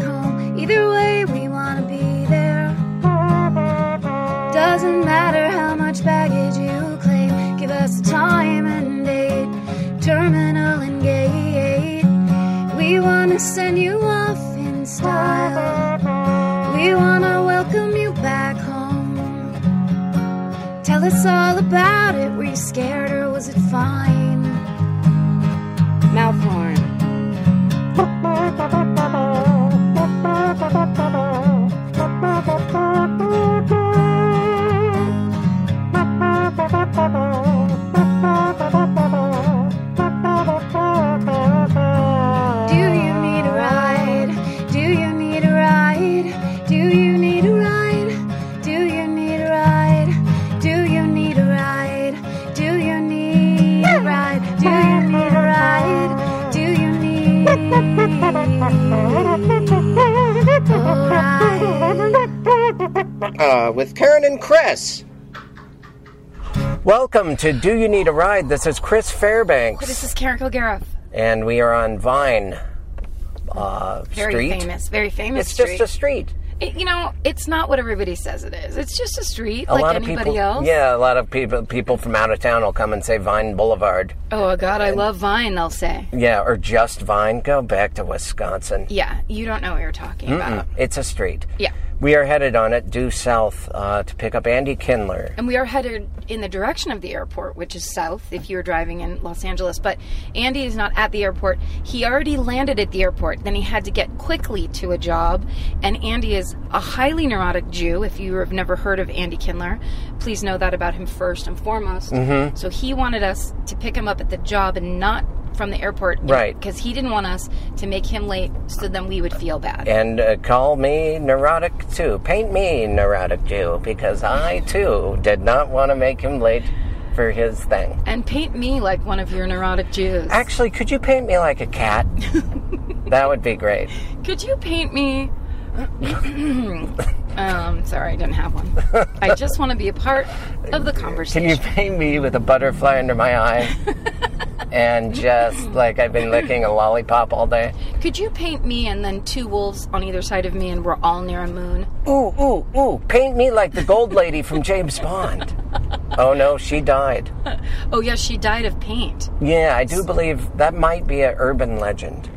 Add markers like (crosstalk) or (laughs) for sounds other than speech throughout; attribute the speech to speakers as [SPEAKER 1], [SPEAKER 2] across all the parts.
[SPEAKER 1] home? Either way, we wanna be there. Doesn't matter how much baggage you claim, give us a time and date, terminal and gate. We wanna send you off in style. We wanna welcome you back home. Tell us all about it. Were you scared or was it fine? Mouth horn. Do you need a ride? Do you need a ride? Do you need a ride? Do you need a ride? Do you need a ride? Do you need a ride? Do you need a ride? Do you need a ride?
[SPEAKER 2] uh, with Karen and Chris. Welcome to Do You Need a Ride? This is Chris Fairbanks.
[SPEAKER 3] This is Karen Kilgariff.
[SPEAKER 2] and we are on Vine uh,
[SPEAKER 3] Very
[SPEAKER 2] Street.
[SPEAKER 3] famous, very famous
[SPEAKER 2] It's
[SPEAKER 3] street.
[SPEAKER 2] just a street.
[SPEAKER 3] It- you know, it's not what everybody says it is. It's just a street
[SPEAKER 2] A
[SPEAKER 3] like
[SPEAKER 2] lot of
[SPEAKER 3] anybody
[SPEAKER 2] people.
[SPEAKER 3] else.
[SPEAKER 2] Yeah, a lot of people. People from out of town will come and say Vine Boulevard.
[SPEAKER 3] Oh God, I love Vine. They'll say.
[SPEAKER 2] Yeah, or just Vine. Go back to Wisconsin.
[SPEAKER 3] Yeah, you don't know what you're talking about.
[SPEAKER 2] It's a street.
[SPEAKER 3] Yeah.
[SPEAKER 2] We are headed on it due south uh, to pick up Andy Kindler.
[SPEAKER 3] And we are headed in the direction of the airport, which is south if you're driving in Los Angeles. But Andy is not at the airport. He already landed at the airport. Then he had to get quickly to a job. And Andy is a highly neurotic Jew. If you have never heard of Andy Kindler, please know that about him first and foremost. So he wanted us to pick him up at the job and not from the airport.
[SPEAKER 2] Right.
[SPEAKER 3] Because he didn't want us to make him late so then we would feel bad.
[SPEAKER 2] And uh, call me neurotic too. Paint me neurotic too, because I too did not want to make him late for his thing.
[SPEAKER 3] And paint me like one of your neurotic Jews.
[SPEAKER 2] Actually, could you paint me like a cat? that would be great.
[SPEAKER 3] Could you paint me? (coughs) um, sorry, I didn't have one. I just want to be a part of the
[SPEAKER 2] Can
[SPEAKER 3] conversation.
[SPEAKER 2] you paint me with a butterfly under my eye? and just like I've been licking a lollipop all day.
[SPEAKER 3] Could you paint me and then two wolves on either side of me, and we're all near a moon?
[SPEAKER 2] Ooh, ooh, ooh. Paint me like the gold lady from James Bond. Oh no, she died.
[SPEAKER 3] Oh yeah, she died of paint.
[SPEAKER 2] Yeah, I do believe that might be an urban legend.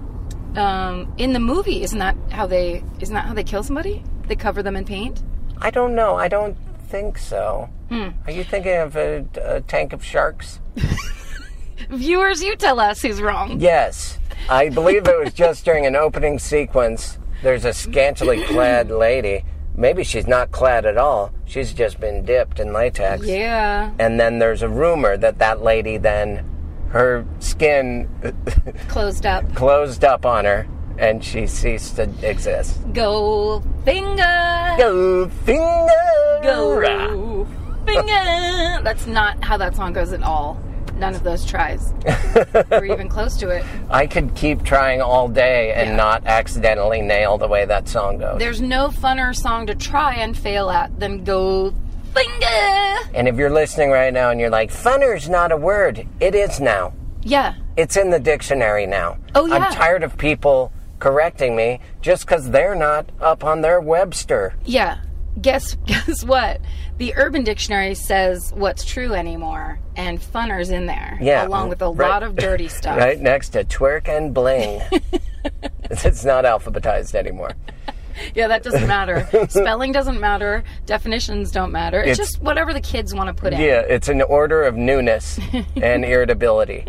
[SPEAKER 3] Um, in the movie, isn't that how they? Isn't that how they kill somebody? They cover them in paint.
[SPEAKER 2] I don't know. I don't think so.
[SPEAKER 3] Hmm.
[SPEAKER 2] Are you thinking of a, a tank of sharks?
[SPEAKER 3] Viewers, you tell us who's wrong.
[SPEAKER 2] Yes. I believe it was just during an opening sequence. There's a scantily clad lady. Maybe she's not clad at all. She's just been dipped in latex.
[SPEAKER 3] Yeah,
[SPEAKER 2] And then there's a rumor that that lady then, her skin (laughs)
[SPEAKER 3] closed up.
[SPEAKER 2] closed up on her and she ceased to exist.
[SPEAKER 3] Go finger.
[SPEAKER 2] Go finger!
[SPEAKER 3] Go finger. That's not how that song goes at all. None of those
[SPEAKER 2] (laughs)
[SPEAKER 3] tries were even close to it.
[SPEAKER 2] I could keep trying all day and not accidentally nail the way that song goes.
[SPEAKER 3] There's no funner song to try and fail at than Go Finger.
[SPEAKER 2] and if you're listening right now and you're like, funner's not a word, it is now.
[SPEAKER 3] Yeah.
[SPEAKER 2] It's in the dictionary now.
[SPEAKER 3] Oh, yeah.
[SPEAKER 2] I'm tired of people correcting me just because they're not up on their Webster.
[SPEAKER 3] Yeah. Guess (laughs) guess what? The Urban Dictionary says what's true anymore, and funner's in there.
[SPEAKER 2] Yeah,
[SPEAKER 3] Along with a
[SPEAKER 2] right.
[SPEAKER 3] lot
[SPEAKER 2] (laughs)
[SPEAKER 3] of dirty stuff.
[SPEAKER 2] Right next to twerk and
[SPEAKER 3] (laughs)
[SPEAKER 2] bling. it's not alphabetized anymore.
[SPEAKER 3] Yeah, that
[SPEAKER 2] (laughs)
[SPEAKER 3] doesn't matter. Spelling doesn't matter. Definitions don't matter. It's,
[SPEAKER 2] It's-
[SPEAKER 3] just whatever the kids want to put in. (laughs)
[SPEAKER 2] Yeah, it's an order of newness and irritability.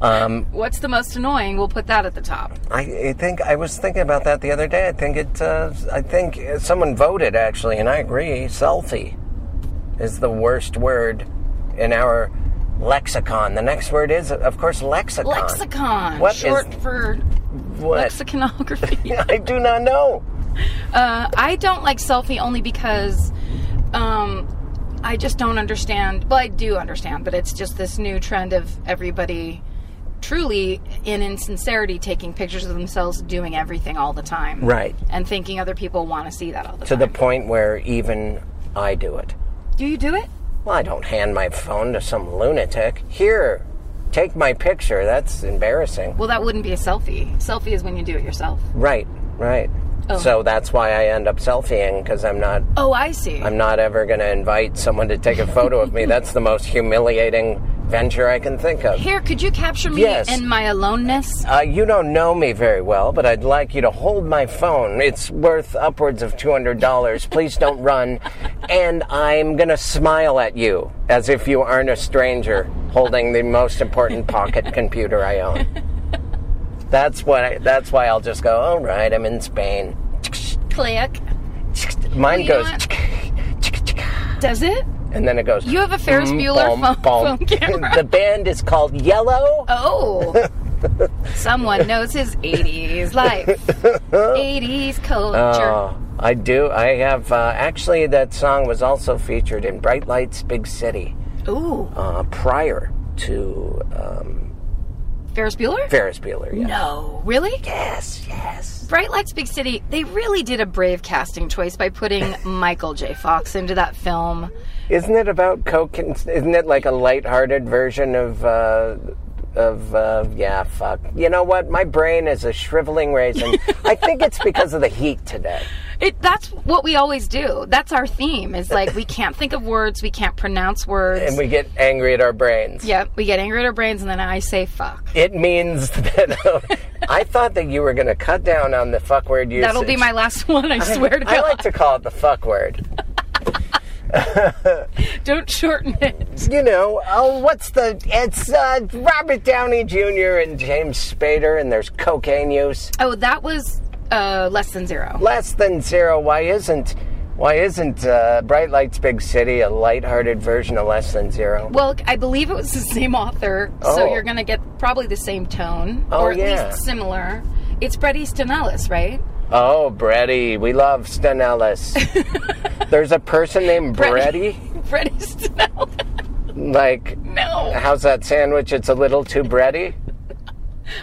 [SPEAKER 2] Um,
[SPEAKER 3] What's the most annoying? We'll put that at the top.
[SPEAKER 2] I, I think I was thinking about that the other day. I think it. Uh, I think someone voted actually, and I agree. Selfie is the worst word in our lexicon. The next word is, of course, lexicon.
[SPEAKER 3] Lexicon,
[SPEAKER 2] What is-
[SPEAKER 3] short for
[SPEAKER 2] What?
[SPEAKER 3] (laughs)
[SPEAKER 2] (laughs)
[SPEAKER 3] lexiconography.
[SPEAKER 2] I do not know.
[SPEAKER 3] Uh, I don't like selfie only because um, I just don't understand. Well, I do understand, but it's just this new trend of everybody truly in insincerity taking pictures of themselves doing everything all the time.
[SPEAKER 2] Right.
[SPEAKER 3] And thinking other people want to see that all the
[SPEAKER 2] To
[SPEAKER 3] time.
[SPEAKER 2] the point where even I do it.
[SPEAKER 3] do you do it?
[SPEAKER 2] Well, I don't hand my phone to some lunatic. Here, take my picture. That's embarrassing.
[SPEAKER 3] Well, that wouldn't be a selfie. Selfie is when you do it yourself.
[SPEAKER 2] Right, right. So that's why I end up selfieing because I'm not.
[SPEAKER 3] Oh, I see.
[SPEAKER 2] I'm not ever going to invite someone to take a photo of me. That's the most humiliating venture I can think of.
[SPEAKER 3] Here, could you capture me
[SPEAKER 2] Yes.
[SPEAKER 3] in my aloneness?
[SPEAKER 2] Uh, you don't know me very well, but I'd like you to hold my phone. It's worth upwards of $200. Please don't run. And I'm going to smile at you as if you aren't a stranger holding the most important pocket computer I own. That's what I, that's why I'll just go, "All right, I'm in Spain."
[SPEAKER 3] Click.
[SPEAKER 2] Mine
[SPEAKER 3] Well, you
[SPEAKER 2] goes (laughs)
[SPEAKER 3] know Does it?
[SPEAKER 2] and then it goes mm-hmm,
[SPEAKER 3] You have a Ferris Bueller
[SPEAKER 2] boom,
[SPEAKER 3] phone,
[SPEAKER 2] boom.
[SPEAKER 3] phone camera.
[SPEAKER 2] (laughs) the band is called Yellow. (laughs)
[SPEAKER 3] Oh, someone knows his 80s life, 80s culture.
[SPEAKER 2] Oh, I do. I have uh, actually that song was also featured in Bright Lights, Big City
[SPEAKER 3] Ooh,
[SPEAKER 2] uh, prior to um,
[SPEAKER 3] Ferris Bueller?
[SPEAKER 2] Ferris Bueller. Yeah.
[SPEAKER 3] no, really?
[SPEAKER 2] Yes, yes.
[SPEAKER 3] Bright Lights Big City, they really did a brave casting choice
[SPEAKER 2] (laughs)
[SPEAKER 3] by putting Michael J. Fox into that film.
[SPEAKER 2] Isn't it about coke? And, isn't it like a lighthearted version of? Uh, of uh, yeah, fuck. You know what? My brain is a shriveling raisin.
[SPEAKER 3] (laughs)
[SPEAKER 2] I think it's because of the heat today.
[SPEAKER 3] It, that's what we always do. That's our theme. Is like we can't think of words, we can't pronounce words.
[SPEAKER 2] and we get angry at our brains.
[SPEAKER 3] Yep, we get angry at our brains, and then I say fuck.
[SPEAKER 2] It means (laughs) that um, I thought that you were going to cut down on the fuck word usage.
[SPEAKER 3] That'll be my last (laughs) one. I swear to God.
[SPEAKER 2] I like to call it the fuck word.
[SPEAKER 3] Don't shorten it.
[SPEAKER 2] You know, oh, what's the? It's uh, Robert Downey Jr. and James Spader, and there's cocaine use.
[SPEAKER 3] Oh, that was uh, less than zero.
[SPEAKER 2] Less than zero. Why isn't? Why isn't uh, Bright Lights Big City a lighthearted version of Less Than Zero?
[SPEAKER 3] Well, I believe it was the (laughs) same author,
[SPEAKER 2] Oh.
[SPEAKER 3] so you're going to get probably the same tone,
[SPEAKER 2] Oh,
[SPEAKER 3] or at
[SPEAKER 2] yeah.
[SPEAKER 3] least similar. It's Bret Easton Ellis, right? (laughs)
[SPEAKER 2] Oh, Bretty, we love Sten Ellis.
[SPEAKER 3] (laughs)
[SPEAKER 2] there's a person named
[SPEAKER 3] Bret-
[SPEAKER 2] Bretty.
[SPEAKER 3] Bret Easton Ellis.
[SPEAKER 2] Like,
[SPEAKER 3] (laughs) No,
[SPEAKER 2] how's that sandwich? It's a little too bready.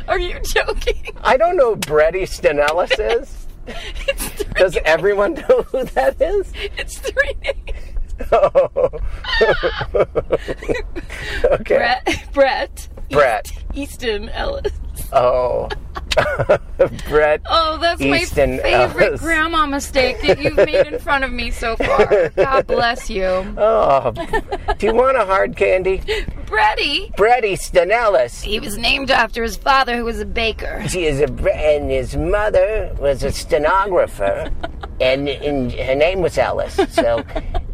[SPEAKER 3] are you joking? (laughs)
[SPEAKER 2] I don't know who Brett Easton Ellis is.
[SPEAKER 3] It's three,
[SPEAKER 2] Does everyone know who that is?
[SPEAKER 3] it's three names.
[SPEAKER 2] Oh. okay.
[SPEAKER 3] Brett, Brett
[SPEAKER 2] Brett.
[SPEAKER 3] Easton Ellis.
[SPEAKER 2] Oh. (laughs) Brett.
[SPEAKER 3] Oh, that's
[SPEAKER 2] Easton
[SPEAKER 3] my favorite
[SPEAKER 2] Ellis.
[SPEAKER 3] grandma mistake that you've made in front of me
[SPEAKER 2] (laughs)
[SPEAKER 3] so far. God bless you,
[SPEAKER 2] Oh. Do you want a hard candy?
[SPEAKER 3] Bretty.
[SPEAKER 2] Brett Easton Ellis.
[SPEAKER 3] E, He was named after his father, who was a baker.
[SPEAKER 2] She is a, Br- and his mother was a
[SPEAKER 3] (laughs)
[SPEAKER 2] stenographer, and, and her name was Ellis. So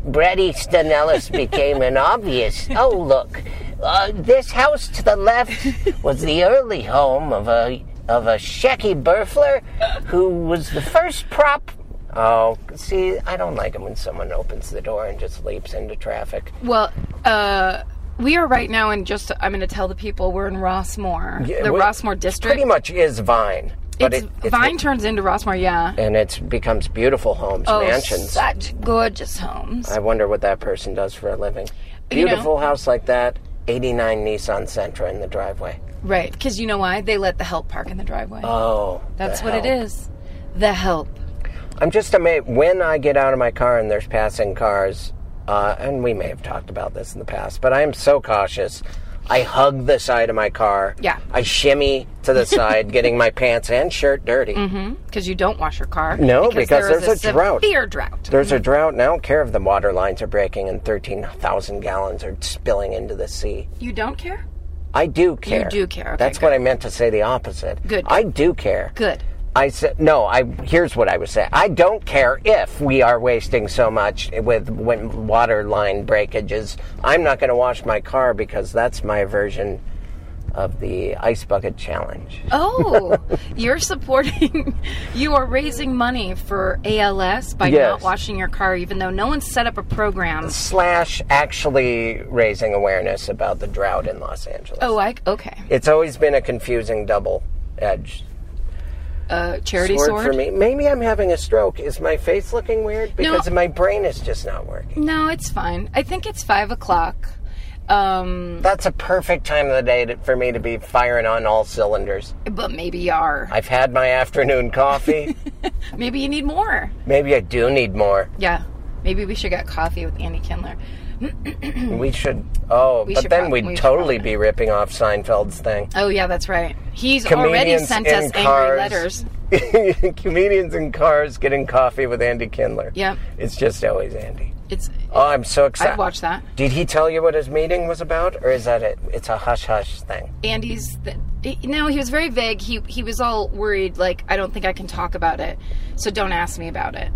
[SPEAKER 2] Brett Easton Ellis became an obvious. Oh, look, uh, this house to the left was the early home of a of a Shecky Burfler, who was the first prop. Oh, see, I don't like it when someone opens the door and just leaps into traffic.
[SPEAKER 3] Well, uh, we are right now in just, I'm going to tell the people we're in Rossmore,
[SPEAKER 2] Yeah,
[SPEAKER 3] the
[SPEAKER 2] we-
[SPEAKER 3] Rossmore district.
[SPEAKER 2] Pretty much is Vine. but
[SPEAKER 3] it's,
[SPEAKER 2] it- it's-
[SPEAKER 3] Vine turns into Rossmore, yeah.
[SPEAKER 2] and it becomes beautiful homes,
[SPEAKER 3] Oh,
[SPEAKER 2] mansions.
[SPEAKER 3] such gorgeous homes.
[SPEAKER 2] I wonder what that person does for a living.
[SPEAKER 3] You know-
[SPEAKER 2] Beautiful house like that, 89 Nissan Sentra in the driveway.
[SPEAKER 3] right, because you know why? They let the help park in the driveway.
[SPEAKER 2] Oh,
[SPEAKER 3] That's
[SPEAKER 2] the
[SPEAKER 3] what it
[SPEAKER 2] hell.
[SPEAKER 3] is. The help.
[SPEAKER 2] I'm just amazed when I get out of my car and there's passing cars. Uh, and we may have talked about this in the past, but I am so cautious. I hug the side of my car.
[SPEAKER 3] Yeah.
[SPEAKER 2] I shimmy to the side, getting my (laughs) pants and shirt dirty.
[SPEAKER 3] Mm-hmm, Because you don't wash your car.
[SPEAKER 2] No, because
[SPEAKER 3] there is
[SPEAKER 2] there's a drought.
[SPEAKER 3] severe drought.
[SPEAKER 2] There's a drought, and I don't care if the water lines are breaking and 13,000 gallons are spilling into the sea.
[SPEAKER 3] You don't care?
[SPEAKER 2] I do care.
[SPEAKER 3] do care. Okay,
[SPEAKER 2] That's
[SPEAKER 3] good.
[SPEAKER 2] what I meant to say. The opposite.
[SPEAKER 3] Good.
[SPEAKER 2] I do care.
[SPEAKER 3] Good.
[SPEAKER 2] I said no. I here's what I was saying. I don't care if we are wasting so much with when water line breakages. I'm not going to wash my car because that's my aversion of the Ice Bucket Challenge. (laughs)
[SPEAKER 3] Oh, you're supporting, (laughs) you are raising money for ALS by
[SPEAKER 2] Yes.
[SPEAKER 3] not washing your car, even though no one's set up a program.
[SPEAKER 2] Slash actually raising awareness about the drought in Los Angeles.
[SPEAKER 3] Oh, I, okay.
[SPEAKER 2] It's always been a confusing double edged
[SPEAKER 3] Uh, charity
[SPEAKER 2] sword,
[SPEAKER 3] sword?
[SPEAKER 2] for me. Maybe I'm having a stroke. Is my face looking weird? Because my brain is just not working.
[SPEAKER 3] No, it's fine. I think it's five o'clock. Um,
[SPEAKER 2] That's a perfect time of the day to, for me to be firing on all cylinders.
[SPEAKER 3] but maybe you are.
[SPEAKER 2] I've had my afternoon
[SPEAKER 3] (laughs)
[SPEAKER 2] coffee.
[SPEAKER 3] Maybe you need more.
[SPEAKER 2] Maybe I do need more.
[SPEAKER 3] Yeah. Maybe we should get coffee with Andy Kindler.
[SPEAKER 2] We should. Oh, but
[SPEAKER 3] should
[SPEAKER 2] then
[SPEAKER 3] prob-
[SPEAKER 2] we'd
[SPEAKER 3] Hmm. we should
[SPEAKER 2] totally be ripping off Seinfeld's thing.
[SPEAKER 3] Oh, yeah, that's right. He's already
[SPEAKER 2] Comedians
[SPEAKER 3] sent
[SPEAKER 2] in
[SPEAKER 3] us angry
[SPEAKER 2] cars.
[SPEAKER 3] letters. Uh,
[SPEAKER 2] (laughs) Comedians in cars getting coffee with Andy Kindler.
[SPEAKER 3] Yep.
[SPEAKER 2] It's just always Andy.
[SPEAKER 3] It's,
[SPEAKER 2] Oh, I'm so excited.
[SPEAKER 3] I'd watch that.
[SPEAKER 2] Did he tell you what his meeting was about, or is that it? It's a hush hush thing.
[SPEAKER 3] Andy's. The, no, he was very vague. He he was all worried, like I don't think I can talk about it, so don't ask me about it.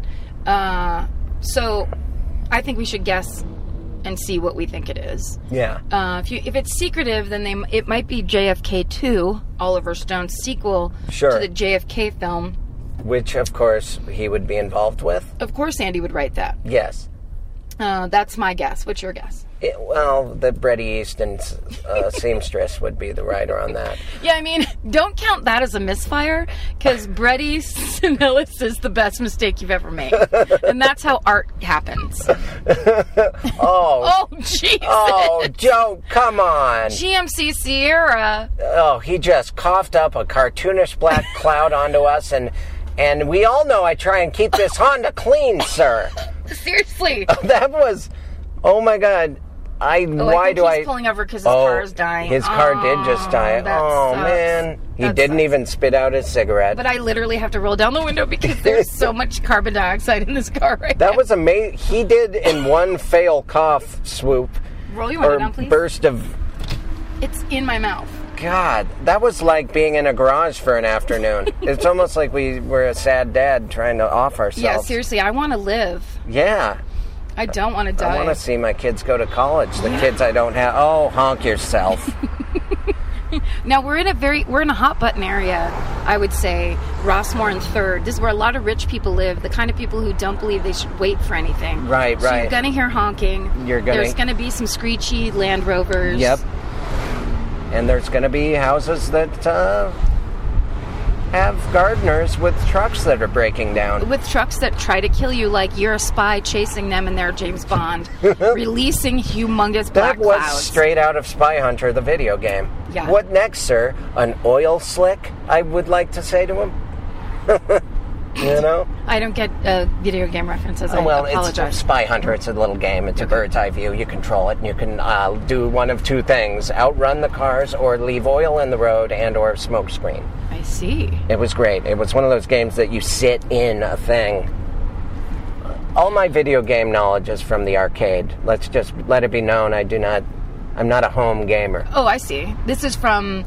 [SPEAKER 3] Uh, so, I think we should guess and see what we think it is.
[SPEAKER 2] Yeah.
[SPEAKER 3] Uh, if you if it's secretive, then they m- it might be JFK two, Oliver Stone's sequel
[SPEAKER 2] Sure.
[SPEAKER 3] to the JFK film.
[SPEAKER 2] Which, of course, he would be involved with.
[SPEAKER 3] Of course, Andy would write that.
[SPEAKER 2] Yes.
[SPEAKER 3] Uh, that's my guess. What's your guess?
[SPEAKER 2] It- well, the Bretty Easton uh, (laughs) seamstress would be the writer on that.
[SPEAKER 3] Yeah, I mean, (laughs) don't count that as a misfire because Bretty Snellis is the best mistake you've
[SPEAKER 2] (laughs)
[SPEAKER 3] ever made. and that's how art happens. (laughs) oh. Oh, jeez.
[SPEAKER 2] Oh, (laughs) Joe, come on.
[SPEAKER 3] GMC Sierra.
[SPEAKER 2] Oh, he just coughed up a cartoonish
[SPEAKER 3] (laughs)
[SPEAKER 2] black cloud onto us, and and we all know I try and keep this Honda clean, sir. (laughs)
[SPEAKER 3] Seriously.
[SPEAKER 2] That was, oh my God, I (laughs)
[SPEAKER 3] Oh,
[SPEAKER 2] why
[SPEAKER 3] think
[SPEAKER 2] do
[SPEAKER 3] he's
[SPEAKER 2] I?
[SPEAKER 3] pulling over because his
[SPEAKER 2] oh,
[SPEAKER 3] car is dying.
[SPEAKER 2] His car did
[SPEAKER 3] Oh,
[SPEAKER 2] just die.
[SPEAKER 3] that
[SPEAKER 2] Oh
[SPEAKER 3] sucks.
[SPEAKER 2] man, he
[SPEAKER 3] That
[SPEAKER 2] didn't
[SPEAKER 3] sucks.
[SPEAKER 2] even spit out his cigarette.
[SPEAKER 3] But I literally have to roll down the window because there's
[SPEAKER 2] (laughs)
[SPEAKER 3] so much carbon dioxide in this car right
[SPEAKER 2] that was amazing. He did in one fail cough swoop
[SPEAKER 3] now. Roll your window
[SPEAKER 2] or
[SPEAKER 3] down, please.
[SPEAKER 2] burst of.
[SPEAKER 3] It's in my mouth.
[SPEAKER 2] God, that was like being in a garage for an
[SPEAKER 3] (laughs)
[SPEAKER 2] afternoon. it's almost like we were a sad dad trying to off ourselves.
[SPEAKER 3] Yeah, seriously, I want to live.
[SPEAKER 2] Yeah.
[SPEAKER 3] I don't want to
[SPEAKER 2] I
[SPEAKER 3] die.
[SPEAKER 2] want to see my kids go to college. The kids I don't have. Oh, honk
[SPEAKER 3] (laughs)
[SPEAKER 2] yourself.
[SPEAKER 3] Now we're in a very we're in a hot button area, I would say. Rossmore and Third. This is where a lot of rich people live. The kind of people who don't believe they should wait for anything.
[SPEAKER 2] Right,
[SPEAKER 3] So you're
[SPEAKER 2] right.
[SPEAKER 3] gonna hear honking.
[SPEAKER 2] You're gonna-
[SPEAKER 3] There's gonna be some screechy Land Rovers.
[SPEAKER 2] yep. And there's going to be houses that uh, have gardeners with trucks that are breaking down.
[SPEAKER 3] With trucks that try to kill you, like you're a spy chasing them, and they're
[SPEAKER 2] (laughs)
[SPEAKER 3] James Bond, releasing humongous black
[SPEAKER 2] That was
[SPEAKER 3] clouds.
[SPEAKER 2] straight out of Spy Hunter, the video game.
[SPEAKER 3] Yeah.
[SPEAKER 2] What next, sir? An oil slick? I would like to say to him. (laughs) you know.
[SPEAKER 3] I don't get uh, video game references. I
[SPEAKER 2] Oh, well, it's
[SPEAKER 3] apologize.
[SPEAKER 2] Spy Hunter. It's a little game. It's a bird's eye view. You control it, and you can uh, do one of two things: outrun the cars, or leave oil in the road, and or smoke screen.
[SPEAKER 3] I see.
[SPEAKER 2] It was great. It was one of those games that you sit in a thing. All my video game knowledge is from the arcade. Let's just let it be known. I do not. I'm not a home gamer.
[SPEAKER 3] Oh, I see. This is from.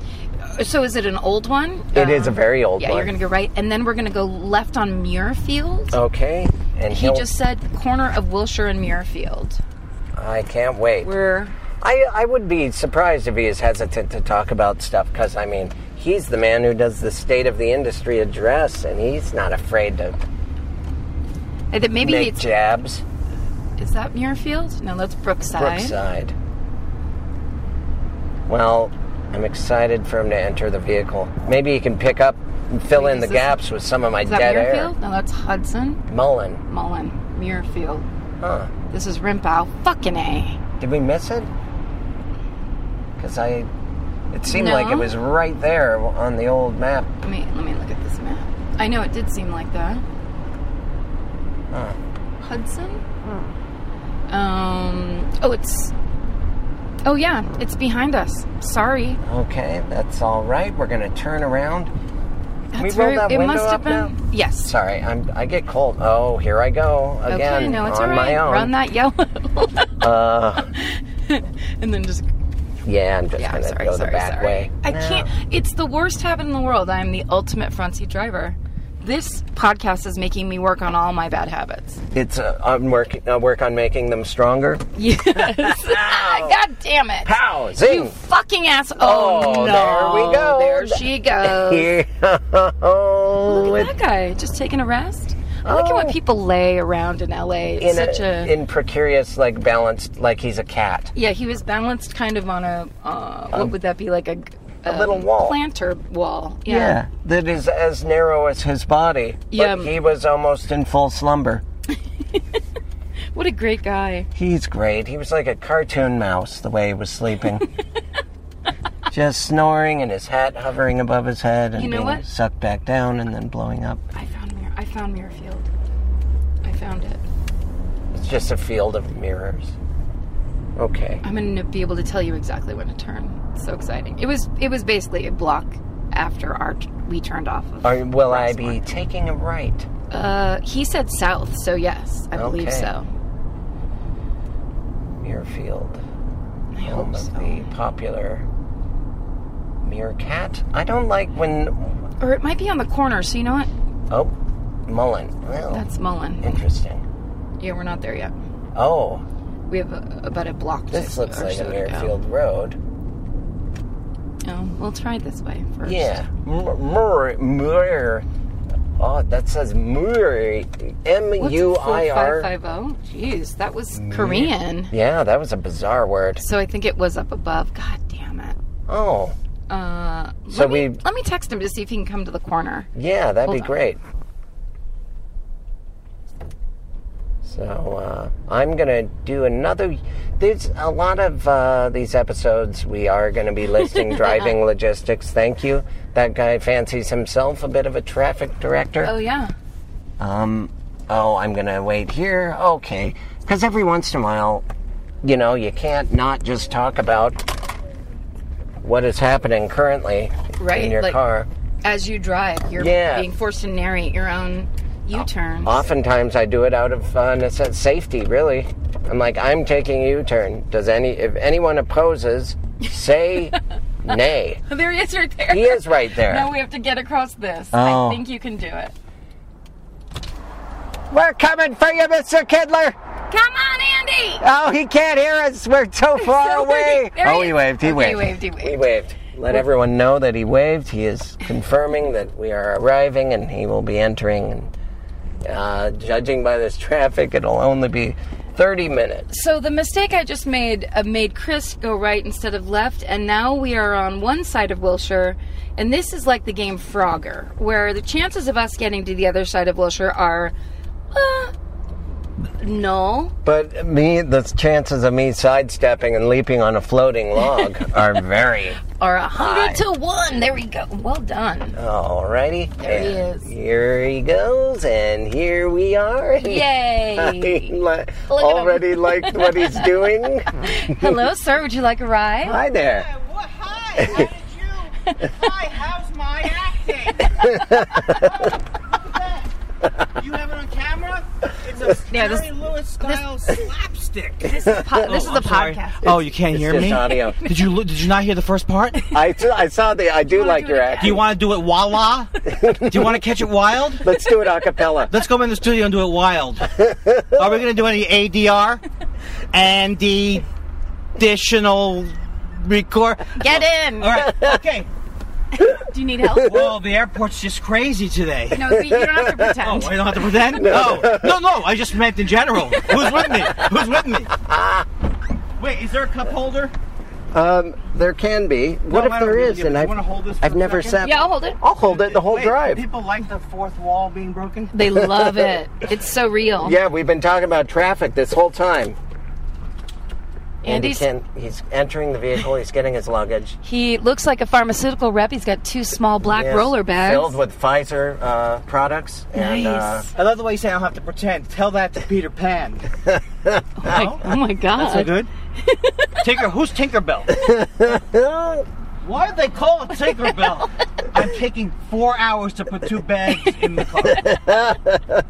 [SPEAKER 3] So is it an old one?
[SPEAKER 2] it is a very old
[SPEAKER 3] Yeah,
[SPEAKER 2] one. Oh,
[SPEAKER 3] you're gonna go right, and then we're gonna go left on Muirfield.
[SPEAKER 2] Okay, and
[SPEAKER 3] he
[SPEAKER 2] he'll-
[SPEAKER 3] just said corner of Wilshire and Muirfield.
[SPEAKER 2] I can't wait.
[SPEAKER 3] Where
[SPEAKER 2] I, I would be surprised if he is hesitant to talk about stuff because, I mean, he's the man who does the state of the industry address and he's not afraid to
[SPEAKER 3] I think maybe
[SPEAKER 2] make
[SPEAKER 3] it's
[SPEAKER 2] jabs.
[SPEAKER 3] is that Muirfield? No, that's Brookside.
[SPEAKER 2] Brookside. Well, I'm excited for him to enter the vehicle. Maybe he can pick up and fill in
[SPEAKER 3] is
[SPEAKER 2] the
[SPEAKER 3] this-
[SPEAKER 2] gaps with some of my
[SPEAKER 3] Is that
[SPEAKER 2] dead
[SPEAKER 3] Muirfield?
[SPEAKER 2] air.
[SPEAKER 3] No, that's Hudson
[SPEAKER 2] Mullen.
[SPEAKER 3] Mullen Muirfield.
[SPEAKER 2] Huh.
[SPEAKER 3] This is Rimpow. Fucking a.
[SPEAKER 2] Did we miss it? Because I. It seemed
[SPEAKER 3] No.
[SPEAKER 2] like it was right there on the old map.
[SPEAKER 3] Let me let me look at this map. I know it did seem like that.
[SPEAKER 2] Huh.
[SPEAKER 3] Hudson. Um. Oh, it's. Oh yeah, it's behind us. Sorry.
[SPEAKER 2] Okay, that's all right. We're gonna turn around.
[SPEAKER 3] That's
[SPEAKER 2] we roll that
[SPEAKER 3] it
[SPEAKER 2] window
[SPEAKER 3] must
[SPEAKER 2] up
[SPEAKER 3] have been.
[SPEAKER 2] now?
[SPEAKER 3] Yes.
[SPEAKER 2] Sorry, I'm. I get cold. Oh, here I go again
[SPEAKER 3] okay, no, it's
[SPEAKER 2] on
[SPEAKER 3] all
[SPEAKER 2] my
[SPEAKER 3] right.
[SPEAKER 2] own.
[SPEAKER 3] Run that yellow,
[SPEAKER 2] (laughs) Uh,
[SPEAKER 3] (laughs) and then just
[SPEAKER 2] yeah, I'm just
[SPEAKER 3] yeah. I'm
[SPEAKER 2] gonna
[SPEAKER 3] sorry,
[SPEAKER 2] go
[SPEAKER 3] sorry,
[SPEAKER 2] the back
[SPEAKER 3] sorry.
[SPEAKER 2] way.
[SPEAKER 3] I
[SPEAKER 2] No.
[SPEAKER 3] can't. It's the worst habit in the world. I'm the ultimate front seat driver. this podcast is making me work on all my bad habits.
[SPEAKER 2] It's uh, on work, uh, work on making them stronger. (laughs)
[SPEAKER 3] Yes. Ah,
[SPEAKER 2] Oh.
[SPEAKER 3] God damn it.
[SPEAKER 2] Pow! Zing!
[SPEAKER 3] Fucking ass. Oh,
[SPEAKER 2] Oh,
[SPEAKER 3] no.
[SPEAKER 2] there we go.
[SPEAKER 3] There she goes.
[SPEAKER 2] Here. (laughs) Oh,
[SPEAKER 3] Look at that guy just taking a rest. I look at what people lay around in LA. It's
[SPEAKER 2] in,
[SPEAKER 3] such a,
[SPEAKER 2] in precarious, like balanced, like he's a cat.
[SPEAKER 3] yeah. He was balanced kind of on a uh, what would that be like a
[SPEAKER 2] a
[SPEAKER 3] Oh.
[SPEAKER 2] little wall.
[SPEAKER 3] planter wall. Yeah.
[SPEAKER 2] that is as narrow as his body. But
[SPEAKER 3] Yeah.
[SPEAKER 2] he was almost in full slumber.
[SPEAKER 3] What a great guy.
[SPEAKER 2] He's great. He was like a cartoon mouse the way he was
[SPEAKER 3] (laughs)
[SPEAKER 2] sleeping. Just snoring and his hat hovering above his head and
[SPEAKER 3] You know
[SPEAKER 2] being
[SPEAKER 3] what?
[SPEAKER 2] sucked back down and then blowing up.
[SPEAKER 3] I found Mir- I found Mirfield. I found it.
[SPEAKER 2] It's just a field of mirrors. Okay.
[SPEAKER 3] I'm gonna be able to tell you exactly when to turn. It's so exciting. It was it was basically a block after our t- we turned off. Of,
[SPEAKER 2] Are, will I be taking a right?
[SPEAKER 3] uh, he said south, so yes, I believe
[SPEAKER 2] Okay.
[SPEAKER 3] so.
[SPEAKER 2] Mirfield.
[SPEAKER 3] I
[SPEAKER 2] Home
[SPEAKER 3] hope
[SPEAKER 2] of
[SPEAKER 3] so.
[SPEAKER 2] the popular meerkat. I don't like when.
[SPEAKER 3] Or it might be on the corner. So you know what?
[SPEAKER 2] Oh, Mullen. Well,
[SPEAKER 3] That's Mullen.
[SPEAKER 2] interesting.
[SPEAKER 3] Yeah, we're not there yet.
[SPEAKER 2] Oh,
[SPEAKER 3] We have a, about a block. to-
[SPEAKER 2] this looks
[SPEAKER 3] or
[SPEAKER 2] like a
[SPEAKER 3] so to go.
[SPEAKER 2] Mirfield Road.
[SPEAKER 3] Oh, we'll try this way first.
[SPEAKER 2] Yeah. Mur Mur. Oh, that says Mur. M
[SPEAKER 3] What's
[SPEAKER 2] U I R.
[SPEAKER 3] Five five zero. Jeez, that was Korean.
[SPEAKER 2] Yeah, that was a bizarre word.
[SPEAKER 3] So I think it was up above. God damn it.
[SPEAKER 2] Oh,
[SPEAKER 3] Uh,
[SPEAKER 2] So
[SPEAKER 3] let me,
[SPEAKER 2] we-
[SPEAKER 3] let me text him to see if he can come to the corner.
[SPEAKER 2] yeah, that'd be
[SPEAKER 3] Hold on.
[SPEAKER 2] great. So uh, I'm gonna do another. There's a lot of uh, these episodes we are gonna be
[SPEAKER 3] (laughs)
[SPEAKER 2] listing driving logistics. Thank you. That guy fancies himself a bit of a traffic director.
[SPEAKER 3] Oh yeah.
[SPEAKER 2] um, oh, I'm gonna wait here. Okay, because every once in a while, you know, you can't not just talk about what is happening currently
[SPEAKER 3] Right,
[SPEAKER 2] in your
[SPEAKER 3] like-
[SPEAKER 2] car.
[SPEAKER 3] As you drive, you're
[SPEAKER 2] Yeah. Uh,
[SPEAKER 3] being forced to narrate your own U-turn.
[SPEAKER 2] Oftentimes, I do it out of uh, necess- safety. Really, I'm like, I'm taking a U-turn. Does any if anyone opposes,
[SPEAKER 3] (laughs)
[SPEAKER 2] say nay.
[SPEAKER 3] there he is, right there.
[SPEAKER 2] He is right there.
[SPEAKER 3] Now we have to get across this.
[SPEAKER 2] Oh.
[SPEAKER 3] I think you can do it.
[SPEAKER 2] We're coming for you, Mr. Kidler.
[SPEAKER 3] Come on, Andy.
[SPEAKER 2] Oh, he can't hear us. We're so far
[SPEAKER 3] (laughs) So
[SPEAKER 2] away.
[SPEAKER 3] there
[SPEAKER 2] oh,
[SPEAKER 3] he
[SPEAKER 2] he
[SPEAKER 3] is.
[SPEAKER 2] waved. He
[SPEAKER 3] Okay,
[SPEAKER 2] waved.
[SPEAKER 3] he waved,
[SPEAKER 2] He
[SPEAKER 3] he waved.
[SPEAKER 2] waved. Let everyone know that he waved. He is confirming that we are arriving and he will be entering. And uh, judging by this traffic, it'll only be 30 minutes.
[SPEAKER 3] So the mistake I just made uh, made Chris go right instead of left, and now we are on one side of Wilshire, and this is like the game Frogger, where the chances of us getting to the other side of Wilshire are, uh, null.
[SPEAKER 2] But me, the chances of me sidestepping and leaping on a
[SPEAKER 3] (laughs)
[SPEAKER 2] floating log are very.
[SPEAKER 3] or a hundred to one. There we go. Well done.
[SPEAKER 2] Alrighty.
[SPEAKER 3] There he
[SPEAKER 2] And
[SPEAKER 3] is.
[SPEAKER 2] Here he goes, and here we are. (laughs)
[SPEAKER 3] Yay!
[SPEAKER 2] I li-
[SPEAKER 3] Look at him.
[SPEAKER 2] already liked what he's
[SPEAKER 3] (laughs)
[SPEAKER 2] doing.
[SPEAKER 3] Hello, sir. Would you like a ride?
[SPEAKER 2] Hi there.
[SPEAKER 4] What? Hi. How did you? Hi. How's my acting? Look at that. you have it on camera? It's a Jerry
[SPEAKER 3] Yeah, this-
[SPEAKER 4] Lewis style slapstick. This
[SPEAKER 3] Po- (laughs) this is the podcast.
[SPEAKER 4] Oh, you can't hear
[SPEAKER 2] Just
[SPEAKER 4] me.
[SPEAKER 2] audio.
[SPEAKER 4] Did you lo- did you not hear the first part? Do
[SPEAKER 2] I, I saw the. I do like
[SPEAKER 3] do
[SPEAKER 2] your
[SPEAKER 3] it again?
[SPEAKER 2] acting.
[SPEAKER 4] you want to do it walla? Do you want to catch it wild?
[SPEAKER 2] Let's do it a cappella.
[SPEAKER 4] Let's go in the studio and do it wild. Are we going to do any ADR and the additional record?
[SPEAKER 3] Get in.
[SPEAKER 4] All right. Okay.
[SPEAKER 3] Do you need help?
[SPEAKER 4] Well, the airport's just crazy
[SPEAKER 2] (laughs)
[SPEAKER 4] today.
[SPEAKER 3] No, you don't have to
[SPEAKER 4] Oh, (laughs)
[SPEAKER 3] pretend.
[SPEAKER 4] I don't have to pretend? No. no, no, I just meant in general. Who's with me? Who's with me? Wait, is there a cup holder?
[SPEAKER 2] Um, there can be. What
[SPEAKER 4] I
[SPEAKER 2] if there
[SPEAKER 4] don't
[SPEAKER 2] is?
[SPEAKER 4] give a-
[SPEAKER 2] And
[SPEAKER 4] you
[SPEAKER 2] I've,
[SPEAKER 4] wanna hold this for
[SPEAKER 2] I've
[SPEAKER 4] a
[SPEAKER 2] never
[SPEAKER 4] second?
[SPEAKER 2] sat.
[SPEAKER 3] Yeah, I'll hold it.
[SPEAKER 2] I'll hold it the whole
[SPEAKER 4] Wait,
[SPEAKER 2] drive.
[SPEAKER 4] People like the fourth wall being broken.
[SPEAKER 3] They love it. It's so real.
[SPEAKER 2] Yeah, we've been talking about traffic this whole time. Andy
[SPEAKER 3] Andy's,
[SPEAKER 2] Ken, he's entering the vehicle. He's getting his luggage.
[SPEAKER 3] he looks like a pharmaceutical rep. He's got two small black
[SPEAKER 2] Yes,
[SPEAKER 3] roller bags.
[SPEAKER 2] filled with Pfizer uh, products. And, uh,
[SPEAKER 3] nice.
[SPEAKER 4] I love the way you say I don't have to pretend. Tell that to Peter Pan.
[SPEAKER 3] (laughs) Like, oh my god.
[SPEAKER 2] (laughs)
[SPEAKER 4] So good? Tinker, who's Tinkerbell? Why do they call it Tinkerbell? I'm taking four hours to put two bags in the car.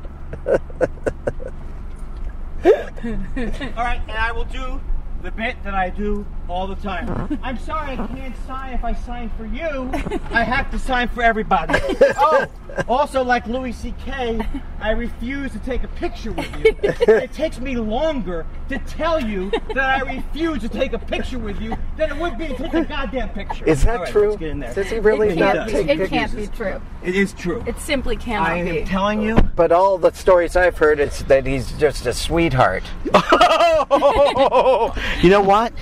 [SPEAKER 4] All right, and I will do the bit that I do all
[SPEAKER 2] (laughs)
[SPEAKER 4] the time. I'm sorry, I can't sign if I sign for you. I have to sign
[SPEAKER 2] (laughs)
[SPEAKER 4] for everybody. Oh, also, like Louis C.K., I refuse to take a picture with you.
[SPEAKER 2] (laughs)
[SPEAKER 4] It takes me longer to tell you that I refuse to take a picture with you than it would be to take a goddamn picture.
[SPEAKER 2] Is that
[SPEAKER 4] All right,
[SPEAKER 2] true?
[SPEAKER 4] Let's get in there.
[SPEAKER 2] Does he really
[SPEAKER 4] It
[SPEAKER 2] not
[SPEAKER 4] does.
[SPEAKER 2] take
[SPEAKER 3] It
[SPEAKER 2] pictures?
[SPEAKER 3] can't be true.
[SPEAKER 4] It is true.
[SPEAKER 3] It simply cannot
[SPEAKER 4] I
[SPEAKER 3] be.
[SPEAKER 4] am telling you.
[SPEAKER 2] But all the stories I've heard is that he's just a sweetheart.
[SPEAKER 4] you know what?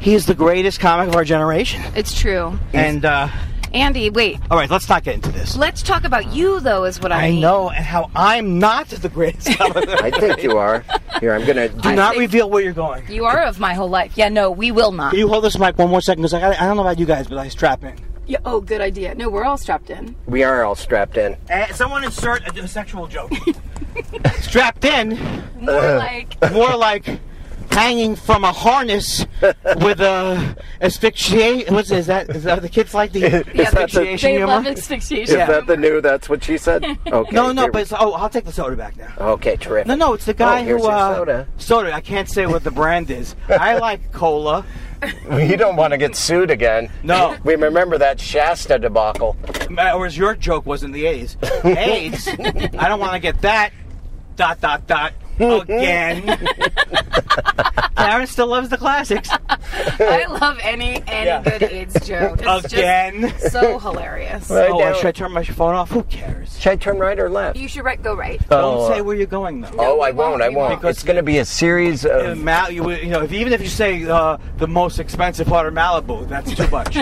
[SPEAKER 4] He is the greatest comic of our generation.
[SPEAKER 3] it's true.
[SPEAKER 4] And uh,
[SPEAKER 3] Andy, wait.
[SPEAKER 4] all right, let's not get into this.
[SPEAKER 3] Let's talk about you, though, is what I,
[SPEAKER 4] I
[SPEAKER 3] mean.
[SPEAKER 4] know, and how I'm not the (laughs) greatest. comic.
[SPEAKER 2] I think you are. Here, I'm gonna do
[SPEAKER 4] Do not reveal where you're going.
[SPEAKER 3] You are of my whole life. Yeah, no, we will not.
[SPEAKER 4] Can you hold this mic one more second? Because I, I don't know about you guys, but I strap in.
[SPEAKER 3] Yeah, oh, good idea. No, we're all strapped in.
[SPEAKER 2] We are all strapped in.
[SPEAKER 4] Eh, someone insert a, sexual joke. (laughs) Strapped in,
[SPEAKER 3] More like
[SPEAKER 4] more like hanging from a harness with a asphyxiation. What's is that? Is that the kids like the
[SPEAKER 2] Yeah, the-
[SPEAKER 4] asphyxiation
[SPEAKER 3] they
[SPEAKER 4] humor?
[SPEAKER 3] love
[SPEAKER 2] (laughs)
[SPEAKER 3] asphyxiation.
[SPEAKER 2] Is that the new? That's what she
[SPEAKER 3] (laughs)
[SPEAKER 2] said. Okay.
[SPEAKER 4] no, no,
[SPEAKER 2] here
[SPEAKER 4] but
[SPEAKER 2] we-
[SPEAKER 4] it's, oh, I'll take the soda back now.
[SPEAKER 2] okay, terrific.
[SPEAKER 4] No, no, it's the guy
[SPEAKER 2] oh,
[SPEAKER 4] who
[SPEAKER 2] here's your
[SPEAKER 4] uh,
[SPEAKER 2] soda.
[SPEAKER 4] soda. I can't say what the brand is. I like cola.
[SPEAKER 2] You don't want to get sued again. (laughs)
[SPEAKER 4] No.
[SPEAKER 2] We remember that Shasta debacle.
[SPEAKER 4] Or as your joke was in
[SPEAKER 2] (laughs)
[SPEAKER 4] the A's. A's. I don't want to get that. Dot dot dot.
[SPEAKER 2] (laughs)
[SPEAKER 4] Again. Karen still loves the classics.
[SPEAKER 3] I love any any
[SPEAKER 4] Yeah.
[SPEAKER 3] good AIDS joke. It's
[SPEAKER 4] Again.
[SPEAKER 3] just so hilarious.
[SPEAKER 2] Right
[SPEAKER 4] Oh,
[SPEAKER 2] now-
[SPEAKER 4] should I turn my phone off? Who cares?
[SPEAKER 2] Should I turn right or left?
[SPEAKER 3] You should right, go right.
[SPEAKER 2] Oh,
[SPEAKER 4] Don't say
[SPEAKER 2] uh,
[SPEAKER 4] where you're going though.
[SPEAKER 2] Oh,
[SPEAKER 3] we
[SPEAKER 2] I won't.
[SPEAKER 3] won't,
[SPEAKER 2] I
[SPEAKER 3] we
[SPEAKER 2] won't.
[SPEAKER 4] won't.
[SPEAKER 2] It's going to be a series
[SPEAKER 4] Uh,
[SPEAKER 2] of.
[SPEAKER 4] Mal- you, you know, if, even if you say uh, the most expensive part of Malibu, that's too
[SPEAKER 2] (laughs)
[SPEAKER 4] much.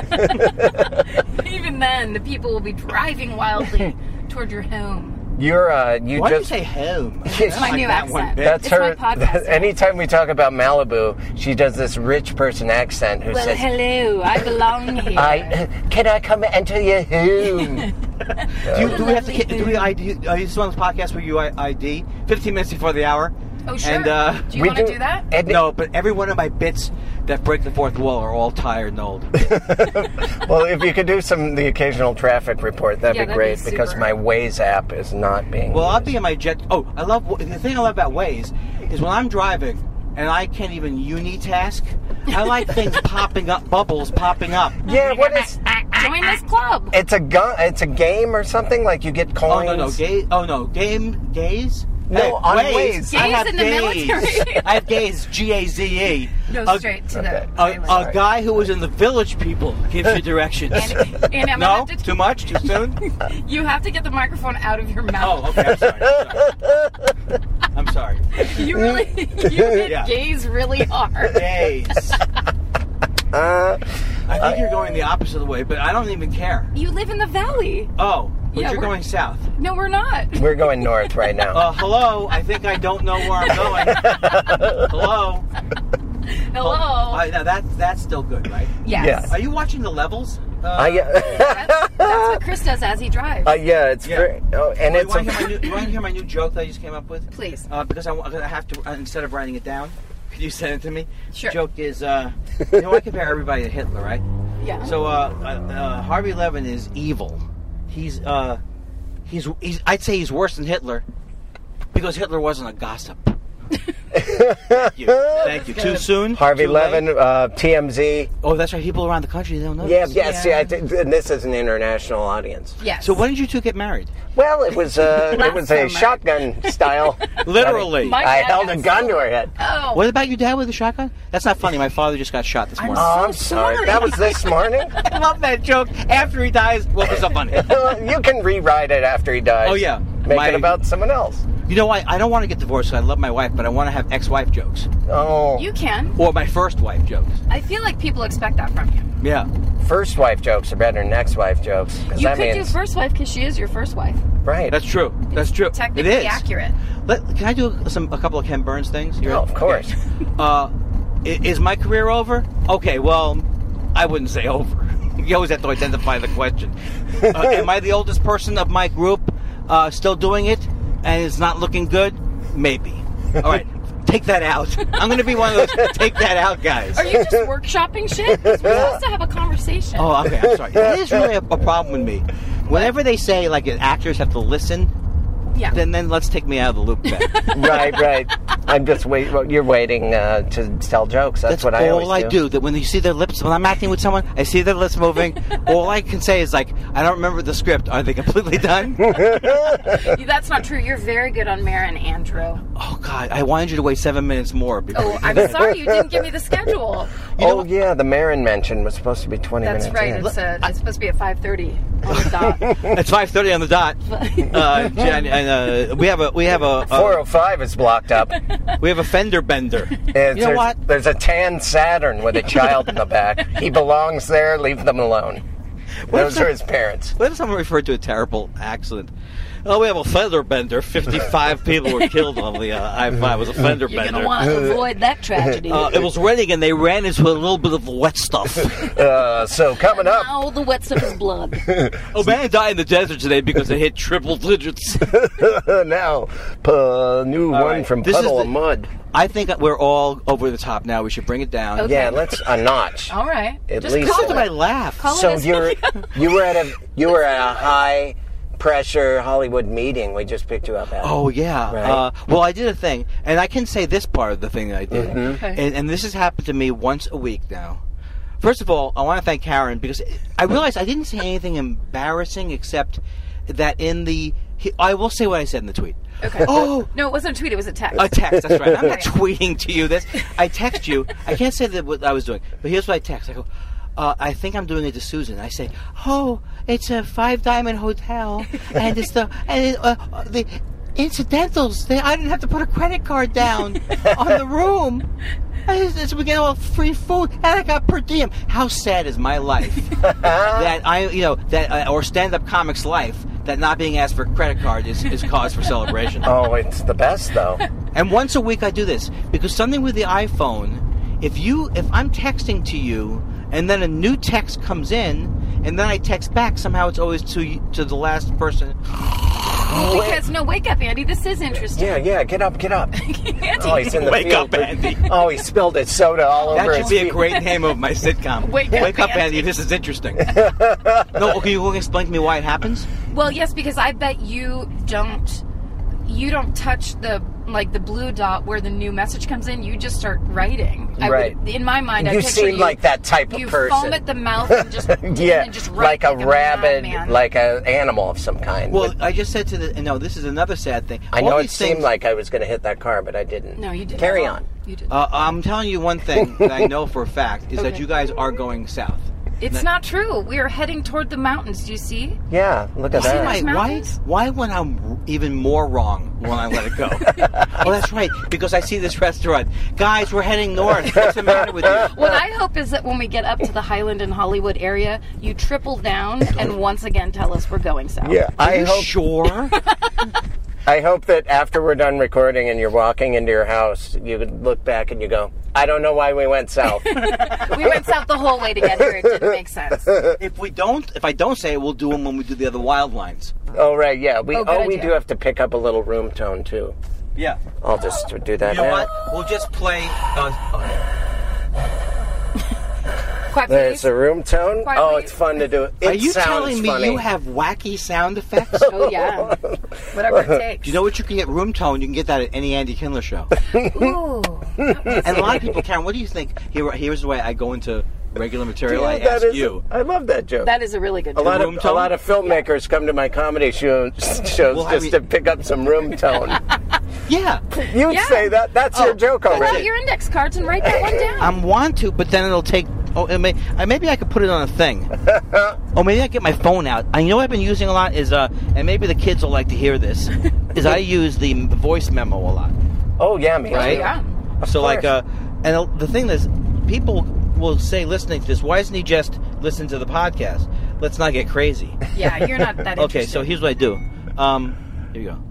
[SPEAKER 3] Even then, the people will be driving wildly toward your home.
[SPEAKER 2] You're. Uh, you
[SPEAKER 4] Why do you
[SPEAKER 2] just. (laughs)
[SPEAKER 4] say home?
[SPEAKER 2] That's
[SPEAKER 3] my
[SPEAKER 4] Like
[SPEAKER 3] new
[SPEAKER 4] that
[SPEAKER 3] accent.
[SPEAKER 4] one bit.
[SPEAKER 2] That's
[SPEAKER 3] It's
[SPEAKER 2] her. (laughs)
[SPEAKER 3] my podcast.
[SPEAKER 2] anytime we talk about Malibu, she does this rich person accent who
[SPEAKER 3] Well,
[SPEAKER 2] says,
[SPEAKER 3] hello. I belong here.
[SPEAKER 2] "I (laughs) can I come enter your
[SPEAKER 3] (laughs)
[SPEAKER 2] home?"
[SPEAKER 4] Do, you, do we have to? Do we ID? Are you still on this podcast where you I- ID? Fifteen minutes before the hour.
[SPEAKER 3] oh, sure.
[SPEAKER 4] And uh,
[SPEAKER 3] do you want to do that?
[SPEAKER 2] And
[SPEAKER 4] no, but every one of my bits that break the fourth wall are all tired
[SPEAKER 2] (laughs)
[SPEAKER 4] and old.
[SPEAKER 2] (laughs) Well, if you could do some the occasional traffic report, that'd
[SPEAKER 3] Yeah,
[SPEAKER 2] be
[SPEAKER 3] that'd
[SPEAKER 2] great
[SPEAKER 3] be
[SPEAKER 2] because
[SPEAKER 3] super.
[SPEAKER 2] my Waze app is not being.
[SPEAKER 4] well, I'll
[SPEAKER 2] used.
[SPEAKER 4] be in my jet. Oh, I love the thing I love about Waze is when I'm driving and I can't even unitask. I like
[SPEAKER 2] (laughs)
[SPEAKER 4] things popping up, bubbles popping up.
[SPEAKER 2] Yeah, what is?
[SPEAKER 3] Join this club.
[SPEAKER 2] It's a gun. It's a game or something like you get
[SPEAKER 4] Oh
[SPEAKER 2] coins.
[SPEAKER 4] no, no, gaze. Oh no, game gaze.
[SPEAKER 2] No, on Waze.
[SPEAKER 4] I
[SPEAKER 3] Gaze
[SPEAKER 4] have
[SPEAKER 3] in the
[SPEAKER 4] gaze.
[SPEAKER 3] military.
[SPEAKER 4] (laughs) I have gaze. G A Z E.
[SPEAKER 3] Go
[SPEAKER 4] A-
[SPEAKER 3] straight to
[SPEAKER 2] okay.
[SPEAKER 3] the.
[SPEAKER 4] A,
[SPEAKER 3] highway.
[SPEAKER 4] a guy who was in the Village People gives
[SPEAKER 2] (laughs)
[SPEAKER 4] you directions.
[SPEAKER 3] and, and I'm
[SPEAKER 4] no,
[SPEAKER 3] gonna have to,
[SPEAKER 4] too much, too
[SPEAKER 3] (laughs)
[SPEAKER 4] soon.
[SPEAKER 3] You have to get the microphone out of your mouth.
[SPEAKER 4] Oh, okay. I'm sorry. I'm sorry. I'm sorry.
[SPEAKER 3] (laughs) You really, you did
[SPEAKER 4] Yeah.
[SPEAKER 3] gaze really hard.
[SPEAKER 4] Days.
[SPEAKER 2] Uh,
[SPEAKER 4] I think you're going the opposite way, but I don't even care.
[SPEAKER 3] You live in the valley.
[SPEAKER 4] Oh, but
[SPEAKER 3] Yeah,
[SPEAKER 4] you're
[SPEAKER 3] we're-
[SPEAKER 4] going south.
[SPEAKER 3] No, we're not.
[SPEAKER 2] we're going north right now.
[SPEAKER 4] (laughs) Uh, hello. I think I don't know where I'm going.
[SPEAKER 2] (laughs)
[SPEAKER 4] hello.
[SPEAKER 3] Hello.
[SPEAKER 4] I, now that's that's still good, right?
[SPEAKER 3] yes.
[SPEAKER 2] yeah.
[SPEAKER 4] Are you watching the levels? Uh,
[SPEAKER 2] I, uh,
[SPEAKER 3] That's, that's what Chris does as he
[SPEAKER 2] (laughs)
[SPEAKER 3] drives.
[SPEAKER 2] uh, yeah, it's
[SPEAKER 4] Yeah.
[SPEAKER 2] very. Oh, and
[SPEAKER 4] you
[SPEAKER 2] it's.
[SPEAKER 4] want to hear,
[SPEAKER 2] A,
[SPEAKER 4] my new- you wanna hear my new joke that I just came up with?
[SPEAKER 3] Please.
[SPEAKER 4] Uh, because I, wa- I have to, uh, instead of writing it down, (laughs) could you send it to me?
[SPEAKER 3] Sure.
[SPEAKER 4] Joke
[SPEAKER 3] (laughs)
[SPEAKER 4] is, uh, you know, I compare everybody to Hitler, right?
[SPEAKER 3] yeah.
[SPEAKER 4] So uh, uh, uh, Harvey Levin is evil. He's, uh, he's, he's, I'd say he's worse than Hitler because Hitler wasn't a gossip.
[SPEAKER 3] (laughs)
[SPEAKER 4] Thank you. Thank you. Too soon.
[SPEAKER 2] Harvey
[SPEAKER 4] Too late?
[SPEAKER 2] Levin, uh, TMZ.
[SPEAKER 4] Oh, that's right. People around the country they don't know.
[SPEAKER 2] Yeah,
[SPEAKER 4] this.
[SPEAKER 2] yes, yeah. I think- and this is an international audience.
[SPEAKER 3] yes.
[SPEAKER 4] So when did you two get married?
[SPEAKER 2] Well, it
[SPEAKER 4] (laughs)
[SPEAKER 2] was uh, it
[SPEAKER 3] Last
[SPEAKER 2] was a
[SPEAKER 3] summer.
[SPEAKER 2] shotgun style.
[SPEAKER 4] Literally.
[SPEAKER 2] I,
[SPEAKER 3] My dad
[SPEAKER 2] held a
[SPEAKER 3] has-
[SPEAKER 2] gun to her head.
[SPEAKER 3] Oh.
[SPEAKER 4] What about your dad with a shotgun? That's not funny. My father just got shot this morning.
[SPEAKER 2] Oh, I'm sorry. That was this
[SPEAKER 3] (laughs)
[SPEAKER 2] morning. (laughs)
[SPEAKER 4] I (laughs) love that joke. After he dies, what was so funny?
[SPEAKER 2] Well, you can rewrite it after he dies.
[SPEAKER 4] Oh, yeah.
[SPEAKER 2] Make
[SPEAKER 4] My-
[SPEAKER 2] it about someone else.
[SPEAKER 4] You know, I, I don't want to get divorced. 'cause I love my wife, but I want to have ex-wife jokes
[SPEAKER 2] Oh,
[SPEAKER 3] You can.
[SPEAKER 4] or my first wife jokes.
[SPEAKER 3] I feel like people expect that from you.
[SPEAKER 4] Yeah.
[SPEAKER 2] first wife jokes are better than next wife jokes. 'cause
[SPEAKER 3] You
[SPEAKER 2] that
[SPEAKER 3] could do
[SPEAKER 2] means-
[SPEAKER 3] first wife because she is your first wife.
[SPEAKER 2] Right.
[SPEAKER 4] That's true. That's true.
[SPEAKER 3] Technically
[SPEAKER 4] it is.
[SPEAKER 3] accurate.
[SPEAKER 4] Let, can I do some a couple of Ken Burns things? You're
[SPEAKER 2] Oh, of
[SPEAKER 3] (laughs)
[SPEAKER 2] course.
[SPEAKER 4] Uh, i- is my career over? Okay. Well, I wouldn't say over. (laughs) you always have to identify
[SPEAKER 3] (laughs)
[SPEAKER 4] the question. Uh, am I the oldest person of my group uh, still doing it, and it's not looking good? Maybe.
[SPEAKER 3] (laughs)
[SPEAKER 4] All right. Take that out. I'm going to be one of those take that out guys.
[SPEAKER 3] Are you just workshopping shit? 'Cause We're supposed to have a conversation.
[SPEAKER 4] Oh, okay. I'm sorry. That is really a, a problem with me. Whenever they say like actors have to listen,
[SPEAKER 3] yeah.
[SPEAKER 2] (laughs)
[SPEAKER 4] then then let's take me out of the loop. Then.
[SPEAKER 2] right, right. I'm just wait. well, You're waiting uh, to tell jokes. That's,
[SPEAKER 4] That's
[SPEAKER 2] what
[SPEAKER 4] all
[SPEAKER 2] I always
[SPEAKER 4] do. That when you see their lips, when I'm acting with someone, I see their lips moving. all I can say is like, I don't remember the script. Are
[SPEAKER 2] (laughs)
[SPEAKER 4] they completely done?
[SPEAKER 3] That's not true. You're very good on Mara and Andrew.
[SPEAKER 4] oh God, I wanted you to wait seven minutes more. Because
[SPEAKER 3] Oh, I'm sorry you didn't give me the schedule.
[SPEAKER 2] oh yeah, the Marin mention was supposed to be 20
[SPEAKER 3] That's
[SPEAKER 2] minutes.
[SPEAKER 3] right.
[SPEAKER 2] in.
[SPEAKER 3] It's, uh it's supposed to be at 5:30 on the (laughs)
[SPEAKER 4] (laughs)
[SPEAKER 3] dot.
[SPEAKER 4] it's five thirty on the dot. Uh, Jan, and uh, we have a we have a, a
[SPEAKER 2] 405 is blocked
[SPEAKER 3] (laughs)
[SPEAKER 2] up.
[SPEAKER 4] we have a fender bender.
[SPEAKER 2] It's-
[SPEAKER 4] You know
[SPEAKER 2] there's,
[SPEAKER 4] what?
[SPEAKER 2] There's a tan Saturn with a child in the back. He belongs there. Leave them alone. Those
[SPEAKER 4] if-
[SPEAKER 2] are his parents.
[SPEAKER 4] What if someone referred to a terrible accident? Oh, we have a fender bender. Fifty-five people were killed on the uh, I-5. It was a fender
[SPEAKER 3] You're
[SPEAKER 4] bender.
[SPEAKER 3] gonna
[SPEAKER 2] Uh,
[SPEAKER 3] want to avoid that tragedy.
[SPEAKER 4] uh, it was raining and they ran into a little bit of wet stuff.
[SPEAKER 2] Uh, so coming up,
[SPEAKER 3] All the wet stuff is blood.
[SPEAKER 4] (laughs) oh, man died in the desert today because they hit triple digits.
[SPEAKER 2] uh, now, p- new one
[SPEAKER 4] right.
[SPEAKER 2] from
[SPEAKER 4] This is
[SPEAKER 2] Puddle
[SPEAKER 4] the-
[SPEAKER 2] of Mud.
[SPEAKER 4] I think we're all over the top now. We should bring it down.
[SPEAKER 3] Okay.
[SPEAKER 2] Yeah, let's a notch.
[SPEAKER 3] All right.
[SPEAKER 2] At
[SPEAKER 3] Just
[SPEAKER 2] least-
[SPEAKER 4] How
[SPEAKER 3] call
[SPEAKER 4] did I
[SPEAKER 3] it.
[SPEAKER 4] laugh?
[SPEAKER 3] Call
[SPEAKER 2] So
[SPEAKER 3] it. a-
[SPEAKER 2] you're you were at a you were at a high pressure Hollywood meeting. We just picked you up at.
[SPEAKER 4] Oh yeah.
[SPEAKER 2] Right.
[SPEAKER 4] Uh, well, I did a thing, and I can say this part of the thing that I did, and, and this has happened to me once a week now. First of all, I want to thank Karen because I realized I didn't say anything embarrassing except that in the he- I will say what I said in the tweet.
[SPEAKER 3] Okay.
[SPEAKER 4] Oh,
[SPEAKER 3] No, it wasn't a tweet. It was a text.
[SPEAKER 4] a text. That's right. I'm not tweeting to you. This I text you. I can't say that what I was doing, but here's what I text. I go. Uh, I think I'm doing it to Susan. I say, "Oh, it's a five diamond hotel, and it's the and it, uh, uh, the incidentals. They, I didn't have to put a credit card down on the room. I just, it's- we get all free food, and I got per diem. How sad is my life that I, you know, that uh, or stand up comics life that not being asked for a credit card is, is cause for celebration.
[SPEAKER 2] Oh, it's the best though.
[SPEAKER 4] And once a week I do this because something with the iPhone, if you if I'm texting to you and then a new text comes in and then I text back, somehow it's always to y- to the last person.
[SPEAKER 3] Because no, wake up, Andy. This is interesting.
[SPEAKER 2] Yeah, yeah. Get up, get up. oh, he's in the
[SPEAKER 4] Wake
[SPEAKER 2] field.
[SPEAKER 4] up, Andy.
[SPEAKER 2] Oh, he spilled his soda all
[SPEAKER 4] That
[SPEAKER 2] over
[SPEAKER 4] should
[SPEAKER 2] his
[SPEAKER 4] be a
[SPEAKER 2] feet.
[SPEAKER 4] great name of my sitcom.
[SPEAKER 3] (laughs) Wake up,
[SPEAKER 4] Andy.
[SPEAKER 3] Andy.
[SPEAKER 4] This is
[SPEAKER 2] (laughs)
[SPEAKER 4] interesting. no, okay, you will explain to me why it happens.
[SPEAKER 3] Well, yes, because I bet you don't you don't touch the like the blue dot where the new message comes in. You just start writing. I
[SPEAKER 2] Right.
[SPEAKER 3] Would, in my mind, I
[SPEAKER 2] You
[SPEAKER 3] picture
[SPEAKER 2] seem
[SPEAKER 3] you-
[SPEAKER 2] like that type of
[SPEAKER 3] you
[SPEAKER 2] person.
[SPEAKER 3] foam at the mouth and
[SPEAKER 2] (laughs)
[SPEAKER 3] just
[SPEAKER 2] Yeah,
[SPEAKER 3] and just
[SPEAKER 2] like
[SPEAKER 3] write
[SPEAKER 2] a rabid,
[SPEAKER 3] madman.
[SPEAKER 2] like an animal of some kind.
[SPEAKER 4] Well, I just said to the no. This is another sad thing.
[SPEAKER 2] I
[SPEAKER 4] All
[SPEAKER 2] know it
[SPEAKER 4] these
[SPEAKER 2] seemed
[SPEAKER 4] things-
[SPEAKER 2] like I was going to hit that car, but I didn't.
[SPEAKER 3] no, you did
[SPEAKER 2] Carry on.
[SPEAKER 3] You did.
[SPEAKER 4] Uh, I'm telling you one thing that I know for a fact is that you guys are going south.
[SPEAKER 2] Uh,
[SPEAKER 3] it's not true. We are heading toward the mountains. Do you see?
[SPEAKER 2] Yeah, look at
[SPEAKER 4] See,
[SPEAKER 2] that.
[SPEAKER 4] my- why,
[SPEAKER 3] mountains?
[SPEAKER 4] why when I'm r- even more wrong when I let
[SPEAKER 2] (laughs)
[SPEAKER 4] it go? oh, that's right, because I see this restaurant. Guys, we're
[SPEAKER 2] (laughs)
[SPEAKER 4] heading north. What's the matter with you?
[SPEAKER 2] Uh.
[SPEAKER 3] What I hope is that when we get up to the Highland and Hollywood area, you triple down and once again tell us we're going south.
[SPEAKER 2] yeah,
[SPEAKER 4] Are
[SPEAKER 2] I
[SPEAKER 4] you
[SPEAKER 2] hope (laughs)
[SPEAKER 4] sure?
[SPEAKER 2] I hope that after we're done recording and you're walking into your house, you could look back and you go, "I don't know why we went
[SPEAKER 4] (laughs)
[SPEAKER 2] south."
[SPEAKER 3] We went south the whole way to get here. It didn't make sense.
[SPEAKER 4] if we don't, if I don't say it, we'll do them when we do the other wild lines.
[SPEAKER 2] oh right, yeah. We oh,
[SPEAKER 3] Oh, good
[SPEAKER 2] we
[SPEAKER 3] idea.
[SPEAKER 2] do have to pick up a little room tone too.
[SPEAKER 4] Yeah.
[SPEAKER 2] I'll just do that
[SPEAKER 4] You know
[SPEAKER 2] now.
[SPEAKER 4] what? We'll just play. Uh, uh,
[SPEAKER 3] Quite
[SPEAKER 2] There's
[SPEAKER 3] please.
[SPEAKER 2] a room tone.
[SPEAKER 3] Quiet,
[SPEAKER 2] oh,
[SPEAKER 3] please.
[SPEAKER 2] it's fun to do. It
[SPEAKER 4] are you
[SPEAKER 2] sounds
[SPEAKER 4] telling me
[SPEAKER 2] funny.
[SPEAKER 4] you have wacky sound
[SPEAKER 2] (laughs)
[SPEAKER 4] effects? Do
[SPEAKER 3] Oh yeah. Whatever it takes.
[SPEAKER 4] you know what you can get room tone? You can get that at any Andy
[SPEAKER 2] (laughs)
[SPEAKER 4] Kindler show. (laughs) and a lot of people, Karen, what do you think? Here, here's the way I go into regular material. I
[SPEAKER 2] That
[SPEAKER 4] ask
[SPEAKER 2] is-
[SPEAKER 4] you.
[SPEAKER 2] I love that joke.
[SPEAKER 3] That is a really good
[SPEAKER 2] a lot
[SPEAKER 4] room
[SPEAKER 2] of a
[SPEAKER 4] tone?
[SPEAKER 2] lot of filmmakers come to my comedy show, (laughs) shows
[SPEAKER 4] Well, I
[SPEAKER 2] just
[SPEAKER 4] mean-
[SPEAKER 2] to pick up some
[SPEAKER 4] (laughs)
[SPEAKER 2] room tone.
[SPEAKER 4] Yeah. Oh.
[SPEAKER 2] You'd
[SPEAKER 3] Yeah.
[SPEAKER 2] say that that's your joke
[SPEAKER 3] Pull out
[SPEAKER 2] already.
[SPEAKER 3] your index cards and write that one down.
[SPEAKER 4] I want to, but then it'll take. Oh, it may, I, maybe I could put it on a thing. oh, maybe I get my phone out. I know I've been using a lot is uh, and maybe the kids will like to hear this. Is I use the m- voice memo a lot,
[SPEAKER 2] oh yeah, me.
[SPEAKER 4] right?
[SPEAKER 2] too.
[SPEAKER 3] yeah.
[SPEAKER 4] So like,
[SPEAKER 2] course.
[SPEAKER 4] uh, and uh, the thing is, people will say listening to this. Why doesn't he just listen to the podcast? Let's not get crazy.
[SPEAKER 3] Yeah, you're
[SPEAKER 2] (laughs)
[SPEAKER 3] not that
[SPEAKER 4] okay, so here's what I do. Um, here you go.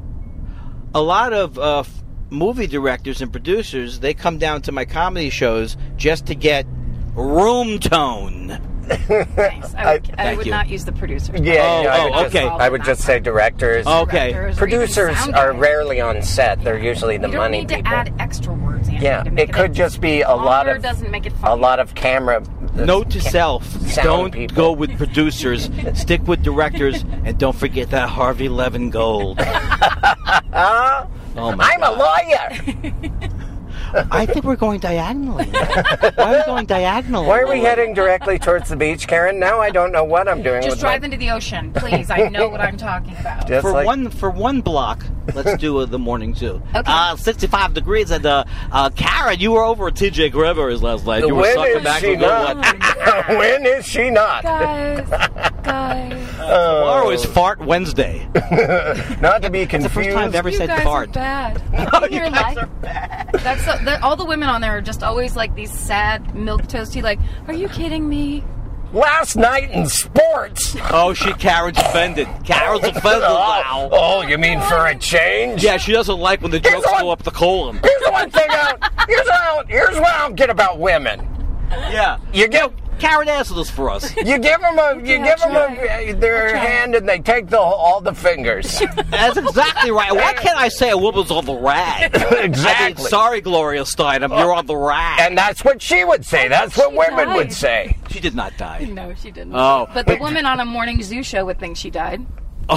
[SPEAKER 4] A lot of uh, f- movie directors and producers they come down to my comedy shows just to get room tone.
[SPEAKER 3] Thanks. I would, I
[SPEAKER 4] Thank
[SPEAKER 3] would
[SPEAKER 4] you.
[SPEAKER 3] not use the producer.
[SPEAKER 2] Yeah,
[SPEAKER 4] Oh,
[SPEAKER 2] yeah, I
[SPEAKER 4] oh,
[SPEAKER 2] would just-
[SPEAKER 4] okay.
[SPEAKER 2] I would just say directors.
[SPEAKER 4] Okay.
[SPEAKER 3] Directors or even
[SPEAKER 2] Producers
[SPEAKER 3] sound
[SPEAKER 2] are
[SPEAKER 3] guys.
[SPEAKER 2] rarely on set. They're usually the
[SPEAKER 3] You don't
[SPEAKER 2] money
[SPEAKER 3] need to
[SPEAKER 2] people.
[SPEAKER 3] add extra words. Andy,
[SPEAKER 2] yeah,
[SPEAKER 3] to make
[SPEAKER 2] it could just be a lot
[SPEAKER 3] longer
[SPEAKER 2] of
[SPEAKER 3] doesn't make it
[SPEAKER 2] a
[SPEAKER 3] funny.
[SPEAKER 2] lot of camera. uh,
[SPEAKER 4] Note to self:
[SPEAKER 2] sound
[SPEAKER 4] don't
[SPEAKER 2] people.
[SPEAKER 4] go with (laughs) producers. stick with directors, and don't forget that (laughs) Harvey Levin gold. oh my! (laughs)
[SPEAKER 2] I'm a lawyer.
[SPEAKER 4] I think we're going (laughs) diagonally. now. Why are we going diagonally?
[SPEAKER 2] Why are we heading directly towards the beach, Karen? Now I don't know what I'm doing.
[SPEAKER 5] Just
[SPEAKER 2] with my-
[SPEAKER 5] drive (laughs) into the ocean, please. I know what I'm talking about.
[SPEAKER 2] Just
[SPEAKER 4] for
[SPEAKER 2] like-
[SPEAKER 4] one for one block, let's do uh, the morning (laughs) zoo. Uh, 65 degrees, and uh, uh, Karen, you were over at TJ Rivers last night. You were
[SPEAKER 2] When
[SPEAKER 4] sucking
[SPEAKER 2] is
[SPEAKER 4] back
[SPEAKER 2] she
[SPEAKER 4] a good
[SPEAKER 2] not? (laughs)
[SPEAKER 4] one.
[SPEAKER 2] when is she not?
[SPEAKER 1] Guys, guys,
[SPEAKER 4] Tomorrow is Fart Wednesday.
[SPEAKER 2] Not to be
[SPEAKER 4] The first
[SPEAKER 2] confused.
[SPEAKER 4] time I've ever
[SPEAKER 1] you
[SPEAKER 4] said
[SPEAKER 1] guys are
[SPEAKER 4] fart.
[SPEAKER 1] bad.
[SPEAKER 4] (laughs)
[SPEAKER 3] In your life, that's so, that, all the women on there are just always like these sad, milk toasty. Like, are you kidding me?
[SPEAKER 2] Last night in sports.
[SPEAKER 4] (laughs) Oh, she Karen's offended.
[SPEAKER 2] (laughs)
[SPEAKER 4] Karen's offended.
[SPEAKER 2] Oh,
[SPEAKER 4] Wow.
[SPEAKER 2] oh, you mean for a change?
[SPEAKER 4] Yeah, she doesn't like when the jokes
[SPEAKER 2] on-
[SPEAKER 4] go up
[SPEAKER 2] (laughs)
[SPEAKER 4] the colon.
[SPEAKER 2] Here's the one thing out. Here's what I don't, here's what I don't get about women.
[SPEAKER 4] Yeah.
[SPEAKER 2] You give
[SPEAKER 4] Karen answered this for us.
[SPEAKER 2] you give them a you give them a, uh, their hand and they take the all the
[SPEAKER 4] (laughs)
[SPEAKER 2] fingers.
[SPEAKER 4] That's exactly right. Why can't I say a woman's on the
[SPEAKER 2] (laughs)
[SPEAKER 4] rag? I mean,
[SPEAKER 2] exactly.
[SPEAKER 4] sorry, Gloria Steinem, you're on the rag.
[SPEAKER 2] And that's what she would say. That's what women would
[SPEAKER 3] died.
[SPEAKER 2] say.
[SPEAKER 4] she did not die.
[SPEAKER 3] No, she didn't.
[SPEAKER 4] Oh.
[SPEAKER 3] But the woman on a morning zoo show would think she died.
[SPEAKER 4] (laughs)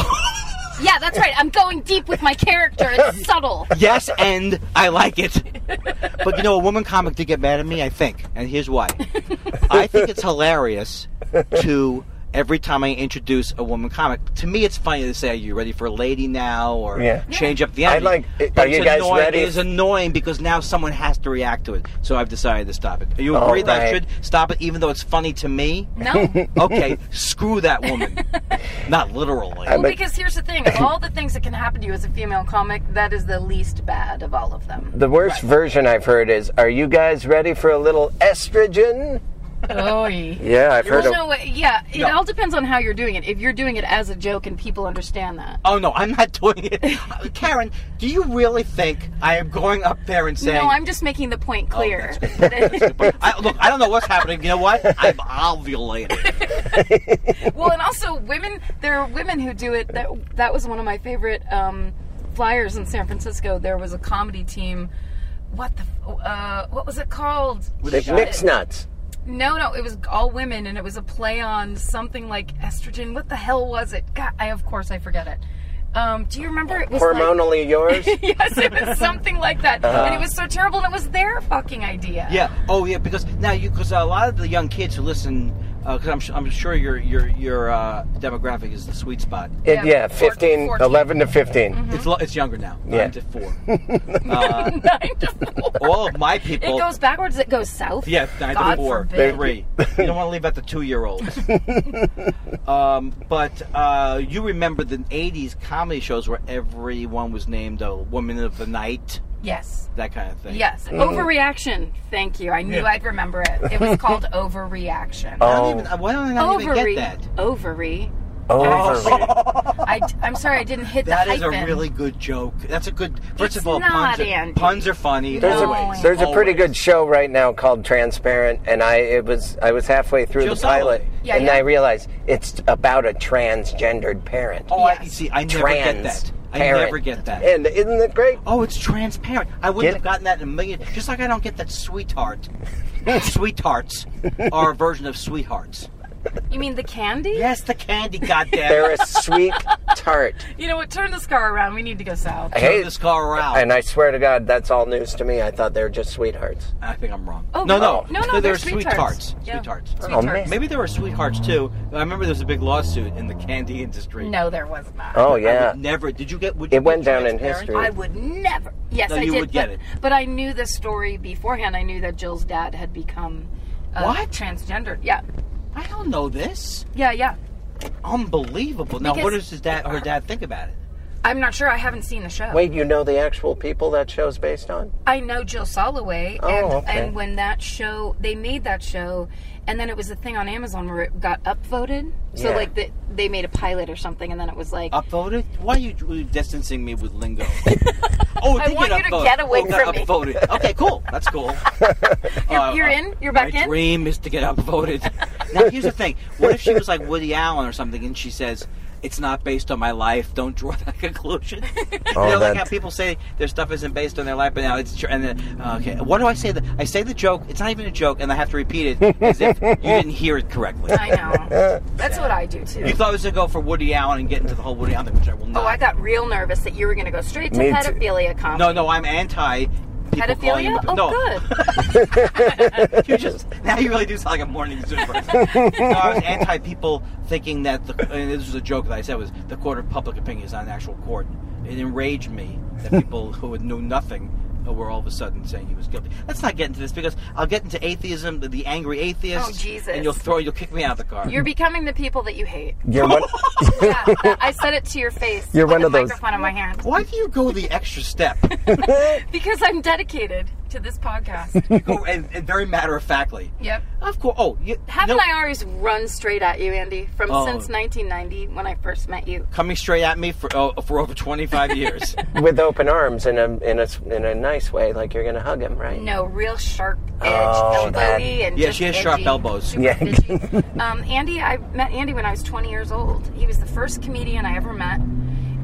[SPEAKER 3] yeah, that's right. I'm going deep with my character. It's subtle.
[SPEAKER 4] Yes, and I like it. But you know, a woman comic did get mad at me, I think, and here's why. I think it's hilarious to every time I introduce a woman comic. To me, it's funny to say, "Are you ready for a lady now?" or
[SPEAKER 2] Yeah.
[SPEAKER 4] change up the energy.
[SPEAKER 2] like-
[SPEAKER 4] But
[SPEAKER 2] are
[SPEAKER 4] it's
[SPEAKER 2] you guys
[SPEAKER 4] annoying.
[SPEAKER 2] ready?
[SPEAKER 4] It is annoying because now someone has to react to it. So I've decided to stop it. You agree that I
[SPEAKER 2] right.
[SPEAKER 4] should stop it, even though it's funny to me?
[SPEAKER 3] No.
[SPEAKER 4] Okay, screw that woman.
[SPEAKER 2] (laughs)
[SPEAKER 4] Not literally.
[SPEAKER 3] Well, because here's the thing: of all the things that can happen to you as a female comic, that is the least bad of all of them.
[SPEAKER 2] The worst version I've heard is, "Are you guys ready for a little estrogen?"
[SPEAKER 3] Oh,
[SPEAKER 4] (laughs)
[SPEAKER 2] Yeah, I've heard
[SPEAKER 3] well,
[SPEAKER 2] of.
[SPEAKER 3] no, way- yeah. It all depends on how you're doing it. If you're doing it as a joke and people understand that,
[SPEAKER 4] Oh no, I'm not (laughs) doing it. Karen, do you really think I am going up there and saying?
[SPEAKER 3] no, I'm just making the point
[SPEAKER 4] Oh,
[SPEAKER 3] clear.
[SPEAKER 4] I, look, I don't know what's happening. You
[SPEAKER 3] (laughs)
[SPEAKER 4] know what? I'm ovulating.
[SPEAKER 3] well, and also women. There are women who do it. That that was one of my favorite um, flyers in San Francisco. There was a comedy team. What the? f- Uh, what was it called?
[SPEAKER 2] Like mixed nuts.
[SPEAKER 3] No, no, it was all women, and it was a play on something like estrogen. What the hell was it? God, I of course I forget it. Um, do you remember? It was like-
[SPEAKER 2] Hormonally
[SPEAKER 4] (laughs)
[SPEAKER 2] yours.
[SPEAKER 3] (laughs) yes, it was something like that, and it was so terrible, and it was their fucking idea. (laughs)
[SPEAKER 4] Uh-huh. Yeah. Oh yeah. Because now you, because a lot of the young kids who listen, because I'm, su- I'm sure your your your uh, demographic is the sweet spot.
[SPEAKER 2] It- yeah,
[SPEAKER 3] Yeah, four-
[SPEAKER 2] 15,
[SPEAKER 3] 14.
[SPEAKER 2] 11 to 15.
[SPEAKER 4] It's lo- it's younger now.
[SPEAKER 2] Yeah.
[SPEAKER 4] Nine to four. uh,
[SPEAKER 3] Nine to four.
[SPEAKER 4] all of
[SPEAKER 3] (laughs)
[SPEAKER 4] my
[SPEAKER 3] It
[SPEAKER 4] people.
[SPEAKER 3] goes backwards. It goes south.
[SPEAKER 4] Yeah, nine
[SPEAKER 3] God
[SPEAKER 4] to four,
[SPEAKER 3] forbid.
[SPEAKER 4] three. You don't want to leave out the two-year-olds. um, but uh, you remember the '80s comedy shows where everyone was named a woman of the night,
[SPEAKER 3] Yes.
[SPEAKER 4] that kind of thing.
[SPEAKER 3] Yes. Overreaction. Thank you. I knew I'd remember it. It was
[SPEAKER 4] (laughs)
[SPEAKER 3] called overreaction.
[SPEAKER 4] I don't even, why don't I not even
[SPEAKER 3] Ovary.
[SPEAKER 4] get that? Oh.
[SPEAKER 3] Ovary.
[SPEAKER 2] Overrated.
[SPEAKER 3] I, am sorry, I didn't hit
[SPEAKER 4] That
[SPEAKER 3] the
[SPEAKER 4] is
[SPEAKER 3] hyphen.
[SPEAKER 4] a really good joke. That's a good.
[SPEAKER 3] It's
[SPEAKER 4] First of all,
[SPEAKER 3] not,
[SPEAKER 4] puns are,
[SPEAKER 3] Andy.
[SPEAKER 4] puns are funny.
[SPEAKER 2] There's
[SPEAKER 4] always,
[SPEAKER 2] a there's a pretty
[SPEAKER 4] always.
[SPEAKER 2] good show right now called Transparent, and I it was I was halfway through
[SPEAKER 4] Jill
[SPEAKER 2] the pilot,
[SPEAKER 4] Soloway.
[SPEAKER 3] Yeah,
[SPEAKER 2] and
[SPEAKER 3] yeah.
[SPEAKER 2] I realized it's about a transgendered parent.
[SPEAKER 4] Oh, I,
[SPEAKER 3] Yes.
[SPEAKER 4] see, I never get
[SPEAKER 2] Trans
[SPEAKER 4] that. I
[SPEAKER 2] parent.
[SPEAKER 4] never get that.
[SPEAKER 2] And isn't it great?
[SPEAKER 4] Oh, it's transparent. I wouldn't
[SPEAKER 2] Get
[SPEAKER 4] have
[SPEAKER 2] it?
[SPEAKER 4] gotten that in a million. Just like I don't get
[SPEAKER 2] (laughs)
[SPEAKER 4] that sweetheart. Sweethearts are a version of sweethearts.
[SPEAKER 3] You mean the candy?
[SPEAKER 4] Yes, the (laughs) candy, goddamn.
[SPEAKER 2] They're a sweet
[SPEAKER 4] (laughs)
[SPEAKER 2] tart.
[SPEAKER 3] You know what? Turn this car around. We need to go south.
[SPEAKER 2] I
[SPEAKER 4] Turn
[SPEAKER 2] hate
[SPEAKER 4] this car around.
[SPEAKER 2] And I swear to God, that's all news to me. I thought they were just sweethearts.
[SPEAKER 4] I think I'm wrong.
[SPEAKER 3] Oh,
[SPEAKER 4] no, no,
[SPEAKER 3] no, no,
[SPEAKER 4] They're,
[SPEAKER 3] they're
[SPEAKER 4] sweethearts.
[SPEAKER 3] sweethearts. Yeah.
[SPEAKER 4] Sweethearts.
[SPEAKER 2] Oh man.
[SPEAKER 4] Maybe there were sweethearts too. I remember there was a big lawsuit in the candy industry.
[SPEAKER 3] No, there was not.
[SPEAKER 2] Oh
[SPEAKER 4] I would
[SPEAKER 2] yeah.
[SPEAKER 4] never. Did you get? Would you
[SPEAKER 2] It went
[SPEAKER 4] get
[SPEAKER 2] down in
[SPEAKER 4] transparent?
[SPEAKER 2] history.
[SPEAKER 3] I would never. Yes,
[SPEAKER 4] No,
[SPEAKER 3] I
[SPEAKER 4] you
[SPEAKER 3] did.
[SPEAKER 4] would get
[SPEAKER 3] but,
[SPEAKER 4] it.
[SPEAKER 3] but I knew the story beforehand. I knew that Jill's dad had become uh,
[SPEAKER 4] What?
[SPEAKER 3] transgendered. Yeah,
[SPEAKER 4] I don't know this.
[SPEAKER 3] yeah, yeah.
[SPEAKER 4] Unbelievable. now,
[SPEAKER 3] Because-
[SPEAKER 4] what does his dad, her dad, think about it?
[SPEAKER 3] I'm not sure. I haven't seen the show.
[SPEAKER 2] Wait, you know the actual people that show's based on?
[SPEAKER 3] I know Jill Soloway,
[SPEAKER 2] Oh,
[SPEAKER 3] and,
[SPEAKER 2] okay.
[SPEAKER 3] and when that show they made that show, and then it was a thing on Amazon where it got upvoted. So
[SPEAKER 2] Yeah.
[SPEAKER 3] like the, they made a pilot or something, and then it was like
[SPEAKER 4] Upvoted? Why are you uh, distancing me
[SPEAKER 3] (laughs)
[SPEAKER 4] with lingo? oh,
[SPEAKER 3] I
[SPEAKER 4] did
[SPEAKER 3] want you to get away
[SPEAKER 4] oh, got
[SPEAKER 3] from me.
[SPEAKER 4] upvoted. Okay, cool.
[SPEAKER 3] (laughs)
[SPEAKER 4] That's cool. you're,
[SPEAKER 3] you're in? You're back
[SPEAKER 4] my
[SPEAKER 3] in?
[SPEAKER 4] dream is to get upvoted. now, here's the thing. What if she was like Woody Allen or something, and she says, "It's not based on my life. Don't draw
[SPEAKER 3] (laughs)
[SPEAKER 4] that (laughs) conclusion."
[SPEAKER 2] Oh,
[SPEAKER 4] you know, like
[SPEAKER 2] that-
[SPEAKER 4] how people say their stuff isn't based on their life, but now it's true. And then, uh, okay, what do I say? That I say the joke. It's not even a joke, and I have to repeat it as if you didn't hear it correctly.
[SPEAKER 3] I
[SPEAKER 2] (laughs)
[SPEAKER 3] know that's what I do too.
[SPEAKER 4] You thought I was gonna go for Woody Allen and get into the whole Woody Allen thing, which I will not.
[SPEAKER 3] Oh, I got real nervous that you were going to go straight to
[SPEAKER 2] Me too.
[SPEAKER 3] pedophilia comedy.
[SPEAKER 4] No, no, I'm anti people calling you.
[SPEAKER 3] Pedophilia? Oh,
[SPEAKER 4] no,
[SPEAKER 3] good.
[SPEAKER 4] (laughs) you just now you really do sound like a morning zoo person. no, I was anti people thinking that the and this was a joke that I said was the court of public opinion is not an actual court. It enraged me that people who had knew nothing were all of a sudden saying he was guilty. Let's not get into this because I'll get into atheism, the, the angry atheist.
[SPEAKER 3] Oh, Jesus.
[SPEAKER 4] And you'll throw you'll kick me out of the car.
[SPEAKER 3] You're becoming the people that you hate.
[SPEAKER 2] You're one,
[SPEAKER 3] (laughs) Yeah, I said it to your face.
[SPEAKER 2] You're
[SPEAKER 3] with
[SPEAKER 2] one
[SPEAKER 3] the
[SPEAKER 2] of those-
[SPEAKER 3] Microphone in my hand
[SPEAKER 4] why do you go the extra step?
[SPEAKER 3] because I'm dedicated to this podcast.
[SPEAKER 2] (laughs)
[SPEAKER 4] You go and, and very matter of factly.
[SPEAKER 3] yep.
[SPEAKER 4] Of course. Oh, you,
[SPEAKER 3] Haven't
[SPEAKER 4] no-
[SPEAKER 3] I always run straight at you, Andy? From
[SPEAKER 4] Oh.
[SPEAKER 3] since 1990 when I first met you.
[SPEAKER 4] coming straight at me for oh, for over
[SPEAKER 3] (laughs)
[SPEAKER 4] 25 years.
[SPEAKER 2] with open arms in a in a s- in a nice way, like you're gonna hug him, right?
[SPEAKER 3] No, real sharp edge,
[SPEAKER 2] Oh,
[SPEAKER 3] elbowy,
[SPEAKER 2] that-
[SPEAKER 3] and
[SPEAKER 4] Yeah,
[SPEAKER 3] just
[SPEAKER 4] she has sharp
[SPEAKER 3] edgy.
[SPEAKER 4] elbows.
[SPEAKER 3] Super
[SPEAKER 2] Yeah.
[SPEAKER 3] edgy. (laughs) um, Andy, I met Andy when I was 20 years old. He was the first comedian I ever met,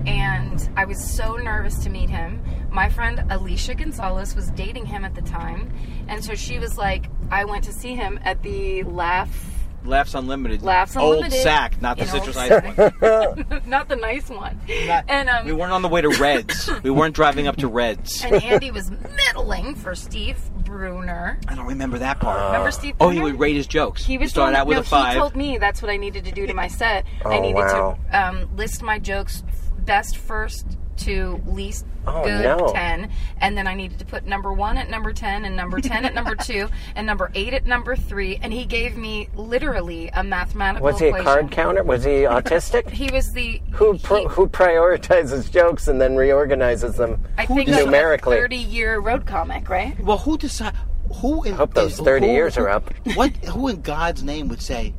[SPEAKER 3] and I was so nervous to meet him. My friend Alicia Gonzalez was dating him at the time, and so she was like, "I went to see him at the Laugh." (laughs)
[SPEAKER 4] Laughs Unlimited.
[SPEAKER 3] Laughs
[SPEAKER 4] Old
[SPEAKER 3] Unlimited.
[SPEAKER 4] sack, not the
[SPEAKER 3] In
[SPEAKER 4] citrus
[SPEAKER 3] Old
[SPEAKER 4] ice one.
[SPEAKER 3] Not the nice one.
[SPEAKER 4] Not-
[SPEAKER 3] (laughs) and um,
[SPEAKER 4] we weren't on the way to
[SPEAKER 3] (laughs)
[SPEAKER 4] Reds. We weren't driving up to Reds.
[SPEAKER 3] and Andy was middling for Steve Bruner.
[SPEAKER 4] I don't remember that part.
[SPEAKER 2] Uh,
[SPEAKER 3] Remember Steve
[SPEAKER 4] oh, he
[SPEAKER 3] Bruner?
[SPEAKER 4] would rate his jokes.
[SPEAKER 3] He was
[SPEAKER 4] started
[SPEAKER 3] doing-
[SPEAKER 4] out with
[SPEAKER 3] no,
[SPEAKER 4] a five.
[SPEAKER 3] He told me that's what I needed to do to my set. I
[SPEAKER 2] Oh,
[SPEAKER 3] needed
[SPEAKER 2] wow.
[SPEAKER 3] to um, list my jokes f- best first to least
[SPEAKER 2] Oh,
[SPEAKER 3] good
[SPEAKER 2] no.
[SPEAKER 3] 10 and then I needed to put number 1 at number 10 and number 10
[SPEAKER 2] (laughs)
[SPEAKER 3] at number 2 and number 8 at number 3 and he gave me literally a mathematical
[SPEAKER 2] Was he a
[SPEAKER 3] equation.
[SPEAKER 2] card counter? Was he autistic?
[SPEAKER 3] He was the
[SPEAKER 2] Who pro-
[SPEAKER 3] he-
[SPEAKER 2] who prioritizes jokes and then reorganizes them?
[SPEAKER 3] I think
[SPEAKER 2] does-
[SPEAKER 3] was a
[SPEAKER 2] numerically?
[SPEAKER 3] 30 year road comic, right?
[SPEAKER 4] well, who decided? Who in
[SPEAKER 2] Hope those 30 years are up.
[SPEAKER 4] What? Who in God's name would say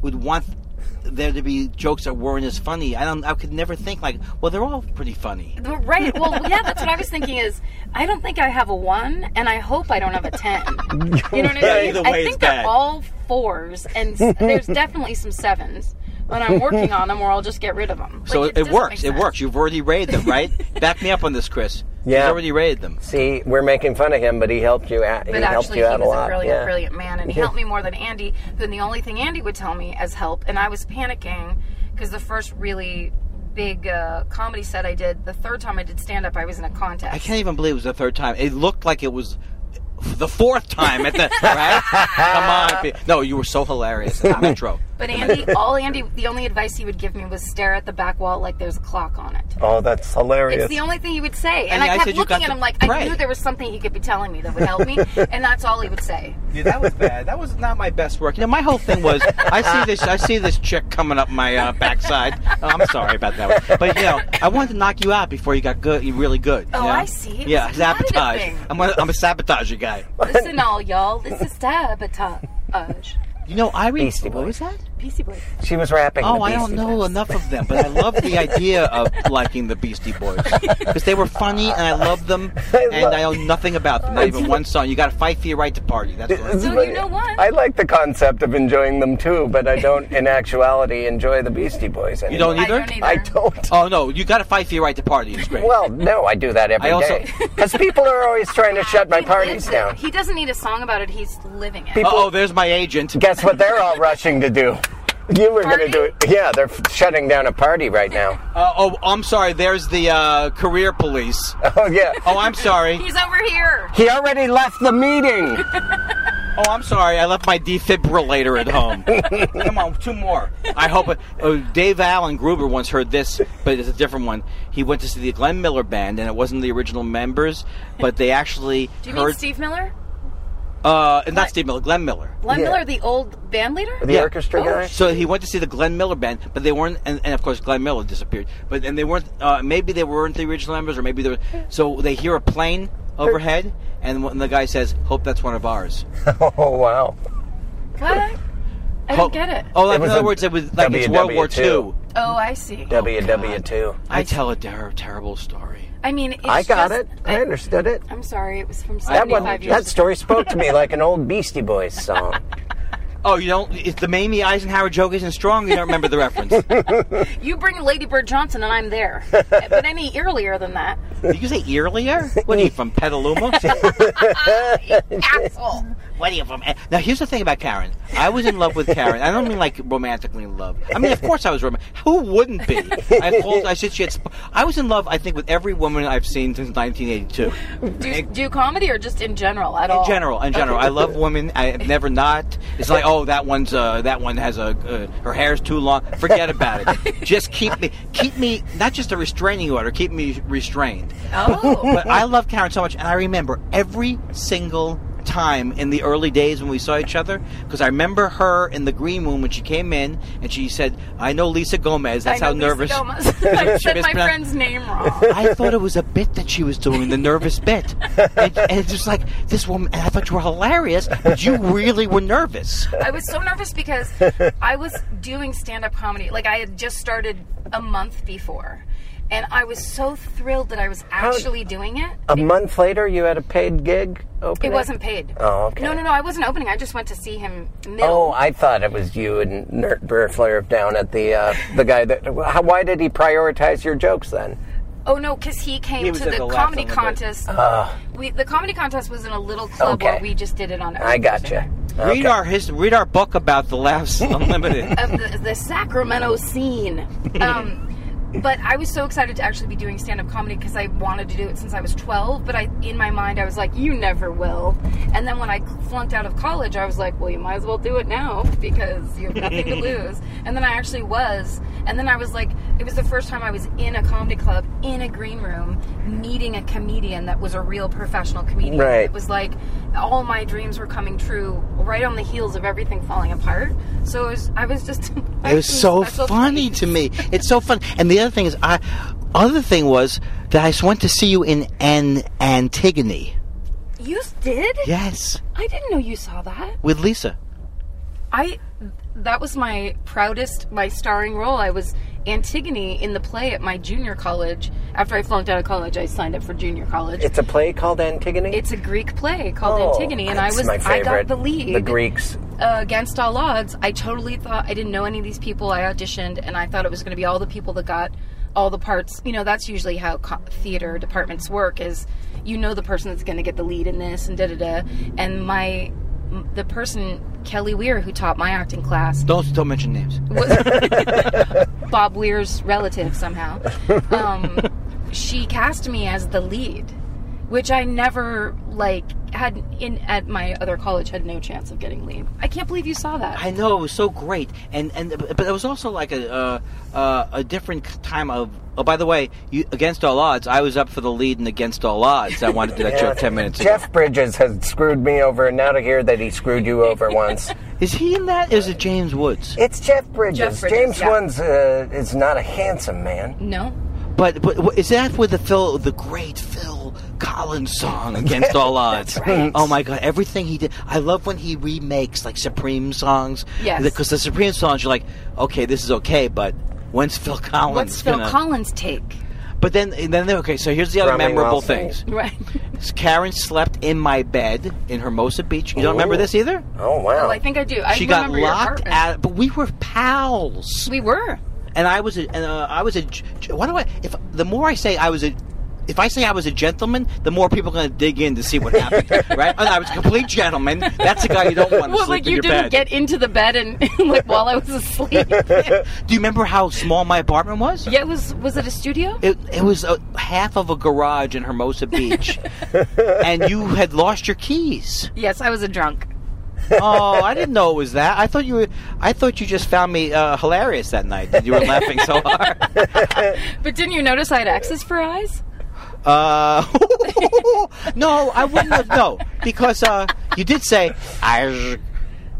[SPEAKER 4] would want there to be jokes that weren't as funny? I don't. I could never think like. Well, they're all pretty funny.
[SPEAKER 3] Well, Right. Well, yeah, that's what I was thinking is I don't think I have a one, and I hope I don't have a ten. You know what I mean?
[SPEAKER 4] either
[SPEAKER 3] I
[SPEAKER 4] way
[SPEAKER 3] think
[SPEAKER 4] is
[SPEAKER 3] they're
[SPEAKER 4] bad.
[SPEAKER 3] all fours, and s- there's definitely some sevens. When I'm working on them, or I'll just get rid of them.
[SPEAKER 4] So
[SPEAKER 3] Like,
[SPEAKER 4] it,
[SPEAKER 3] doesn't
[SPEAKER 4] works.
[SPEAKER 3] make
[SPEAKER 4] It
[SPEAKER 3] sense.
[SPEAKER 4] works. You've already rated
[SPEAKER 3] (laughs)
[SPEAKER 4] them, right? Back me up on this, Chris.
[SPEAKER 2] Yeah.
[SPEAKER 4] He's already rated them.
[SPEAKER 2] See, we're making fun of him, but he helped you out.
[SPEAKER 3] But
[SPEAKER 2] he helped
[SPEAKER 3] actually, he
[SPEAKER 2] you out
[SPEAKER 3] was
[SPEAKER 2] a lot.
[SPEAKER 3] a brilliant,
[SPEAKER 2] yeah.
[SPEAKER 3] brilliant man, and he helped me more than Andy. Then the only thing Andy would tell me is help, and I was panicking because the first really big uh, comedy set I did, the third time I did stand up, I was in a contest.
[SPEAKER 4] I can't even believe it was the third time. It looked like it was the fourth time at the (laughs) right. Come on, pe- no, you were so
[SPEAKER 2] (laughs)
[SPEAKER 4] hilarious at the metro.
[SPEAKER 3] But Andy, all Andy, the only advice he would give me was stare at the back wall like there's a clock on it.
[SPEAKER 2] Oh, that's
[SPEAKER 3] It's
[SPEAKER 2] hilarious.
[SPEAKER 3] the only thing he would say, and,
[SPEAKER 4] And I
[SPEAKER 3] I kept
[SPEAKER 4] said you
[SPEAKER 3] looking
[SPEAKER 4] got
[SPEAKER 3] at
[SPEAKER 4] to
[SPEAKER 3] him like I
[SPEAKER 4] pray.
[SPEAKER 3] knew there was something he could be telling me that
[SPEAKER 2] (laughs)
[SPEAKER 3] would help me, and that's all he would say.
[SPEAKER 4] Yeah, that was bad. That was not my best work. You know, my whole thing was I see this I see this chick coming up my uh, backside. Oh, I'm sorry about that one, but you know, I wanted to knock you out before you got good, you really good. you
[SPEAKER 3] Oh,
[SPEAKER 4] know?
[SPEAKER 3] I see. It
[SPEAKER 4] yeah,
[SPEAKER 3] was a competitive
[SPEAKER 4] sabotage.
[SPEAKER 3] thing.
[SPEAKER 4] I'm a, I'm a sabotage guy.
[SPEAKER 3] Listen, all y'all, this is sabotage.
[SPEAKER 4] You know, I read.
[SPEAKER 2] Beastie
[SPEAKER 4] What
[SPEAKER 2] Boys.
[SPEAKER 4] was that?
[SPEAKER 3] PC Boys.
[SPEAKER 2] she was rapping.
[SPEAKER 4] Oh,
[SPEAKER 2] the
[SPEAKER 4] I don't
[SPEAKER 2] Beastie
[SPEAKER 4] know
[SPEAKER 2] Boys.
[SPEAKER 4] enough of them, but I love (laughs) the idea of liking the Beastie Boys because they were funny and I loved them, and (laughs) I know nothing about them. Not even one song. You got to fight for your right to party. That's what
[SPEAKER 2] It's
[SPEAKER 3] So you
[SPEAKER 2] funny.
[SPEAKER 3] know what?
[SPEAKER 2] I like the concept of enjoying them too, but I don't, in actuality, enjoy the Beastie Boys. Anymore.
[SPEAKER 4] you don't
[SPEAKER 3] I
[SPEAKER 4] either.
[SPEAKER 3] don't either.
[SPEAKER 2] I don't.
[SPEAKER 4] Oh no, you got to fight for your right to party. It's great.
[SPEAKER 2] Well, no, I do that every
[SPEAKER 4] I
[SPEAKER 2] day.
[SPEAKER 4] also-
[SPEAKER 2] Because people are always trying to shut my parties down.
[SPEAKER 3] He doesn't need a song about it. He's living it.
[SPEAKER 2] People-
[SPEAKER 4] oh, there's my agent.
[SPEAKER 2] Guess what they're all rushing to do? You were going to
[SPEAKER 3] Party?
[SPEAKER 2] do it. Yeah, they're f- shutting down a party right
[SPEAKER 4] (laughs)
[SPEAKER 2] now.
[SPEAKER 4] Uh, oh, I'm sorry. There's the uh, career police.
[SPEAKER 2] Oh, yeah.
[SPEAKER 4] Oh, I'm
[SPEAKER 3] (laughs)
[SPEAKER 4] sorry.
[SPEAKER 3] He's over here.
[SPEAKER 2] He already left the
[SPEAKER 4] (laughs)
[SPEAKER 2] meeting.
[SPEAKER 4] Oh, I'm sorry. I left my defibrillator
[SPEAKER 2] (laughs)
[SPEAKER 4] at home. Come on, two more. I hope. It, oh, Dave Allen Gruber once heard this, but it's a different one. He went to see the Glenn Miller Band, and it wasn't the original members, but they actually
[SPEAKER 3] Do you mean
[SPEAKER 4] heard.
[SPEAKER 3] Steve Miller?
[SPEAKER 4] uh, not Steve Miller, Glenn Miller.
[SPEAKER 3] Glenn
[SPEAKER 2] Yeah.
[SPEAKER 3] Miller, the old band leader?
[SPEAKER 2] The
[SPEAKER 4] Yeah. Oh.
[SPEAKER 2] orchestra guy?
[SPEAKER 4] So he went to see the Glenn Miller band, but they weren't, and, and of course Glenn Miller disappeared. But and they weren't, uh, maybe they weren't the original members, or maybe they were. So they hear a plane overhead, and when the guy says, "Hope that's one of ours."
[SPEAKER 2] Oh, wow.
[SPEAKER 3] What? I don't
[SPEAKER 4] Hope-
[SPEAKER 3] get it.
[SPEAKER 4] Oh,
[SPEAKER 2] It
[SPEAKER 4] like, in
[SPEAKER 2] was
[SPEAKER 4] other
[SPEAKER 2] a
[SPEAKER 4] words, it was like it's World War
[SPEAKER 2] WW2.
[SPEAKER 4] II.
[SPEAKER 3] Oh, I see.
[SPEAKER 2] WW2.
[SPEAKER 4] I tell a ter- terrible story.
[SPEAKER 3] I mean, it's
[SPEAKER 2] I got
[SPEAKER 3] just-
[SPEAKER 2] it. I understood it.
[SPEAKER 3] I'm sorry, it was from
[SPEAKER 2] That,
[SPEAKER 3] 75
[SPEAKER 2] one,
[SPEAKER 3] years (laughs)
[SPEAKER 2] that story spoke to me like an old Beastie Boys song.
[SPEAKER 4] Oh, you don't. If the Mamie Eisenhower joke isn't strong, you don't remember the (laughs) reference.
[SPEAKER 3] You bring Lady Bird Johnson and
[SPEAKER 2] (laughs)
[SPEAKER 3] I'm there. but any earlier than that,
[SPEAKER 4] Did you say earlier? What are you from (laughs) Petaluma? Uh,
[SPEAKER 3] asshole.
[SPEAKER 4] what are you from? eh? Now here's the thing about Karen. I was in love with Karen. I don't mean like romantically in love. I mean, of course I was romantic. Who wouldn't be? I called. I said she had. Sp- I was in love. I think with every woman I've seen since 1982.
[SPEAKER 3] Do, do comedy or just in general at all?
[SPEAKER 4] In general, in general, I love women. I have never not. It's like, oh, that one's uh, that one has a uh, her hair's too long. Forget about
[SPEAKER 3] (laughs)
[SPEAKER 4] it. Just keep me, keep me, not just a restraining order. Keep me restrained.
[SPEAKER 3] Oh.
[SPEAKER 4] But I love Karen so much, and I remember every single time in the early days when we saw each other because I remember her in the green room when she came in and she said, "I know Lisa Gomez." (laughs) That's
[SPEAKER 3] I know
[SPEAKER 4] how
[SPEAKER 3] Lisa
[SPEAKER 4] nervous. (laughs)
[SPEAKER 3] Gomez. I
[SPEAKER 4] She
[SPEAKER 3] said my
[SPEAKER 4] mispronounced-
[SPEAKER 3] friend's name wrong.
[SPEAKER 4] I thought it was a bit that she was doing, the nervous bit. And, and it's just like, this woman, and I thought you were hilarious, but you really were nervous.
[SPEAKER 3] I was so nervous
[SPEAKER 2] (laughs)
[SPEAKER 3] because I was doing stand up comedy. Like I had just started a month before. And I was so thrilled that I was actually doing it.
[SPEAKER 2] A month later, you had a paid gig
[SPEAKER 3] It
[SPEAKER 2] opening?
[SPEAKER 3] wasn't paid.
[SPEAKER 2] Oh, okay.
[SPEAKER 3] No, no, no. I wasn't opening. I just went to see him
[SPEAKER 2] Oh,
[SPEAKER 3] middle.
[SPEAKER 2] I thought it was you and Nerd Burfler down at the uh, the guy that. How, why did he prioritize your jokes then?
[SPEAKER 3] Oh, no, because he came
[SPEAKER 4] He was
[SPEAKER 3] to
[SPEAKER 4] at
[SPEAKER 3] the,
[SPEAKER 4] the last
[SPEAKER 3] comedy
[SPEAKER 4] one we did.
[SPEAKER 3] contest. we, the comedy contest was in a little club
[SPEAKER 2] Ah. Okay.
[SPEAKER 3] where we just did it on.
[SPEAKER 2] I gotcha.
[SPEAKER 4] Read our his, read our book about the Laughs Unlimited.
[SPEAKER 3] of the, the Sacramento scene. Um, but I was so excited to actually be doing stand up comedy because I wanted to do it since I was 12. But I, in my mind, I was like, you never will. And then when I flunked out of college, I was like, well, you might as well do it now because you have nothing
[SPEAKER 4] (laughs)
[SPEAKER 3] to lose. And then I actually was. And then I was like, it was the first time I was in a comedy club, in a green room, meeting a comedian that was a real professional comedian.
[SPEAKER 2] Right.
[SPEAKER 3] It was like all my dreams were coming true right on the heels of everything falling apart. So it was, I was just. (laughs)
[SPEAKER 4] It was so funny to me. It's so fun. And the other thing is, I other thing was that I just went to see you in an Antigone.
[SPEAKER 3] You did?
[SPEAKER 4] Yes,
[SPEAKER 3] I didn't know you saw that.
[SPEAKER 4] with Lisa.
[SPEAKER 3] I. That was my proudest, my starring role. I was Antigone in the play at my junior college. After I flunked out of college, I signed up for junior college.
[SPEAKER 2] It's a play called Antigone.
[SPEAKER 3] It's a Greek play called
[SPEAKER 2] Oh,
[SPEAKER 3] Antigone, and I
[SPEAKER 2] that's
[SPEAKER 3] was
[SPEAKER 2] my
[SPEAKER 3] I
[SPEAKER 2] favorite.
[SPEAKER 3] got the lead.
[SPEAKER 2] The Greeks.
[SPEAKER 3] uh, against all odds. I totally thought I didn't know any of these people. I auditioned, and I thought it was going to be all the people that got all the parts. You know, that's usually how co- theater departments work: is you know the person that's going to get the lead in this, and da da da. And my m- the person Kelly Weir who taught my acting class
[SPEAKER 4] Don't don't mention names.
[SPEAKER 3] was (laughs) Bob Weir's relative somehow. Um, she cast me as the lead, which I never like had in at my other college had no chance of getting lead. I can't believe you saw that.
[SPEAKER 4] I know it was so great, and and but it was also like a uh, uh, a different time of. Oh, by the way, you, against all odds, I was up for the lead in Against All Odds. I wanted to do that
[SPEAKER 2] (laughs)
[SPEAKER 4] joke ten minutes ago.
[SPEAKER 2] Jeff Bridges has screwed me over, and now to hear that he screwed you
[SPEAKER 3] (laughs)
[SPEAKER 2] over once.
[SPEAKER 4] Is he in that? Or is it James Woods?
[SPEAKER 2] It's Jeff Bridges.
[SPEAKER 3] Jeff Bridges,
[SPEAKER 2] James
[SPEAKER 3] yeah. Mm-hmm.
[SPEAKER 2] Wan's uh, is not a handsome man.
[SPEAKER 3] no.
[SPEAKER 4] But but wh- is that with the Phil, the great Phil Collins song
[SPEAKER 2] (laughs)
[SPEAKER 4] Against All Odds? Oh my God, everything he did. I love when he remakes like Supreme songs.
[SPEAKER 3] Yes.
[SPEAKER 4] Because the Supreme songs, you're like, okay, this is okay, but when's Phil Collins?
[SPEAKER 3] What's Phil
[SPEAKER 4] gonna-
[SPEAKER 3] Collins' take?
[SPEAKER 4] But then then okay, so here's the other
[SPEAKER 2] Drumming
[SPEAKER 4] memorable
[SPEAKER 2] while singing.
[SPEAKER 4] things.
[SPEAKER 3] Right.
[SPEAKER 4] Karen slept in my bed in Hermosa Beach. You don't remember this either?
[SPEAKER 2] Oh wow!
[SPEAKER 3] Oh, I think I do. I
[SPEAKER 4] she got
[SPEAKER 3] remember your
[SPEAKER 4] locked
[SPEAKER 3] apartment.
[SPEAKER 4] out, but we were pals.
[SPEAKER 3] We were.
[SPEAKER 4] and I was a, and, uh, I was a. g- g- Why do I? If the more I say I was a, if I say I was a gentleman, the more people are going to dig in to see what
[SPEAKER 3] (laughs)
[SPEAKER 4] happened, right? And I was a complete gentleman. That's a guy you don't want to
[SPEAKER 3] Well,
[SPEAKER 4] sleep
[SPEAKER 3] like
[SPEAKER 4] in
[SPEAKER 3] you
[SPEAKER 4] your
[SPEAKER 3] didn't
[SPEAKER 4] bed.
[SPEAKER 3] get into the bed and (laughs) like while I was
[SPEAKER 4] (laughs)
[SPEAKER 3] asleep. yeah,
[SPEAKER 4] Do you remember how small my apartment was?
[SPEAKER 3] it was was it a studio?
[SPEAKER 4] It, it was a, half of a garage in
[SPEAKER 3] (laughs)
[SPEAKER 4] Hermosa Beach, and you had lost your keys.
[SPEAKER 3] yes, I was a drunk.
[SPEAKER 4] Oh, I didn't know it was that. I thought you were. I thought you just found me uh, hilarious that night. That you were laughing so hard.
[SPEAKER 3] But didn't you notice I had X's for eyes?
[SPEAKER 4] Uh, (laughs) no, I wouldn't have. No, because uh, you did say I.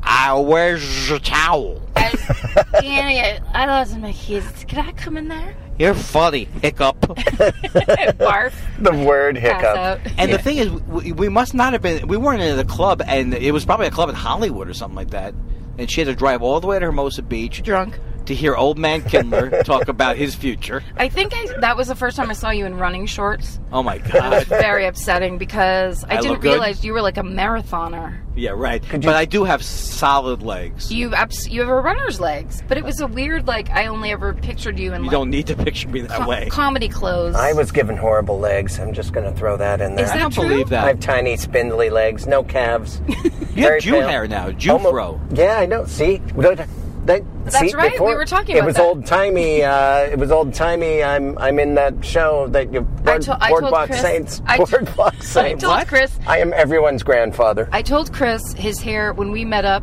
[SPEAKER 4] I wears a towel.
[SPEAKER 3] I, Danny, I lost my keys. Could I come in there?
[SPEAKER 4] You're funny, hiccup.
[SPEAKER 3] Barf.
[SPEAKER 2] the word
[SPEAKER 3] Pass out.
[SPEAKER 2] hiccup.
[SPEAKER 4] And the thing is, we, we must not have been. We weren't in the club, and it was probably a club in Hollywood or something like that. And she had to drive all the way to Hermosa Beach,
[SPEAKER 3] Drunk.
[SPEAKER 4] to hear old man Kindler talk about his future.
[SPEAKER 3] I think I, that was the first time I saw you in running shorts.
[SPEAKER 4] Oh my God.
[SPEAKER 3] Very upsetting because I,
[SPEAKER 4] I
[SPEAKER 3] didn't
[SPEAKER 4] look good?
[SPEAKER 3] realize you were like a marathoner.
[SPEAKER 4] Yeah, right. But I do have solid legs.
[SPEAKER 3] You abs- you have a runner's legs, but it was a weird like I only ever pictured you in
[SPEAKER 4] You
[SPEAKER 3] like
[SPEAKER 4] don't need to picture me that
[SPEAKER 3] co-
[SPEAKER 4] way.
[SPEAKER 3] comedy clothes.
[SPEAKER 2] I was given horrible legs. I'm just going to throw that in there.
[SPEAKER 3] Is
[SPEAKER 4] I
[SPEAKER 3] that
[SPEAKER 4] don't
[SPEAKER 3] true?
[SPEAKER 4] believe
[SPEAKER 2] I
[SPEAKER 4] that.
[SPEAKER 2] have tiny, spindly legs, no
[SPEAKER 3] (laughs)
[SPEAKER 2] calves.
[SPEAKER 4] you have
[SPEAKER 2] very
[SPEAKER 4] Jew
[SPEAKER 2] pale.
[SPEAKER 4] hair now, Jew
[SPEAKER 2] Almo-
[SPEAKER 4] fro.
[SPEAKER 2] Yeah, I know. See, Good. That- see,
[SPEAKER 3] right, we
[SPEAKER 2] before-
[SPEAKER 3] were talking
[SPEAKER 2] It
[SPEAKER 3] about
[SPEAKER 2] was
[SPEAKER 3] that.
[SPEAKER 2] old timey. Uh, it was old timey. I'm I'm in that show that you
[SPEAKER 3] I
[SPEAKER 2] board,
[SPEAKER 3] to- I told
[SPEAKER 2] boardwalk
[SPEAKER 3] Chris-
[SPEAKER 2] saints.
[SPEAKER 3] I t-
[SPEAKER 2] boardwalk
[SPEAKER 3] I
[SPEAKER 2] saints.
[SPEAKER 3] told Chris.
[SPEAKER 2] I am everyone's grandfather.
[SPEAKER 3] I told Chris his hair when we met up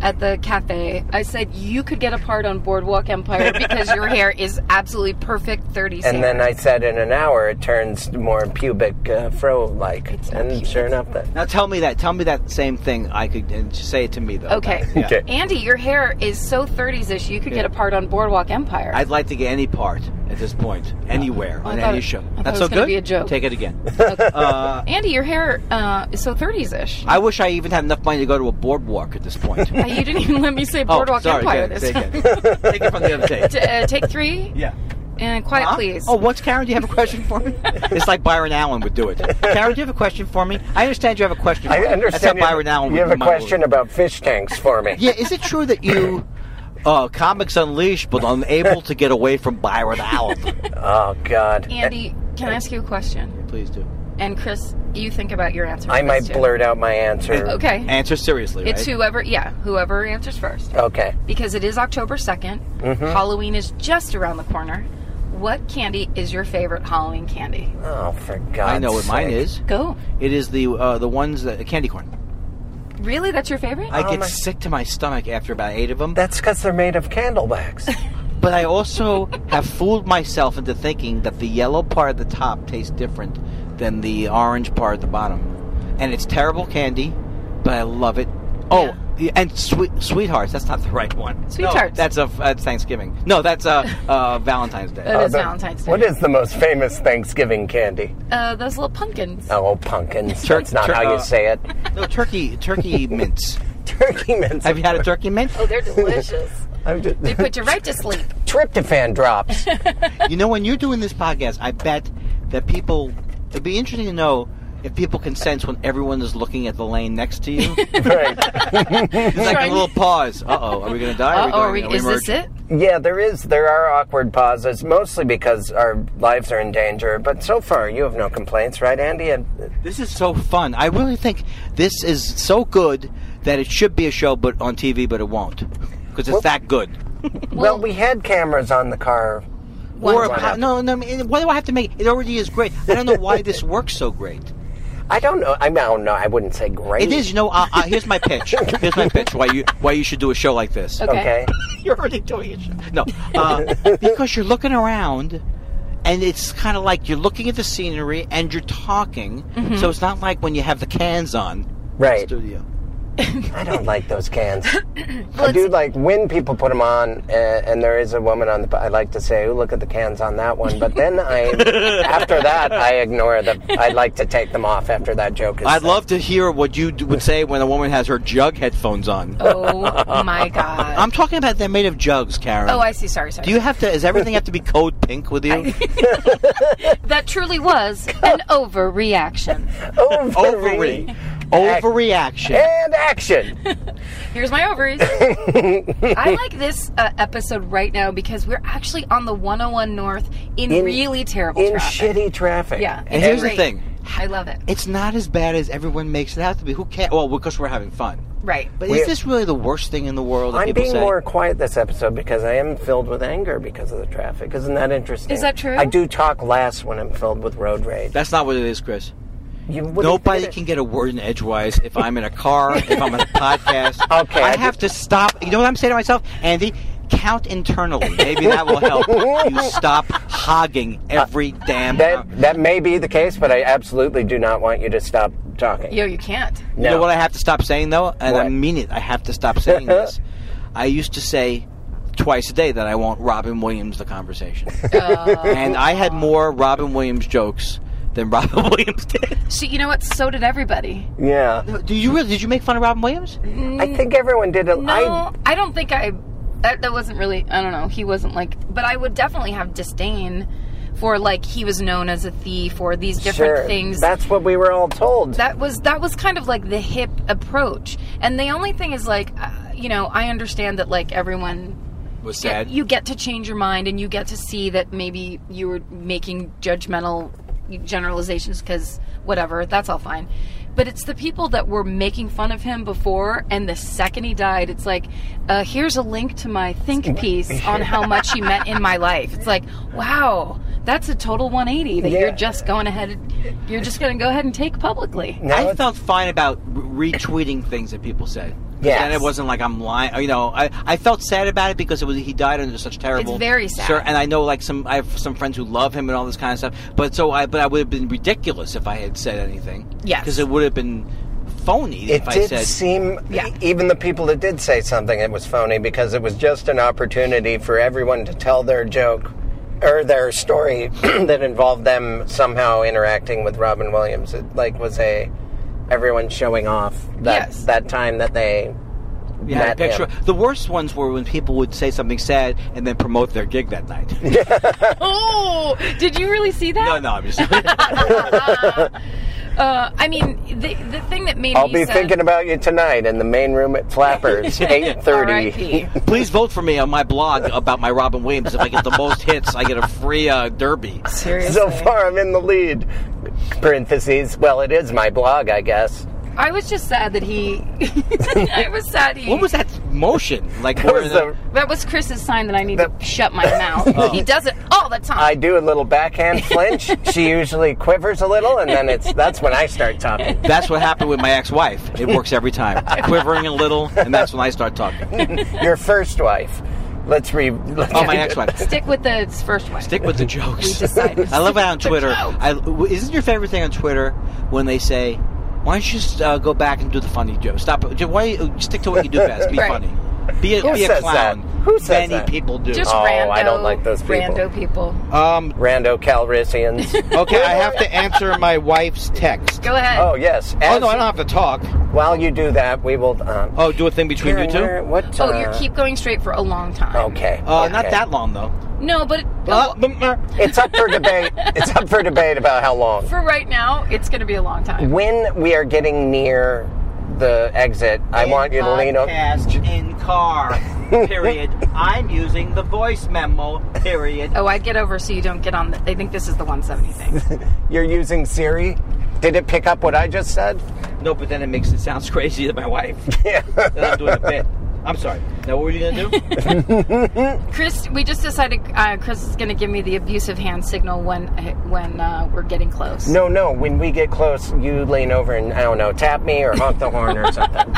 [SPEAKER 3] at the cafe. I said you could get a part on Boardwalk Empire because your hair is absolutely perfect. Thirty.
[SPEAKER 2] and then I said, in an hour, it turns more pubic uh, fro like. And sure enough, that
[SPEAKER 4] Now tell me that. Tell me that same thing. I could and just say it to me though.
[SPEAKER 3] Okay.
[SPEAKER 4] Yeah.
[SPEAKER 2] Okay.
[SPEAKER 3] Andy, your hair is so 30s ish, you could get a part on Boardwalk Empire.
[SPEAKER 4] I'd like to get any part at this point, anywhere on
[SPEAKER 3] thought
[SPEAKER 4] any
[SPEAKER 3] it-
[SPEAKER 4] show.
[SPEAKER 3] I thought
[SPEAKER 4] That's
[SPEAKER 3] it
[SPEAKER 4] so
[SPEAKER 3] was gonna
[SPEAKER 4] good.
[SPEAKER 3] be a joke.
[SPEAKER 4] Take it again.
[SPEAKER 2] (laughs)
[SPEAKER 3] Andy, your hair uh, is so 30s
[SPEAKER 4] (laughs)
[SPEAKER 3] ish.
[SPEAKER 4] I wish I even had enough money to go to a boardwalk at this point.
[SPEAKER 3] You didn't even let me say (laughs)
[SPEAKER 4] oh,
[SPEAKER 3] Boardwalk
[SPEAKER 4] sorry.
[SPEAKER 3] Empire this
[SPEAKER 4] good. Take
[SPEAKER 3] time.
[SPEAKER 4] it. Take it from the
[SPEAKER 3] (laughs)
[SPEAKER 4] other day.
[SPEAKER 3] T- uh, take three
[SPEAKER 4] (laughs) Yeah.
[SPEAKER 3] and quiet,
[SPEAKER 4] Huh?
[SPEAKER 3] please.
[SPEAKER 4] Oh, what's Karen? Do you have a question for me? (laughs) it's like Byron Allen would do it. Karen, do you have a question for me? I understand you have a question.
[SPEAKER 2] I
[SPEAKER 4] for me. That's how
[SPEAKER 2] understand.
[SPEAKER 4] Byron
[SPEAKER 2] you,
[SPEAKER 4] Allen
[SPEAKER 2] you
[SPEAKER 4] would
[SPEAKER 2] have a
[SPEAKER 4] model it.
[SPEAKER 2] question about fish tanks for me.
[SPEAKER 4] (laughs) Yeah, is it true that you
[SPEAKER 2] (laughs)
[SPEAKER 4] uh, comics unleashed but unable to get away from Byron Allen?
[SPEAKER 2] Oh God.
[SPEAKER 3] Andy,
[SPEAKER 4] eh,
[SPEAKER 3] can I ask you a question?
[SPEAKER 4] Please do.
[SPEAKER 3] And Chris, you think about your answer.
[SPEAKER 2] I
[SPEAKER 3] to
[SPEAKER 2] might
[SPEAKER 3] this, too. Uh,
[SPEAKER 2] blurt out my answer.
[SPEAKER 3] Okay.
[SPEAKER 4] Answer seriously.
[SPEAKER 3] it's
[SPEAKER 4] right?
[SPEAKER 3] whoever, yeah, whoever answers first.
[SPEAKER 2] Okay.
[SPEAKER 3] Because it is October 2nd.
[SPEAKER 4] Mm-hmm.
[SPEAKER 3] Halloween is just around the corner. What candy is your favorite Halloween candy?
[SPEAKER 4] Uh.
[SPEAKER 2] Oh, for God's
[SPEAKER 4] I know what mine
[SPEAKER 2] sake.
[SPEAKER 4] is.
[SPEAKER 3] Go.
[SPEAKER 4] It is the uh, the ones that candy corn.
[SPEAKER 3] Really? That's your favorite?
[SPEAKER 4] I get
[SPEAKER 2] Oh, my-
[SPEAKER 4] sick to my stomach after about eight of them.
[SPEAKER 2] That's because they're made of candle
[SPEAKER 3] (laughs)
[SPEAKER 2] wax.
[SPEAKER 4] But I also have fooled myself into thinking that the yellow part at the top tastes different than the orange part at the bottom. And it's terrible candy, but I love it. Oh, yeah, and sweet sweethearts. That's not the right one.
[SPEAKER 3] Sweethearts.
[SPEAKER 4] No, that's a that's Thanksgiving. No, that's (laughs) uh, uh, Valentine's Day.
[SPEAKER 3] That is
[SPEAKER 2] The-
[SPEAKER 3] Valentine's Day.
[SPEAKER 2] What is the most famous Thanksgiving candy?
[SPEAKER 3] Uh, those little pumpkins.
[SPEAKER 2] Oh, pumpkins.
[SPEAKER 4] Tur-
[SPEAKER 2] That's not
[SPEAKER 4] tur-
[SPEAKER 2] how you
[SPEAKER 4] uh,
[SPEAKER 2] say it. (laughs)
[SPEAKER 4] no turkey (laughs) turkey mints.
[SPEAKER 2] Turkey mince.
[SPEAKER 4] Have you had a turkey mint?
[SPEAKER 3] They're delicious.
[SPEAKER 2] I'm just-
[SPEAKER 3] they put you right to sleep.
[SPEAKER 2] tryptophan
[SPEAKER 4] (laughs)
[SPEAKER 2] drops.
[SPEAKER 4] You know, when you're doing this podcast, I bet that people. It'd be interesting to know if people can sense when everyone is looking at the lane next to (laughs) you. It's
[SPEAKER 2] right.
[SPEAKER 4] like a little pause. Uh oh, are we going to die?
[SPEAKER 3] Uh, or
[SPEAKER 4] going,
[SPEAKER 3] we, is this it?
[SPEAKER 2] Yeah, there is. There are awkward pauses, mostly because our lives are in danger. But so far, you have no complaints, right, Andy? And
[SPEAKER 4] This is so fun. I really think this is so good that it should be a show, but on TV, but it won't because it's that good.
[SPEAKER 2] well, we had cameras on the car.
[SPEAKER 4] Or
[SPEAKER 2] Why
[SPEAKER 4] a,
[SPEAKER 2] not?
[SPEAKER 4] no, no. I mean, Why do I have to make it? It already is great. I don't know why this works so great.
[SPEAKER 2] I don't know. I, mean, I don't know. I wouldn't say great.
[SPEAKER 4] It is, you know. Uh, uh, here's my pitch. Here's my pitch. Why you why you should do a show like this?
[SPEAKER 2] Okay.
[SPEAKER 4] You're already doing it. No, uh, because you're looking around, and it's kind of like you're looking at the scenery and you're talking. So it's not like when you have the cans on
[SPEAKER 2] Right.
[SPEAKER 4] studio.
[SPEAKER 2] I
[SPEAKER 4] (laughs)
[SPEAKER 2] don't like those cans. I do like when people put them on, uh, and there is a woman on the. I like to say, "Ooh, look at the cans on that one." But then
[SPEAKER 4] (laughs)
[SPEAKER 2] I, after that, I ignore them. I like to take them off after that joke is.
[SPEAKER 4] I'd
[SPEAKER 2] said.
[SPEAKER 4] love to hear what you d- would say when a woman has her jug headphones on.
[SPEAKER 3] Oh
[SPEAKER 4] (laughs)
[SPEAKER 3] my god.
[SPEAKER 4] I'm talking about they're made of jugs, Karen.
[SPEAKER 3] oh, I see. Sorry, sorry.
[SPEAKER 4] Do you have to? Does everything have to be code pink (laughs) with you?
[SPEAKER 3] that truly was
[SPEAKER 4] (laughs)
[SPEAKER 3] an overreaction.
[SPEAKER 2] ovary
[SPEAKER 4] Ovary, overreaction.
[SPEAKER 2] and action.
[SPEAKER 3] Here's my ovaries. I like this uh, episode right now because we're actually on the 101 North in,
[SPEAKER 2] In-
[SPEAKER 3] really terrible
[SPEAKER 2] In
[SPEAKER 3] traffic.
[SPEAKER 2] shitty traffic.
[SPEAKER 3] Yeah.
[SPEAKER 4] And here's the
[SPEAKER 3] Great.
[SPEAKER 4] thing:
[SPEAKER 3] I love it.
[SPEAKER 4] it's not as bad as everyone makes it out to be. Who cares? Well, because we're having fun.
[SPEAKER 3] Right.
[SPEAKER 4] But
[SPEAKER 2] We're-
[SPEAKER 4] is this really the worst thing in the world? that
[SPEAKER 2] I'm
[SPEAKER 4] people
[SPEAKER 2] being
[SPEAKER 4] say?
[SPEAKER 2] more quiet this episode because I am filled with anger because of the traffic. Isn't that interesting?
[SPEAKER 3] Is that true?
[SPEAKER 2] I do talk less when I'm filled with road rage.
[SPEAKER 4] That's not what it is, Chris.
[SPEAKER 2] You wouldn't
[SPEAKER 4] Nobody
[SPEAKER 2] get it.
[SPEAKER 4] can get a word in edgewise if I'm in a car, if I'm on a podcast.
[SPEAKER 2] (laughs) Okay,
[SPEAKER 4] I,
[SPEAKER 2] I
[SPEAKER 4] have to stop. You know what I'm saying to myself, Andy? Count internally. Maybe that will help.
[SPEAKER 2] (laughs)
[SPEAKER 4] you stop hogging every damn. hour.
[SPEAKER 2] Uh, That that may be the case, but I absolutely do not want you to stop talking.
[SPEAKER 3] Yo, you can't.
[SPEAKER 2] no.
[SPEAKER 4] You know what I have to stop saying though, and I
[SPEAKER 2] What?
[SPEAKER 4] mean it. I have to stop saying
[SPEAKER 2] (laughs)
[SPEAKER 4] this. I used to say twice a day that I want Robin Williams the conversation, and I had more Robin Williams jokes than Robin (laughs) Williams did.
[SPEAKER 3] So, you know what? So did everybody.
[SPEAKER 2] yeah.
[SPEAKER 3] Mm,
[SPEAKER 4] Do you really? Did you make fun of Robin Williams?
[SPEAKER 2] I think everyone did a.
[SPEAKER 3] No, I, don't think I that that wasn't really I don't know he wasn't like but I would definitely have disdain for like he was known as a thief or these different
[SPEAKER 2] Sure.
[SPEAKER 3] things
[SPEAKER 2] That's what we were all told.
[SPEAKER 3] that was that was kind of like the hip approach and the only thing is like uh, you know I understand that like everyone
[SPEAKER 4] Was
[SPEAKER 3] get-
[SPEAKER 4] sad.
[SPEAKER 3] you get to change your mind and you get to see that maybe you were making judgmental generalizations because whatever, that's all fine. But it's the people that were making fun of him before, and the second he died, it's like, uh, here's a link to my
[SPEAKER 2] (laughs)
[SPEAKER 3] think piece on how much he meant in my life. It's like, wow, that's a total 180 that
[SPEAKER 2] Yeah.
[SPEAKER 3] you're just going ahead, you're just going to go ahead and
[SPEAKER 2] (laughs)
[SPEAKER 3] take publicly.
[SPEAKER 2] Now
[SPEAKER 4] I
[SPEAKER 2] it's-
[SPEAKER 4] felt fine about re- retweeting things that people said. 'Cause
[SPEAKER 2] Yes.
[SPEAKER 4] Then it wasn't like I'm lying. You know, I, I felt sad about it because it was he died under such terrible.
[SPEAKER 3] It's very sad.
[SPEAKER 4] Sure, and I know like some I have some friends who love him and all this kind of stuff. But so I but I would have been ridiculous if I had said anything.
[SPEAKER 3] Yes.
[SPEAKER 4] Because it would have been phony
[SPEAKER 2] it
[SPEAKER 4] if I
[SPEAKER 2] did
[SPEAKER 4] said.
[SPEAKER 2] seem, e-,
[SPEAKER 3] Yeah.
[SPEAKER 2] even the people that did say something, it was phony because it was just an opportunity for everyone to tell their joke or their story (clears throat) that involved them somehow interacting with Robin Williams. It like was a everyone showing off that
[SPEAKER 3] Yes.
[SPEAKER 2] that time that they
[SPEAKER 4] Yeah,
[SPEAKER 2] met
[SPEAKER 4] picture.
[SPEAKER 2] him.
[SPEAKER 4] The worst ones were when people would say something sad and then promote their gig
[SPEAKER 2] (laughs)
[SPEAKER 4] that night.
[SPEAKER 3] Oh, did you really see that?
[SPEAKER 4] no, no, obviously.
[SPEAKER 3] Uh, I mean, the, the thing that made
[SPEAKER 2] I'll
[SPEAKER 3] me
[SPEAKER 2] be
[SPEAKER 3] sad-
[SPEAKER 2] thinking about you tonight in the main room at
[SPEAKER 4] (laughs)
[SPEAKER 2] Flappers, eight thirty.
[SPEAKER 3] R.I.P..
[SPEAKER 4] Please vote for me on my blog about my Robin Williams. If I get the most hits, I get a free uh, derby.
[SPEAKER 3] Seriously.
[SPEAKER 2] (laughs) So far, I'm in the lead. Parentheses. Well, it is my blog, I guess.
[SPEAKER 3] I was just sad that he. (laughs) I was sad he.
[SPEAKER 4] What was that motion?
[SPEAKER 2] (laughs)
[SPEAKER 4] Like
[SPEAKER 2] That
[SPEAKER 4] where
[SPEAKER 2] was
[SPEAKER 4] the-
[SPEAKER 2] the-
[SPEAKER 3] That was Chris's sign that I need
[SPEAKER 2] That- Oh.
[SPEAKER 3] to shut
[SPEAKER 2] (laughs)
[SPEAKER 3] my mouth. He does it all the time.
[SPEAKER 2] I do a little backhand flinch. she usually quivers a little, and then it's that's when I start talking.
[SPEAKER 4] that's what happened with my ex-wife. It works
[SPEAKER 2] (laughs)
[SPEAKER 4] every time. Quivering a little, and that's when I start talking.
[SPEAKER 2] Your first wife. Let's re. Let's
[SPEAKER 4] Oh, my ex-wife.
[SPEAKER 3] Stick with the first one.
[SPEAKER 4] Stick with the jokes.
[SPEAKER 3] decided.
[SPEAKER 4] (laughs) I love it on Twitter.
[SPEAKER 3] jokes.
[SPEAKER 4] I, w- isn't your favorite thing on Twitter when they say, "Why don't you just uh, go back and do the funny joke? Stop. it. Why you, stick to what you do best? Be
[SPEAKER 3] Right.
[SPEAKER 4] funny. Be a,
[SPEAKER 2] Who
[SPEAKER 4] be a
[SPEAKER 2] says
[SPEAKER 4] clown."
[SPEAKER 2] that? Who says
[SPEAKER 4] Many
[SPEAKER 2] that?
[SPEAKER 4] people do.
[SPEAKER 3] Just
[SPEAKER 2] Oh,
[SPEAKER 4] (laughs)
[SPEAKER 3] rando.
[SPEAKER 2] I don't like those people.
[SPEAKER 3] Rando people.
[SPEAKER 6] Um,
[SPEAKER 2] Rando
[SPEAKER 3] (laughs)
[SPEAKER 2] Calrissians.
[SPEAKER 6] okay, I have
[SPEAKER 2] (laughs)
[SPEAKER 6] to answer my wife's text.
[SPEAKER 3] Go ahead.
[SPEAKER 2] oh yes.
[SPEAKER 6] Oh
[SPEAKER 2] As-
[SPEAKER 6] no, I don't have to talk.
[SPEAKER 2] While you do that, we will. Um,
[SPEAKER 6] Oh, do a thing between you
[SPEAKER 2] Karen, where-
[SPEAKER 6] two.
[SPEAKER 2] What?
[SPEAKER 3] Oh,
[SPEAKER 2] uh, oh.
[SPEAKER 3] you keep going straight for a long time.
[SPEAKER 2] Okay.
[SPEAKER 4] Uh,
[SPEAKER 2] okay.
[SPEAKER 4] Not that long though.
[SPEAKER 3] No, but
[SPEAKER 6] Uh, bum, uh,
[SPEAKER 2] It's up for debate. It's up for debate about how long.
[SPEAKER 3] for right now, it's going to be a long time.
[SPEAKER 2] when we are getting near the exit, I want you to lean over.
[SPEAKER 4] Podcast in (laughs) car. Period. I'm using the voice memo. Period.
[SPEAKER 3] Oh, I'd get over so you don't get on. The, they think this is the 170
[SPEAKER 2] (laughs)
[SPEAKER 3] thing.
[SPEAKER 2] You're using Siri. Did it pick up what I just said?
[SPEAKER 4] No, but then it makes it sounds (laughs) crazy to my wife. Yeah. I'm doing a bit. I'm sorry. Now what were you
[SPEAKER 3] (laughs)
[SPEAKER 4] gonna do?
[SPEAKER 3] Chris, we just decided uh, Chris is going to give me the abusive hand signal when when uh, we're getting close.
[SPEAKER 2] (laughs) No, no. When we get close, you lean over and I don't know, tap me or honk the horn or
[SPEAKER 4] (laughs)
[SPEAKER 2] something.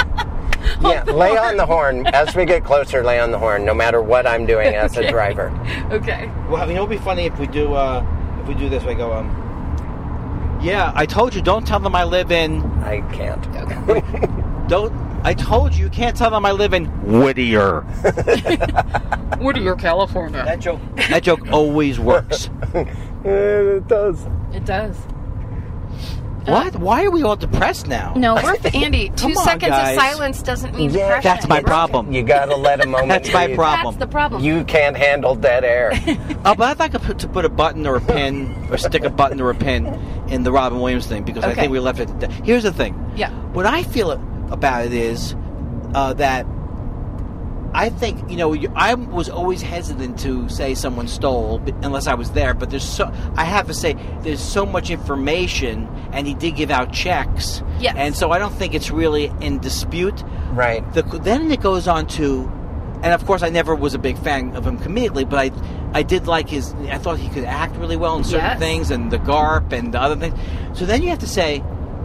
[SPEAKER 2] yeah, lay on the horn. As we get closer, lay on the horn. No matter what I'm doing as a driver.
[SPEAKER 3] Okay.
[SPEAKER 6] well, you know, it'd be funny if we do uh, if we do this. I go um.
[SPEAKER 4] um, yeah, I told you don't tell them I live in
[SPEAKER 2] I can't.
[SPEAKER 4] don't I told you you can't tell them I live in Whittier.
[SPEAKER 3] Whittier, California.
[SPEAKER 2] (laughs)
[SPEAKER 4] That joke that joke (laughs) always works.
[SPEAKER 2] Eh, it does.
[SPEAKER 3] It does.
[SPEAKER 4] what? Why are we all depressed now?
[SPEAKER 3] No, we're
[SPEAKER 2] (laughs)
[SPEAKER 3] Andy. Two
[SPEAKER 4] Come on,
[SPEAKER 3] seconds
[SPEAKER 4] guys.
[SPEAKER 3] of silence doesn't mean
[SPEAKER 2] Yeah,
[SPEAKER 3] depression.
[SPEAKER 4] That's my
[SPEAKER 3] We're-
[SPEAKER 4] problem.
[SPEAKER 2] You gotta let a moment.
[SPEAKER 4] That's my
[SPEAKER 2] breathe.
[SPEAKER 4] problem.
[SPEAKER 3] That's the problem.
[SPEAKER 2] You can't handle dead
[SPEAKER 4] (laughs)
[SPEAKER 2] air.
[SPEAKER 4] Oh, but I'd like to put, to put a button or a pin or stick a button or a pin in the Robin Williams thing because I
[SPEAKER 3] Okay.
[SPEAKER 4] think we left it. at that. Here's the thing.
[SPEAKER 3] Yeah.
[SPEAKER 4] What I feel about it is uh, that I think you know you- I was always hesitant to say someone stole b- unless I was there. But there's so I have to say there's so much information, and he did give out checks.
[SPEAKER 3] Yes.
[SPEAKER 4] And so I don't think it's really in dispute.
[SPEAKER 2] right.
[SPEAKER 4] The, then it goes on to, and of course I never was a big fan of him comedically, but I, I did like his. I thought he could act really well in certain
[SPEAKER 3] Yes.
[SPEAKER 4] things, and the garp and the other things. So then you have to say,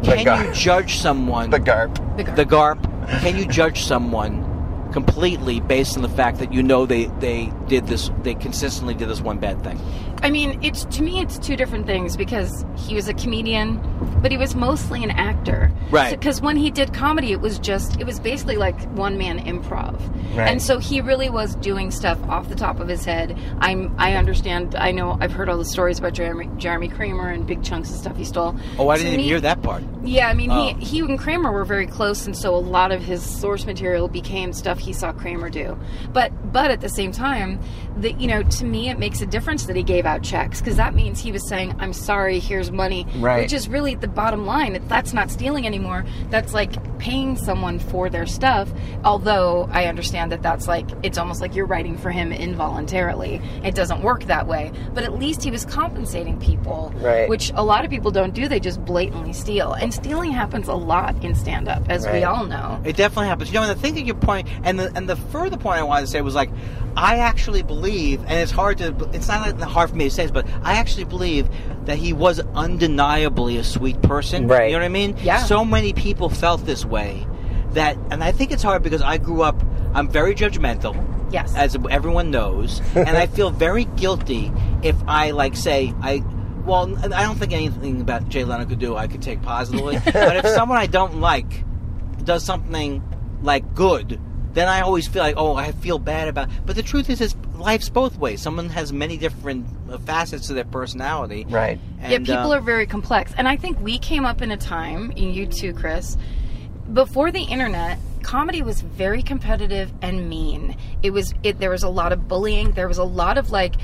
[SPEAKER 2] The
[SPEAKER 4] can
[SPEAKER 2] garp.
[SPEAKER 4] you judge someone?
[SPEAKER 2] The garp.
[SPEAKER 3] The gar-
[SPEAKER 4] the garp. Can you judge someone completely based on the fact that you know they they did this. They consistently did this one bad thing.
[SPEAKER 3] I mean, it's to me, it's two different things because he was a comedian, but he was mostly an actor.
[SPEAKER 4] Right.
[SPEAKER 3] Because when he did comedy, it was just, it was basically like one man improv.
[SPEAKER 2] Right.
[SPEAKER 3] And so he really was doing stuff off the top of his head. I'm, I understand. I know I've heard all the stories about Jeremy, Jeremy Kramer and big chunks of stuff he stole.
[SPEAKER 4] Oh, I
[SPEAKER 3] To
[SPEAKER 4] didn't even
[SPEAKER 3] me-
[SPEAKER 4] hear that part.
[SPEAKER 3] Yeah, I mean,
[SPEAKER 4] Oh.
[SPEAKER 3] he, he and Kramer were very close, and so a lot of his source material became stuff he saw Kramer do. But but at the same time, the, you know, to me, it makes a difference that he gave out checks because that means he was saying, "I'm sorry, here's money,"
[SPEAKER 2] Right.
[SPEAKER 3] which is really the bottom line. That's not stealing anymore. That's like paying someone for their stuff. Although I understand that that's like it's almost like you're writing for him involuntarily. It doesn't work that way. But at least he was compensating people,
[SPEAKER 2] Right.
[SPEAKER 3] which a lot of people don't do. They just blatantly steal. And stealing happens a lot in stand up, as
[SPEAKER 2] Right.
[SPEAKER 3] we all know.
[SPEAKER 4] It definitely happens. You know, and the thing that your point, and the and the further point I wanted to say was like, I actually believe, and it's hard to, it's not that hard for me to say this, but I actually believe that he was undeniably a sweet person.
[SPEAKER 2] Right.
[SPEAKER 4] You know what I mean?
[SPEAKER 3] Yeah.
[SPEAKER 4] So many people felt this way, that, and I think it's hard because I grew up, I'm very judgmental.
[SPEAKER 3] Yes.
[SPEAKER 4] as everyone
[SPEAKER 3] (laughs)
[SPEAKER 4] knows, and I feel very guilty if I like say I. Well, I don't think anything about Jay Leno could do I could
[SPEAKER 3] (laughs)
[SPEAKER 4] take positively, but if someone I don't like does something like good, then I always feel like oh I feel bad about. But the truth is, is life's both ways. Someone has many different uh, facets to their personality.
[SPEAKER 2] Right.
[SPEAKER 4] And,
[SPEAKER 3] yeah, people
[SPEAKER 4] uh,
[SPEAKER 3] are very complex. And I think we came up in a time, and you too, Chris, before the internet, comedy was very competitive and mean. It was it there was a lot of bullying, there was a lot of like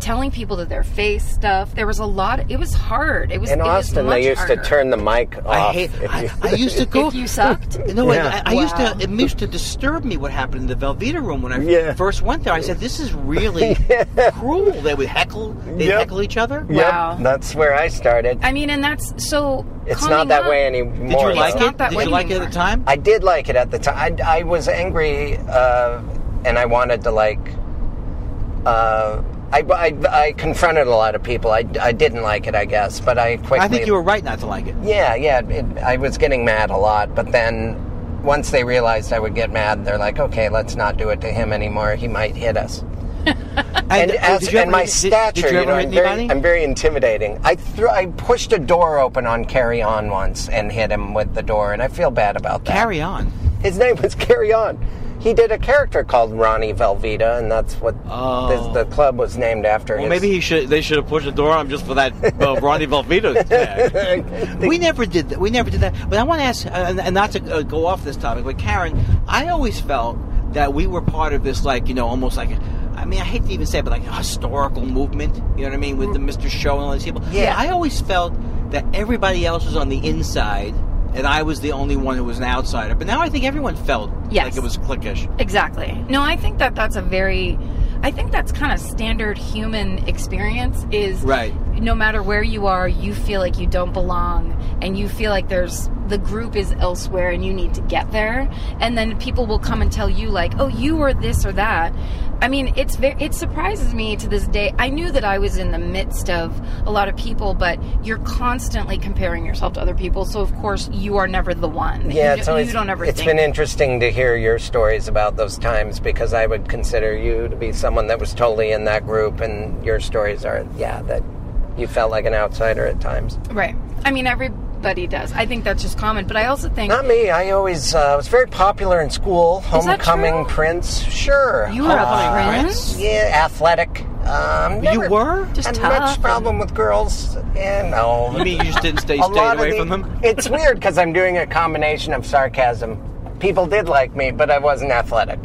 [SPEAKER 3] telling people to their face stuff. There was a lot it was hard. It was
[SPEAKER 2] In
[SPEAKER 3] it was
[SPEAKER 2] Austin,
[SPEAKER 3] much
[SPEAKER 2] they used
[SPEAKER 3] harder.
[SPEAKER 2] to turn the mic off.
[SPEAKER 4] I hate.
[SPEAKER 2] if
[SPEAKER 4] I,
[SPEAKER 2] you-
[SPEAKER 4] I used
[SPEAKER 3] (laughs)
[SPEAKER 4] to go.
[SPEAKER 3] if you sucked.
[SPEAKER 4] No,
[SPEAKER 2] Yeah.
[SPEAKER 4] I, I used
[SPEAKER 3] Wow.
[SPEAKER 4] to. It used to disturb me what happened in the Velveeta room when I
[SPEAKER 2] Yeah.
[SPEAKER 4] first went there. I said, "This is
[SPEAKER 2] (laughs)
[SPEAKER 4] really cruel." They would heckle. They
[SPEAKER 2] Yep.
[SPEAKER 4] heckle each other.
[SPEAKER 2] Yep,
[SPEAKER 3] Wow.
[SPEAKER 2] that's where I
[SPEAKER 4] Uh,
[SPEAKER 2] started.
[SPEAKER 3] I mean, and that's so
[SPEAKER 2] it's
[SPEAKER 3] coming
[SPEAKER 2] not that
[SPEAKER 3] up-
[SPEAKER 2] way
[SPEAKER 4] Did
[SPEAKER 2] anymore.
[SPEAKER 4] you
[SPEAKER 2] though.
[SPEAKER 4] like
[SPEAKER 3] not
[SPEAKER 4] it?
[SPEAKER 3] that
[SPEAKER 4] Did
[SPEAKER 3] way
[SPEAKER 4] you like it at
[SPEAKER 3] anymore.
[SPEAKER 4] the time?
[SPEAKER 2] I did like it at the time. I, I was angry, uh, and I wanted to like. Uh, I, I, I confronted a lot of people. I, I didn't like it, I guess, but I quickly.
[SPEAKER 4] I think you were right not to like it.
[SPEAKER 2] Yeah, yeah. It, I was getting mad a lot, but then once they realized I would get mad, they're like, "Okay, let's not do it to him anymore. He might hit us." and
[SPEAKER 4] uh, did
[SPEAKER 2] as,
[SPEAKER 4] you
[SPEAKER 2] and
[SPEAKER 4] ever
[SPEAKER 2] my
[SPEAKER 4] hit- did-
[SPEAKER 2] stature,
[SPEAKER 4] Did you
[SPEAKER 2] you, know,
[SPEAKER 4] ever hit
[SPEAKER 2] I'm very,
[SPEAKER 4] anybody?
[SPEAKER 2] I'm very intimidating. I threw, I pushed a door open on Carry On once and hit him with the door, and I feel bad about that.
[SPEAKER 4] Carry on.
[SPEAKER 2] His name was Carry On. He did a character called Ronnie Velveeta, and that's what
[SPEAKER 4] Oh.
[SPEAKER 2] this, the club was named after.
[SPEAKER 4] Well,
[SPEAKER 2] his-
[SPEAKER 4] maybe he should. They should have pushed the door on him just for that uh, Ronnie Velveeta
[SPEAKER 2] uh,
[SPEAKER 4] tag. we never did that. We never did that. But I want to ask, uh, and, and not to uh, go off this topic, but Karen, I always felt that we were part of this, like you know, almost like. I mean, I hate to even say, it, but like a historical movement. You know what I mean?
[SPEAKER 3] Mm.
[SPEAKER 4] With the Mr. Show and all these people.
[SPEAKER 2] Yeah.
[SPEAKER 4] I always felt that everybody else was on the inside, and I was the only one who was an outsider. But now I think everyone felt
[SPEAKER 3] Yes.
[SPEAKER 4] like it was cliquish.
[SPEAKER 3] Exactly. No, I think that that's a very, I think that's kind of standard human experience is
[SPEAKER 4] Right.
[SPEAKER 3] no matter where you are, you feel like you don't belong and you feel like there's the group is elsewhere and you need to get there. And then people will come and tell you like, "Oh, you were this or that." I mean, it's very, it surprises me to this day. I knew that I was in the midst of a lot of people, but you're constantly comparing yourself to other people. So of course, you are never the one.
[SPEAKER 2] Yeah,
[SPEAKER 3] you,
[SPEAKER 2] it's
[SPEAKER 3] don't-
[SPEAKER 2] always,
[SPEAKER 3] you don't ever
[SPEAKER 2] It's
[SPEAKER 3] think
[SPEAKER 2] been interesting to hear your stories about those times because I would consider you to be someone that was totally in that group, and your stories are, yeah, that you felt like an outsider at times.
[SPEAKER 3] Right. I mean, everybody does. I think that's just common. But I also think
[SPEAKER 2] Not me. I always uh, was very popular in school.
[SPEAKER 3] that
[SPEAKER 2] Homecoming
[SPEAKER 3] true?
[SPEAKER 2] prince, sure.
[SPEAKER 3] you are
[SPEAKER 4] Ah,
[SPEAKER 3] a prince.
[SPEAKER 2] yeah, athletic. Um,
[SPEAKER 4] You
[SPEAKER 2] never
[SPEAKER 4] were?
[SPEAKER 3] Just
[SPEAKER 2] had
[SPEAKER 3] tough
[SPEAKER 2] much
[SPEAKER 3] and-
[SPEAKER 2] problem with girls. Yeah, no.
[SPEAKER 4] I mean, you just didn't stay
[SPEAKER 2] A
[SPEAKER 4] stayed
[SPEAKER 2] lot of
[SPEAKER 4] away
[SPEAKER 2] the-
[SPEAKER 4] from them.
[SPEAKER 2] (laughs) It's weird because I'm doing a combination of sarcasm. People did like me, but I wasn't athletic.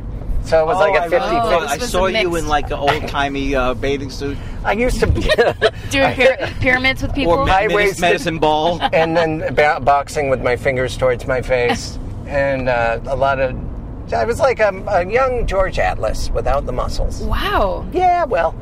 [SPEAKER 2] So it was like a
[SPEAKER 4] I remember.
[SPEAKER 2] 50
[SPEAKER 3] Oh,
[SPEAKER 4] I
[SPEAKER 3] this was
[SPEAKER 4] saw
[SPEAKER 3] a
[SPEAKER 4] you
[SPEAKER 3] mix.
[SPEAKER 4] in like an old timey uh, bathing suit
[SPEAKER 2] I used to be. (laughs)
[SPEAKER 3] Doing pyra- pyramids with people.
[SPEAKER 4] or med-
[SPEAKER 2] waisted-
[SPEAKER 4] medicine ball.
[SPEAKER 2] and then ba- boxing with my fingers towards my
[SPEAKER 4] (laughs)
[SPEAKER 2] face. and uh, a lot of. I was like a, a young George Atlas without the muscles.
[SPEAKER 3] wow.
[SPEAKER 2] Yeah, well.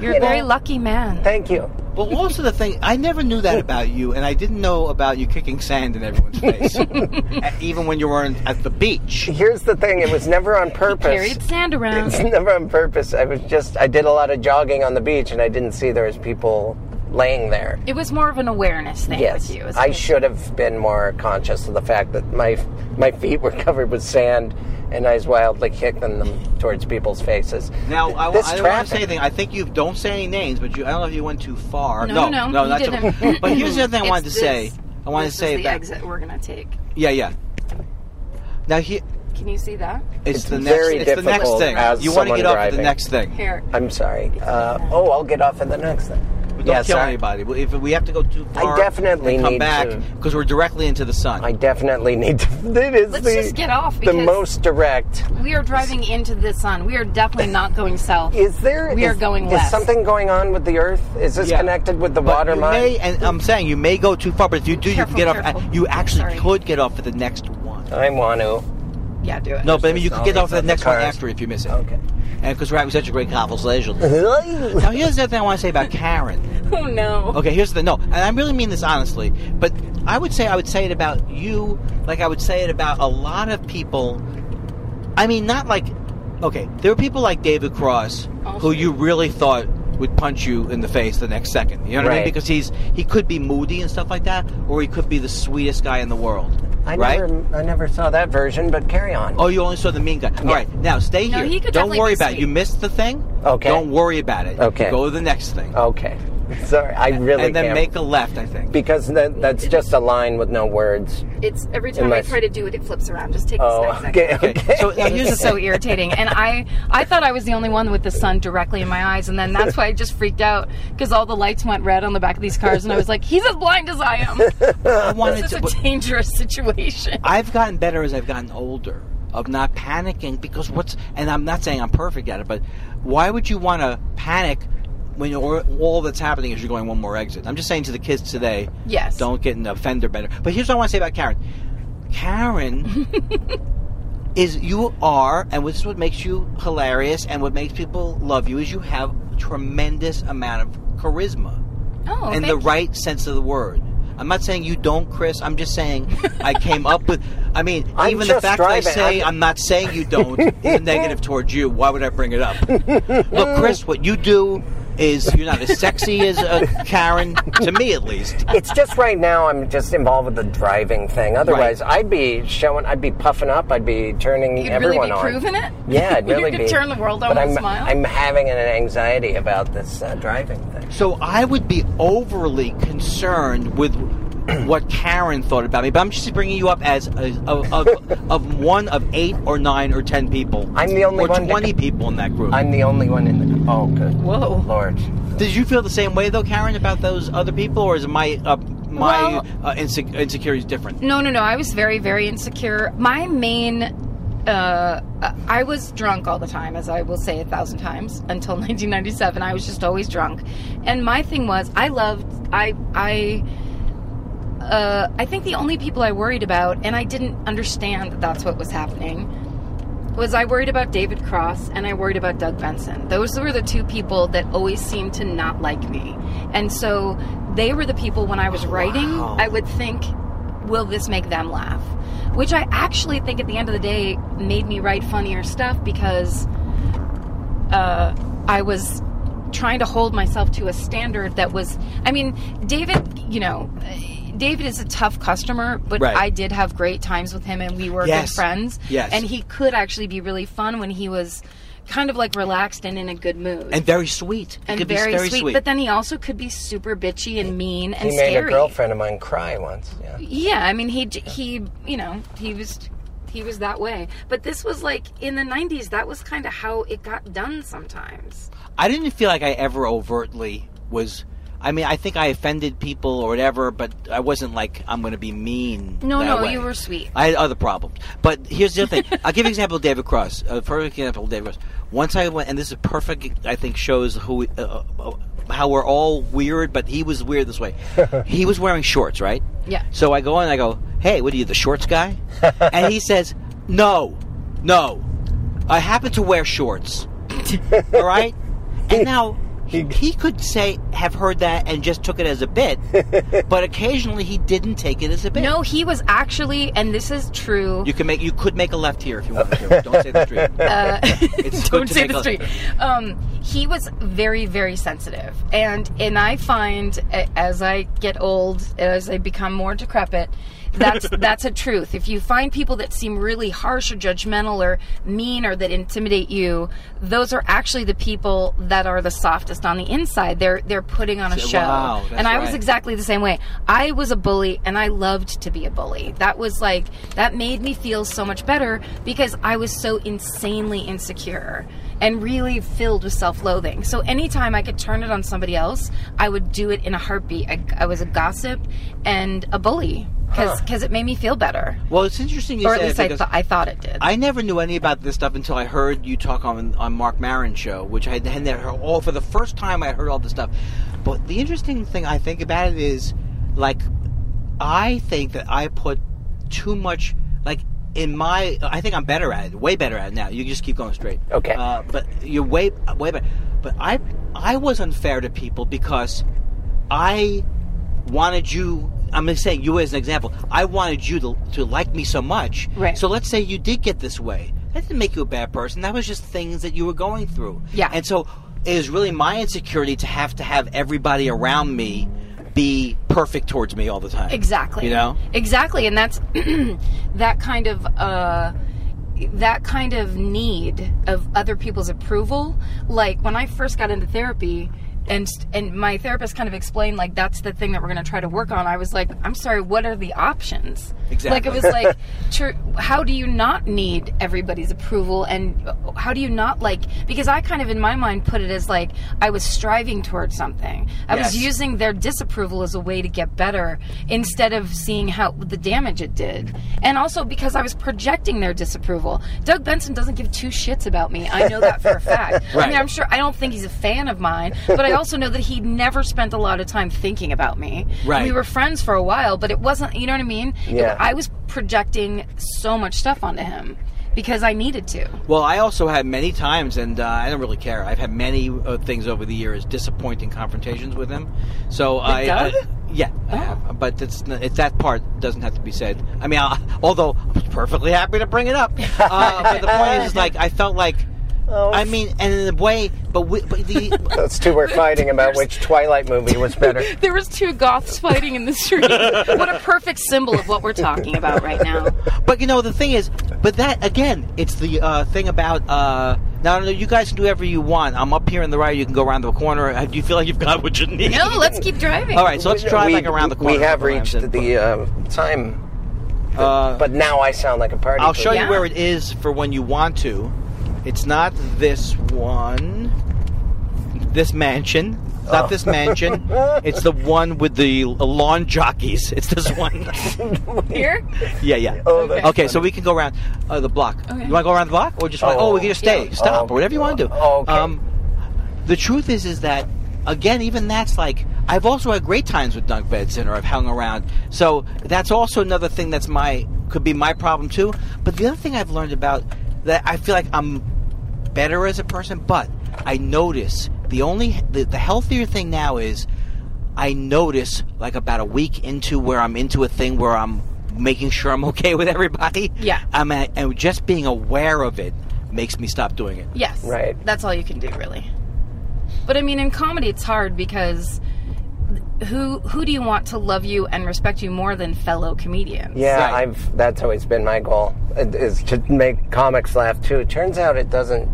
[SPEAKER 3] You're a
[SPEAKER 2] you know,
[SPEAKER 3] very lucky man.
[SPEAKER 2] Thank you.
[SPEAKER 4] (laughs) but also the thing, I never knew that about you, and I didn't know about you kicking sand in (laughs) everyone's face, Uh, even when you weren't at the beach.
[SPEAKER 2] Here's the thing it was never
[SPEAKER 4] (laughs)
[SPEAKER 2] on purpose. (laughs)
[SPEAKER 3] Carried sand around.
[SPEAKER 2] It's never on purpose. I was just I did a lot of jogging on the beach and I didn't see there was people laying there.
[SPEAKER 3] it was more of an awareness thing
[SPEAKER 2] Yes,
[SPEAKER 3] with you. as
[SPEAKER 2] I
[SPEAKER 3] opposed-
[SPEAKER 2] (laughs) should have been more conscious of the fact that my my feet were covered with sand and I was wildly kicking them towards people's faces.
[SPEAKER 4] Now, I,
[SPEAKER 2] This
[SPEAKER 4] I don't want
[SPEAKER 2] traffic.
[SPEAKER 4] to say anything. I think you don't say any names, but you, I don't know if you went too far.
[SPEAKER 3] No,
[SPEAKER 4] no,
[SPEAKER 3] no, you
[SPEAKER 4] not Too,
[SPEAKER 3] didn't.
[SPEAKER 4] (laughs) but here's the other thing I
[SPEAKER 3] It's
[SPEAKER 4] wanted to say.
[SPEAKER 3] this-
[SPEAKER 4] I wanted
[SPEAKER 3] this
[SPEAKER 4] to say
[SPEAKER 3] is the
[SPEAKER 4] that.
[SPEAKER 3] exit we're gonna take.
[SPEAKER 4] Yeah, yeah. Now here,
[SPEAKER 3] Can you see that?
[SPEAKER 4] it's,
[SPEAKER 2] It's
[SPEAKER 4] the next.
[SPEAKER 2] very
[SPEAKER 4] it's the next
[SPEAKER 2] difficult
[SPEAKER 4] thing.
[SPEAKER 2] as
[SPEAKER 4] you want to
[SPEAKER 2] someone
[SPEAKER 4] get off at
[SPEAKER 2] driving.
[SPEAKER 4] the next thing.
[SPEAKER 3] Here.
[SPEAKER 2] I'm sorry. Uh, oh, I'll get off at the next thing.
[SPEAKER 4] But don't
[SPEAKER 2] Yeah,
[SPEAKER 4] kill
[SPEAKER 2] sorry.
[SPEAKER 4] anybody. Well, If we have to go too
[SPEAKER 2] I
[SPEAKER 4] far,
[SPEAKER 2] definitely
[SPEAKER 4] and come
[SPEAKER 2] need
[SPEAKER 4] back
[SPEAKER 2] to-
[SPEAKER 4] because we're directly into the sun.
[SPEAKER 2] I definitely need to. (laughs) It is
[SPEAKER 3] Let's
[SPEAKER 2] the,
[SPEAKER 3] just get off
[SPEAKER 2] the
[SPEAKER 3] because-
[SPEAKER 2] most direct.
[SPEAKER 3] We are driving into the sun. We are definitely not
[SPEAKER 2] (laughs)
[SPEAKER 3] going south.
[SPEAKER 2] Is there?
[SPEAKER 3] We
[SPEAKER 2] is-
[SPEAKER 3] are going
[SPEAKER 2] is
[SPEAKER 3] west.
[SPEAKER 2] something going on with the Earth? Is this
[SPEAKER 4] Yeah.
[SPEAKER 2] connected with the
[SPEAKER 4] But
[SPEAKER 2] water
[SPEAKER 4] you
[SPEAKER 2] mine?
[SPEAKER 4] may, and I'm saying you may go too far, but if you do,
[SPEAKER 3] Careful,
[SPEAKER 4] you can get off.
[SPEAKER 3] careful.
[SPEAKER 4] At, you actually
[SPEAKER 3] Sorry.
[SPEAKER 4] could get off at the next one.
[SPEAKER 2] I want to.
[SPEAKER 3] Yeah, do it.
[SPEAKER 4] No, but I mean you could get
[SPEAKER 2] always
[SPEAKER 4] off at the
[SPEAKER 2] other
[SPEAKER 4] next one
[SPEAKER 2] cars.
[SPEAKER 4] after if you miss it.
[SPEAKER 2] Okay.
[SPEAKER 4] And because we're having such a great
[SPEAKER 2] (laughs)
[SPEAKER 4] conversation. now here's the other thing I want to say about Karen.
[SPEAKER 3] Oh no.
[SPEAKER 4] Okay, here's the no, and I really mean this honestly, but I would say I would say it about you, like I would say it about a lot of people. I mean, not like, okay, there were people like David Cross who you really thought would punch you in the face the next second. You know what I mean?
[SPEAKER 2] Right.
[SPEAKER 4] Because he's he could be moody and stuff like that, or he could be the sweetest guy in the world,
[SPEAKER 2] I
[SPEAKER 4] right?
[SPEAKER 2] never, I never saw that version, but carry on.
[SPEAKER 4] Oh, you only saw the mean guy. All right, now stay
[SPEAKER 3] No,
[SPEAKER 4] here.
[SPEAKER 3] he could
[SPEAKER 4] Don't
[SPEAKER 3] definitely
[SPEAKER 4] worry
[SPEAKER 3] be
[SPEAKER 4] about it.
[SPEAKER 3] sweet.
[SPEAKER 4] You missed the thing.
[SPEAKER 2] Okay.
[SPEAKER 4] Don't worry about it.
[SPEAKER 2] Okay.
[SPEAKER 4] Go to the next thing.
[SPEAKER 2] Okay. Sorry, I really
[SPEAKER 4] and then
[SPEAKER 2] can't.
[SPEAKER 4] make a left, I
[SPEAKER 2] (laughs)
[SPEAKER 4] think.
[SPEAKER 2] because that, that's just a line with no words.
[SPEAKER 3] It's every time
[SPEAKER 2] Unless-
[SPEAKER 3] I try to do it, it flips around. Just take
[SPEAKER 2] Oh,
[SPEAKER 3] this
[SPEAKER 2] (laughs)
[SPEAKER 3] next
[SPEAKER 2] okay,
[SPEAKER 3] second.
[SPEAKER 2] okay.
[SPEAKER 4] So now here's the
[SPEAKER 3] It's so irritating. And I, I thought I was the only one with the sun directly in my eyes, and then that's why I just freaked out because all the lights went red on the back of these cars, and I was like, "He's as blind as I am."
[SPEAKER 4] I wanted
[SPEAKER 3] This is
[SPEAKER 4] to.
[SPEAKER 3] a dangerous situation.
[SPEAKER 4] I've gotten better as I've gotten older of not panicking because what's and I'm not saying I'm perfect at it, but why would you want to panic when you're, all that's happening is you're going one more exit? I'm just saying to the kids today,
[SPEAKER 3] Yes.
[SPEAKER 4] don't get in a fender bender. But here's what I want to say about Karen.
[SPEAKER 3] (laughs)
[SPEAKER 4] Karen is you are, and this is what makes you hilarious and what makes people love you is you have a tremendous amount of charisma
[SPEAKER 3] Oh,
[SPEAKER 4] in
[SPEAKER 3] thank
[SPEAKER 4] the
[SPEAKER 3] you.
[SPEAKER 4] right sense of the word. I'm not saying you don't, Chris. I'm just saying I came up with. I mean,
[SPEAKER 2] (laughs) I'm
[SPEAKER 4] even the
[SPEAKER 2] just
[SPEAKER 4] fact
[SPEAKER 2] driving.
[SPEAKER 4] that I say
[SPEAKER 2] I'm-
[SPEAKER 4] I'm, not saying you
[SPEAKER 2] (laughs)
[SPEAKER 4] don't is a negative towards you. Why would I bring it up? Look, Chris, what you do is you're not as sexy as uh, Karen, to me at least.
[SPEAKER 2] It's just right now. I'm just involved with the driving thing. Otherwise, I'd be showing. I'd be puffing up. I'd be turning
[SPEAKER 3] You'd really
[SPEAKER 2] everyone
[SPEAKER 3] be
[SPEAKER 2] on.
[SPEAKER 3] proving it.
[SPEAKER 2] Yeah, I'd
[SPEAKER 3] (laughs) You
[SPEAKER 2] really
[SPEAKER 3] could
[SPEAKER 2] be.
[SPEAKER 3] turn the world on
[SPEAKER 2] but
[SPEAKER 3] with
[SPEAKER 2] I'm,
[SPEAKER 3] a smile.
[SPEAKER 2] I'm having an anxiety about this uh, driving thing.
[SPEAKER 4] So I would be overly concerned with (clears throat) what Karen thought about me, but I'm just bringing you up as a,
[SPEAKER 2] (laughs)
[SPEAKER 4] of, of, of one of eight or nine or ten people.
[SPEAKER 2] I'm the only
[SPEAKER 4] or
[SPEAKER 2] one to-
[SPEAKER 4] twenty people in that group.
[SPEAKER 2] I'm the only one in the. Oh, good. Whoa, Lord.
[SPEAKER 4] Did you feel the same way though, Karen, about those other people, or is my uh, my
[SPEAKER 3] Well-
[SPEAKER 4] uh, insec- insecurities different?
[SPEAKER 3] No, no, no. I was very, very insecure. My main, uh, I was drunk all the time, as I will say a thousand times until (laughs) 1997. I was just always drunk, and my thing was I loved I I. Uh, I think the only people I worried about, and I didn't understand that that's what was happening, was I worried about David Cross and I worried about Doug Benson. Those were the two people that always seemed to not like me. And so they were the people when I was writing, I would think, will this make them laugh? Which I actually think at the end of the day made me write funnier stuff because uh, I was trying to hold myself to a standard that was. I mean, David, you know, David is a tough customer, but
[SPEAKER 4] Right.
[SPEAKER 3] I did have great times with him and we were
[SPEAKER 4] Yes.
[SPEAKER 3] good friends.
[SPEAKER 4] Yes.
[SPEAKER 3] And he could actually be really fun when he was kind of like relaxed and in a good mood.
[SPEAKER 4] And very sweet. It
[SPEAKER 3] And
[SPEAKER 4] could be
[SPEAKER 3] very,
[SPEAKER 4] very
[SPEAKER 3] sweet, But then he also could be super bitchy and mean and
[SPEAKER 2] He made
[SPEAKER 3] scary.
[SPEAKER 2] a girlfriend of mine cry once. Yeah.
[SPEAKER 3] Yeah, I mean he j- he you know, he was he was that way. But this was like in the 90s that was kind of how it got done sometimes.
[SPEAKER 4] I didn't feel like I ever overtly was. I mean, I think I offended people or whatever, but I wasn't like I'm going to be mean.
[SPEAKER 3] No,
[SPEAKER 4] that
[SPEAKER 3] no,
[SPEAKER 4] way.
[SPEAKER 3] you were sweet.
[SPEAKER 4] I had other problems, but here's the
[SPEAKER 3] (laughs)
[SPEAKER 4] other thing. I'll give you an example of David Cross. A perfect example of David Cross. Once I went, and this is perfect. I think shows who uh, uh, how we're all weird, but he was weird this way. he was wearing shorts, right?
[SPEAKER 3] Yeah.
[SPEAKER 4] So I go in and I go, hey, what are you, the shorts guy? and he says, no, no, I happen to wear shorts. all right? And now he, he could say, have heard that and just took it as a bit, but occasionally he didn't take it as a bit.
[SPEAKER 3] No, he was actually and this is true.
[SPEAKER 4] You can make you could make a left here if you wanted to. Don't say the
[SPEAKER 3] (laughs)
[SPEAKER 4] street. it's
[SPEAKER 3] Uh, don't
[SPEAKER 4] good to
[SPEAKER 3] say
[SPEAKER 4] make
[SPEAKER 3] the
[SPEAKER 4] a-
[SPEAKER 3] street. Um, he was very, very sensitive, and and I find a- as I get old, as I become more decrepit,
[SPEAKER 4] (laughs)
[SPEAKER 3] That's that's a truth. If you find people that seem really harsh or judgmental or mean or that intimidate you, those are actually the people that are the softest on the inside. They're they're putting on a
[SPEAKER 4] So-
[SPEAKER 3] show.
[SPEAKER 4] wow, that's
[SPEAKER 3] and I was
[SPEAKER 4] right.
[SPEAKER 3] exactly the same way. I was a bully and I loved to be a bully. That was like that made me feel so much better because I was so insanely insecure and really filled with self-loathing. So anytime I could turn it on somebody else, I would do it in a heartbeat. I, I was a gossip and a bully because it made me feel better,
[SPEAKER 4] Well, it's interesting you
[SPEAKER 3] or at
[SPEAKER 4] say
[SPEAKER 3] least
[SPEAKER 4] that
[SPEAKER 3] I,
[SPEAKER 4] because
[SPEAKER 3] th- I thought it did.
[SPEAKER 4] I never knew any about this stuff until I heard you talk on on Mark Maron's show, which I had had never heard all for the first time. I heard all this stuff, but the interesting thing I think about it is, like, I think that I put too much, like, in my. I think I'm better at it, way better at it now. You just keep going straight,
[SPEAKER 2] Okay.
[SPEAKER 4] Uh, but you're way way better. But I I was unfair to people because I wanted you. I'm just saying you as an example. I wanted you to, to like me so much.
[SPEAKER 3] Right.
[SPEAKER 4] So let's say you did get this way. That didn't make you a bad person. That was just things that you were going through.
[SPEAKER 3] Yeah.
[SPEAKER 4] And so it is really my insecurity to have to have everybody around me be perfect towards me all the time.
[SPEAKER 3] Exactly.
[SPEAKER 4] You know.
[SPEAKER 3] Exactly, and that's (clears throat) that kind of uh, that kind of need of other people's approval. Like when I first got into therapy. And, and my therapist kind of explained like that's the thing that we're going to try to work on. I was like, I'm sorry, what are the options? Like
[SPEAKER 4] Exactly.
[SPEAKER 3] it was like, tr- how do you not need everybody's approval, and uh, how do you not like? Because I kind of in my mind put it as like I was striving towards something. I was
[SPEAKER 4] Yes.
[SPEAKER 3] using using their disapproval as a way to get better instead of seeing how the damage it did. And also because I was projecting their disapproval. Doug Benson doesn't give two shits about me. I know that for a fact. I mean, I'm sure I don't think he's a fan of mine, but I also know that he never spent a lot of time thinking about me.
[SPEAKER 4] Right.
[SPEAKER 3] We were friends for a while, but it wasn't, you know what I mean? It-
[SPEAKER 2] Yeah.
[SPEAKER 3] I was projecting so much stuff onto him because I needed to.
[SPEAKER 4] Well, I also had many times, and uh, I don't really care. I've had many uh, things over the years, disappointing confrontations with him. So I,
[SPEAKER 3] Doug?
[SPEAKER 4] I- yeah, I have. But it's, n- it's that part doesn't have to be said. I mean, I, although I'm perfectly happy to bring it up. Uh, but the point is, is, like, I felt like,
[SPEAKER 3] Oh.
[SPEAKER 4] I mean, and in a way, but we, but the
[SPEAKER 2] Those two were fighting
[SPEAKER 3] (laughs)
[SPEAKER 2] about which Twilight movie was better.
[SPEAKER 3] There was two goths fighting in the street. (laughs) what a perfect symbol of what we're talking about right now.
[SPEAKER 4] But you know the thing is, but that again, it's the uh, thing about uh, now. No, you guys can do whatever you want. I'm up here in the right. You can go around the corner. Uh, Do you feel like you've got what you need?
[SPEAKER 3] No, let's keep driving.
[SPEAKER 4] All right, so let's drive like around the corner.
[SPEAKER 2] We
[SPEAKER 4] a
[SPEAKER 2] have
[SPEAKER 4] couple times
[SPEAKER 2] reached
[SPEAKER 4] and-
[SPEAKER 2] the um, time,
[SPEAKER 4] Uh,
[SPEAKER 2] but now I sound like a party.
[SPEAKER 4] I'll show
[SPEAKER 3] Yeah.
[SPEAKER 4] you where it is for when you want to. It's not this one. This mansion. It's
[SPEAKER 2] Oh.
[SPEAKER 4] not
[SPEAKER 2] (laughs)
[SPEAKER 4] this mansion. It's the one with the lawn jockeys. It's this
[SPEAKER 2] (laughs)
[SPEAKER 4] one.
[SPEAKER 3] Here?
[SPEAKER 4] (laughs) yeah, yeah.
[SPEAKER 2] Oh,
[SPEAKER 4] okay,
[SPEAKER 2] that's
[SPEAKER 4] so we can go around uh, the block.
[SPEAKER 3] Okay.
[SPEAKER 4] You want to go around the block, or just oh,
[SPEAKER 2] Oh.
[SPEAKER 4] oh we can just stay,
[SPEAKER 2] Yeah.
[SPEAKER 4] stop,
[SPEAKER 2] Oh,
[SPEAKER 4] or whatever you want to do. Um,
[SPEAKER 2] oh, okay.
[SPEAKER 4] the truth is, is that again, even that's like I've also had great times with Dunk Benson, or I've hung around. So that's also another thing that's my could be my problem too. But the other thing I've learned about that I feel like I'm better as a person, but I notice the only the, the healthier thing now is I notice like about a week into where I'm into a thing where I'm making sure I'm (laughs) okay with everybody.
[SPEAKER 3] Yeah.
[SPEAKER 4] I'm at, and just being aware of it makes me stop doing it.
[SPEAKER 3] Yes.
[SPEAKER 2] Right.
[SPEAKER 3] That's all you can do, really. But I mean, in comedy, it's hard because who who do you want to love you and respect you more than fellow comedians?
[SPEAKER 2] Yeah,
[SPEAKER 4] Right.
[SPEAKER 2] I've that's always been my goal it- is to make comics laugh too. It turns out it doesn't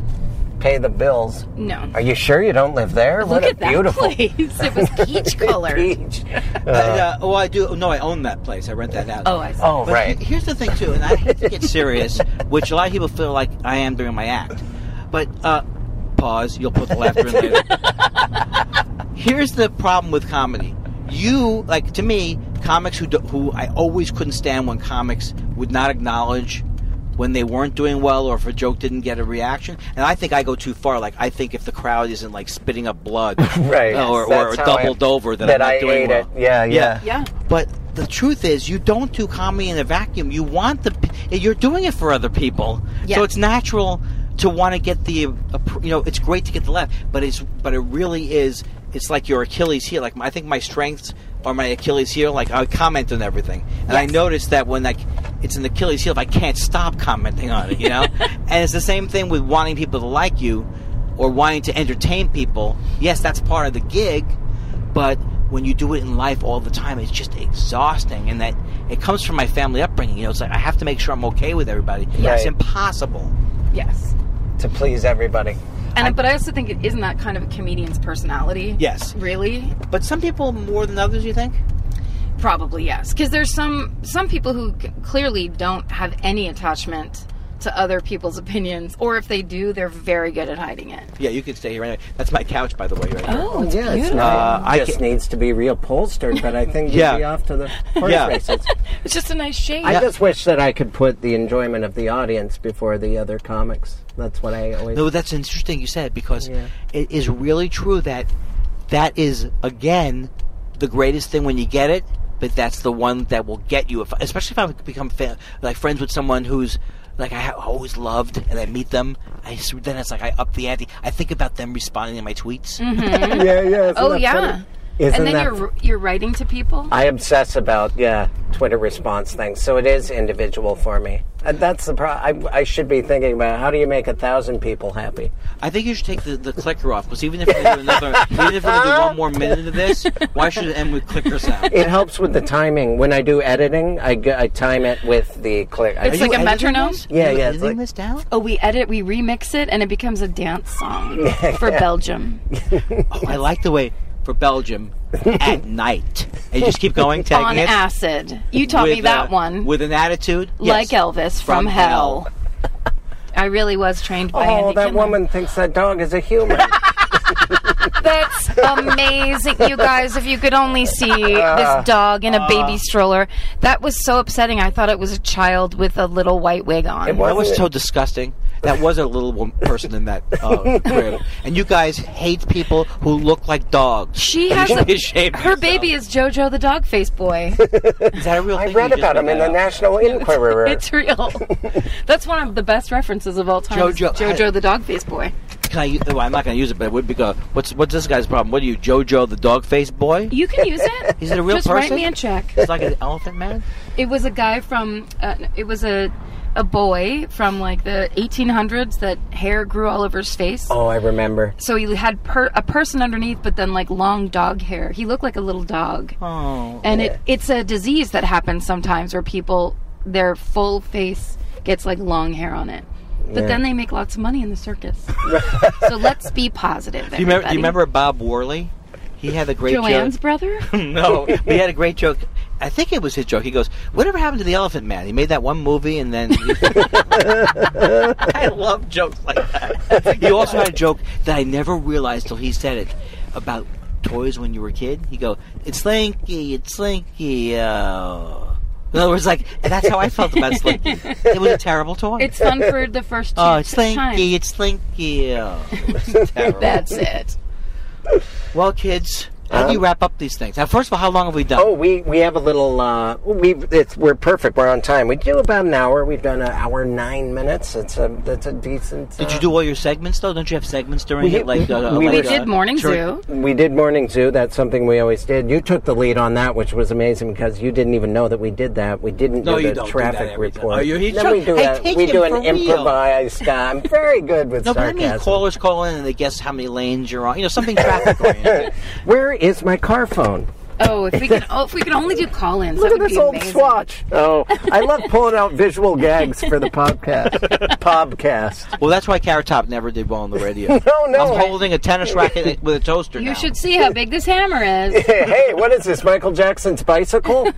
[SPEAKER 2] pay the bills. (laughs)
[SPEAKER 3] No.
[SPEAKER 2] Are you sure you don't live there?
[SPEAKER 3] Look
[SPEAKER 2] what a
[SPEAKER 3] at that
[SPEAKER 2] beautiful
[SPEAKER 3] place. It was peach colored.
[SPEAKER 2] beach.
[SPEAKER 4] Uh, well, I do. No, I own that place. I rent that out.
[SPEAKER 3] oh, I see.
[SPEAKER 2] Oh,
[SPEAKER 4] But
[SPEAKER 2] right.
[SPEAKER 4] he- here's the thing, too, and I hate to get serious, which a lot of people feel like I am during my act. But uh, pause. You'll put the laughter in later.
[SPEAKER 2] (laughs)
[SPEAKER 4] here's the problem with comedy. You like to me comics who do, who I always couldn't stand when comics would not acknowledge when they weren't doing well or if a joke didn't get a reaction. And I think I go too far. Like I think if the crowd isn't like spitting up blood
[SPEAKER 2] (laughs) Right.
[SPEAKER 4] or, or
[SPEAKER 2] That's how I-
[SPEAKER 4] doubled over that,
[SPEAKER 2] that
[SPEAKER 4] I'm not
[SPEAKER 2] I
[SPEAKER 4] doing
[SPEAKER 2] ate
[SPEAKER 4] well.
[SPEAKER 2] it. Yeah, yeah.
[SPEAKER 3] Yeah.
[SPEAKER 4] But the truth is, you don't do comedy in a vacuum. You want the you're doing it for other people,
[SPEAKER 3] Yeah.
[SPEAKER 4] so it's natural to want to get the appro- you know. It's great to get the laugh, but it's but it really is. It's like your Achilles heel. Like I think my strengths are my Achilles heel. Like I comment on everything, and I noticed that when like it's an Achilles heel, if I can't stop commenting on it, you know. and it's the same thing with wanting people to like you or wanting to entertain people. Yes, that's part of the gig, but when you do it in life all the time, it's just exhausting. And that it comes from my family upbringing. You know, it's like I have to make sure I'm okay with everybody. Yeah, It's
[SPEAKER 2] Right.
[SPEAKER 4] impossible.
[SPEAKER 3] Yes.
[SPEAKER 2] to please everybody.
[SPEAKER 3] And but I also think it isn't that kind of a comedian's personality.
[SPEAKER 4] Yes.
[SPEAKER 3] Really?
[SPEAKER 4] But some people more than others, you think?
[SPEAKER 3] Probably yes, because there's some some people who c- clearly don't have any attachment to other people's (laughs) opinions, or if they do, they're very good at hiding it.
[SPEAKER 4] Yeah, you could stay here anyway. That's my couch, by the way, right here.
[SPEAKER 2] Oh, yeah, it's
[SPEAKER 4] Uh, I
[SPEAKER 2] just
[SPEAKER 4] ca-
[SPEAKER 2] needs to be reupholstered, but I think
[SPEAKER 4] Yeah.
[SPEAKER 2] you'd be off to
[SPEAKER 4] (laughs)
[SPEAKER 2] the horse
[SPEAKER 4] Yeah.
[SPEAKER 2] races.
[SPEAKER 3] (laughs) It's just a nice shade.
[SPEAKER 2] I just wish that I could put the enjoyment of the audience before the other comics. That's what I always.
[SPEAKER 4] No, that's interesting you said because
[SPEAKER 2] Yeah.
[SPEAKER 4] it is really true that that is again the greatest thing when you get it, but that's the one that will get you. If, especially if I become fa- like friends with someone who's like I ha- always loved, and I meet them, I s- then it's like I up the ante. I think about them responding to my tweets.
[SPEAKER 3] Mm-hmm.
[SPEAKER 2] yeah, yeah. isn't
[SPEAKER 3] oh
[SPEAKER 2] that
[SPEAKER 3] yeah.
[SPEAKER 2] funny? Isn't
[SPEAKER 3] and then
[SPEAKER 2] that
[SPEAKER 3] you're you're writing to people.
[SPEAKER 2] I obsess about yeah Twitter response things, so it is individual for me. And that's the pro- I, I should be thinking about how do you make a thousand people happy?
[SPEAKER 4] I think you should take the, the clicker off because even if we do another, even if we do one more minute of this, why should it end with clicker sound?
[SPEAKER 2] It helps with the timing. When I do editing, I, g- I time it with the click. I-
[SPEAKER 3] It's like a metronome.
[SPEAKER 2] yeah, yeah. It's
[SPEAKER 4] Editing
[SPEAKER 2] like,
[SPEAKER 4] this down?
[SPEAKER 3] Oh, we edit, we remix it, and it becomes a dance song for Belgium.
[SPEAKER 4] I like the way for Belgium
[SPEAKER 2] (laughs)
[SPEAKER 4] at night. And you just keep going, tagging
[SPEAKER 3] On
[SPEAKER 4] it.
[SPEAKER 3] acid. You taught me
[SPEAKER 4] with,
[SPEAKER 3] that
[SPEAKER 4] uh,
[SPEAKER 3] one.
[SPEAKER 4] With an attitude.
[SPEAKER 3] like
[SPEAKER 4] yes.
[SPEAKER 3] Elvis from,
[SPEAKER 4] From
[SPEAKER 3] hell. (laughs) I really was trained by
[SPEAKER 2] oh,
[SPEAKER 3] Andy
[SPEAKER 2] that
[SPEAKER 3] Kindler.
[SPEAKER 2] woman thinks that dog is a human.
[SPEAKER 4] (laughs)
[SPEAKER 3] That's amazing, you guys. If you could only see this dog in a baby stroller, that was so upsetting. I thought it was a child with a little white wig on.
[SPEAKER 2] It
[SPEAKER 4] That was
[SPEAKER 2] wasn't
[SPEAKER 4] so disgusting. That was a little one person in that uh, crib. And you guys hate people who look like dogs. (laughs)
[SPEAKER 3] She has
[SPEAKER 4] You should
[SPEAKER 3] a,
[SPEAKER 4] be ashamed of
[SPEAKER 3] her
[SPEAKER 4] yourself.
[SPEAKER 3] baby is JoJo the dog face boy.
[SPEAKER 4] Is that a real
[SPEAKER 2] I
[SPEAKER 4] thing?
[SPEAKER 2] read
[SPEAKER 4] You just
[SPEAKER 2] about him in
[SPEAKER 4] that
[SPEAKER 2] the
[SPEAKER 4] up.
[SPEAKER 2] National Enquirer.
[SPEAKER 3] (laughs) it's real. That's one of the best references of all time. is
[SPEAKER 4] JoJo-
[SPEAKER 3] JoJo the dog face boy.
[SPEAKER 4] Can I, u- well, I'm not going to use it, but it would be go. What's what's this guy's problem? What are you, JoJo the dog face boy?
[SPEAKER 3] You can use it.
[SPEAKER 4] (laughs) Is it a real
[SPEAKER 3] Just
[SPEAKER 4] person?
[SPEAKER 3] write me a check.
[SPEAKER 4] It's like an elephant man.
[SPEAKER 3] It was a guy from. Uh, it was a a boy from like the 1800s that hair grew all over his face.
[SPEAKER 2] Oh, I remember.
[SPEAKER 3] So he had per- a person underneath, but then like long dog hair. He looked like a little dog.
[SPEAKER 4] Oh,
[SPEAKER 3] And it it's a disease that happens sometimes where people their full face gets like long hair on it. But then they make lots of money in the
[SPEAKER 4] (laughs)
[SPEAKER 3] circus. so let's be positive.
[SPEAKER 4] do you remember? Do you remember Bob Worley? He had a great joke. (laughs)
[SPEAKER 3] Joanne's brother?
[SPEAKER 4] no, but he had a great joke. I think it was his joke. He goes, "Whatever happened to the Elephant Man?" He made that one movie, and then (laughs) I love jokes like that. He also had a joke that I never realized till he said it about toys when you were a kid. He go, "It's Slinky, it's Slinky." Uh. In other words, like that's how I felt about Slinky. It was a terrible toy.
[SPEAKER 3] It's fun for the first two
[SPEAKER 4] oh, it's
[SPEAKER 3] times.
[SPEAKER 4] Slinky, it's Slinky. Oh,
[SPEAKER 3] (laughs)
[SPEAKER 4] it's terrible.
[SPEAKER 3] That's it.
[SPEAKER 4] well, kids, how do you wrap up these things? Now, first of all, how long have we done?
[SPEAKER 2] Oh, we, we have a little. Uh, we it's we're perfect. We're on time. We do about an hour. We've done an hour nine minutes. It's a that's a decent.
[SPEAKER 4] Did
[SPEAKER 2] uh,
[SPEAKER 4] you do all your segments though? Don't you have segments during
[SPEAKER 2] We-
[SPEAKER 4] it? Like uh,
[SPEAKER 2] we-
[SPEAKER 4] like,
[SPEAKER 2] We
[SPEAKER 3] We
[SPEAKER 4] uh,
[SPEAKER 3] did Morning
[SPEAKER 4] short-
[SPEAKER 3] Zoo.
[SPEAKER 2] We did Morning Zoo. That's something we always did. You took the lead on that, which was amazing because you didn't even know that we did that. We didn't
[SPEAKER 4] No,
[SPEAKER 2] do
[SPEAKER 4] you
[SPEAKER 2] the
[SPEAKER 4] don't do that
[SPEAKER 2] traffic
[SPEAKER 4] every time.
[SPEAKER 2] report.
[SPEAKER 4] Oh, you- he
[SPEAKER 2] then
[SPEAKER 4] took-
[SPEAKER 2] we do,
[SPEAKER 4] Hey,
[SPEAKER 2] a,
[SPEAKER 4] take
[SPEAKER 2] we
[SPEAKER 4] him
[SPEAKER 2] do an
[SPEAKER 4] for real.
[SPEAKER 2] improvised. Uh, I'm very good with
[SPEAKER 4] No, but I
[SPEAKER 2] sarcasm.
[SPEAKER 4] mean callers call in and they guess how many lanes you're on. You know, something
[SPEAKER 2] (laughs)
[SPEAKER 4] traffic oriented.
[SPEAKER 2] Where is my car phone?
[SPEAKER 3] Oh, if we can oh, if we can only do call ins.
[SPEAKER 2] Look
[SPEAKER 3] that
[SPEAKER 2] at
[SPEAKER 3] would
[SPEAKER 2] this
[SPEAKER 3] be
[SPEAKER 2] old
[SPEAKER 3] amazing.
[SPEAKER 2] swatch. Oh, I love pulling out visual gags for the
[SPEAKER 4] (laughs)
[SPEAKER 2] podcast. podcast.
[SPEAKER 4] well, that's why Carrot Top never did well on the radio.
[SPEAKER 2] (laughs) No, no.
[SPEAKER 4] I'm holding a
[SPEAKER 2] (laughs)
[SPEAKER 4] tennis racket with a toaster.
[SPEAKER 3] You
[SPEAKER 4] now.
[SPEAKER 3] should see how big this hammer is.
[SPEAKER 2] hey, what is this? Michael Jackson's
[SPEAKER 3] (laughs)
[SPEAKER 2] bicycle?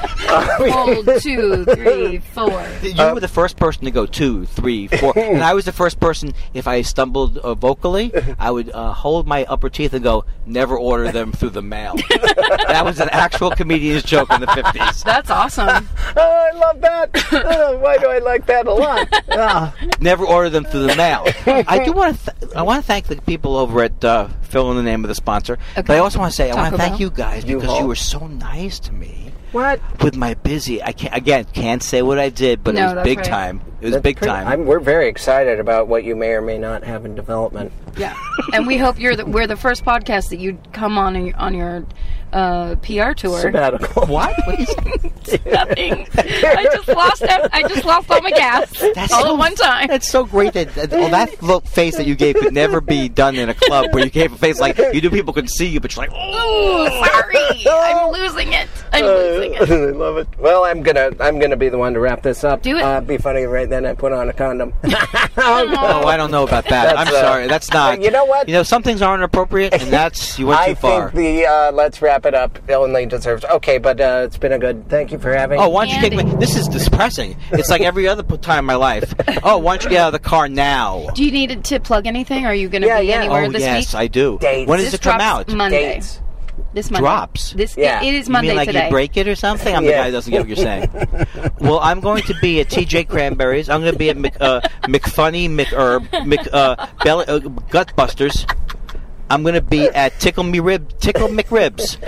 [SPEAKER 3] Hold two, three, four.
[SPEAKER 4] You
[SPEAKER 2] Uh,
[SPEAKER 4] were the first person to go two,
[SPEAKER 2] (laughs)
[SPEAKER 4] three, four, and I was the first person. If I stumbled uh, vocally, I would uh, hold my upper teeth and go, "Never order them through the mail."
[SPEAKER 2] (laughs)
[SPEAKER 4] that was an actual comedian's joke in the fifties.
[SPEAKER 3] That's awesome.
[SPEAKER 2] Oh, I love that. Oh, why do I like that a lot? Ah.
[SPEAKER 4] never order them through the mail.
[SPEAKER 2] (laughs)
[SPEAKER 4] I do want to. Th- I want to thank the people over at uh, fill in the name of the sponsor. But I also want to say I want
[SPEAKER 3] Taco
[SPEAKER 4] to thank
[SPEAKER 3] Bell.
[SPEAKER 4] you guys because
[SPEAKER 2] Hall.
[SPEAKER 4] you were so nice to me
[SPEAKER 2] What?
[SPEAKER 4] with my busy. I can't again can't say what I did, but
[SPEAKER 3] No,
[SPEAKER 4] it was
[SPEAKER 3] that's
[SPEAKER 4] big
[SPEAKER 3] right.
[SPEAKER 4] time. It was
[SPEAKER 2] That's
[SPEAKER 4] big
[SPEAKER 2] pretty-
[SPEAKER 4] time.
[SPEAKER 2] I'm, we're very excited about what you may or may not have in development.
[SPEAKER 3] Yeah, and we hope you're the, we're the first podcast that you come on in, on your uh, PR tour.
[SPEAKER 2] Sabbatical. (laughs)
[SPEAKER 4] what? What is
[SPEAKER 3] Nothing. (laughs) I just lost. ev- I just lost all my gas all
[SPEAKER 4] so-
[SPEAKER 3] at one time.
[SPEAKER 4] (laughs) That's so great that, that all that look face that you gave could never be done in a club where you gave a face like you do. People could see you, but you're like, oh,
[SPEAKER 3] Ooh, sorry. I'm losing it. I'm
[SPEAKER 2] (laughs)
[SPEAKER 3] losing
[SPEAKER 2] I
[SPEAKER 3] it.
[SPEAKER 2] love it. Well, I'm gonna I'm gonna be the one to wrap this up.
[SPEAKER 3] Do it.
[SPEAKER 2] Uh, be funny right then. I put on a condom.
[SPEAKER 3] Um,
[SPEAKER 4] no, I don't know about that. I'm
[SPEAKER 2] That's, uh,
[SPEAKER 4] sorry, that's not.
[SPEAKER 2] you know what?
[SPEAKER 4] You know, some things aren't appropriate, and that's you went
[SPEAKER 2] I
[SPEAKER 4] too far.
[SPEAKER 2] think the uh, let's wrap it up only deserves. Okay, but uh, it's been a good. Thank you for having.
[SPEAKER 4] Oh, why don't you take
[SPEAKER 3] Andy.
[SPEAKER 4] me? This is depressing. It's like every other p- time in my life. Oh, why don't you get out of the car now?
[SPEAKER 3] Do you need to plug anything? Are you going to
[SPEAKER 2] Yeah,
[SPEAKER 3] be
[SPEAKER 2] yeah.
[SPEAKER 3] anywhere
[SPEAKER 4] Oh,
[SPEAKER 3] this
[SPEAKER 4] yes,
[SPEAKER 3] week?
[SPEAKER 4] I do.
[SPEAKER 2] Dates.
[SPEAKER 4] When does
[SPEAKER 3] This
[SPEAKER 4] it come out?
[SPEAKER 3] drops Monday.
[SPEAKER 2] dates.
[SPEAKER 3] This Monday
[SPEAKER 4] Drops?
[SPEAKER 3] This
[SPEAKER 2] Yeah.
[SPEAKER 3] it is
[SPEAKER 4] You
[SPEAKER 3] Monday
[SPEAKER 4] mean like
[SPEAKER 3] today.
[SPEAKER 4] you break it or something? I'm the
[SPEAKER 2] Yeah.
[SPEAKER 4] guy who doesn't get what you're saying. well, I'm going to be at TJ Cranberries. I'm going to be at Mc, uh, McFunny, Mc, or Mc, uh, Belly, uh, Gutbusters. I'm going to be at Tickle Me Rib, Tickle McRibs.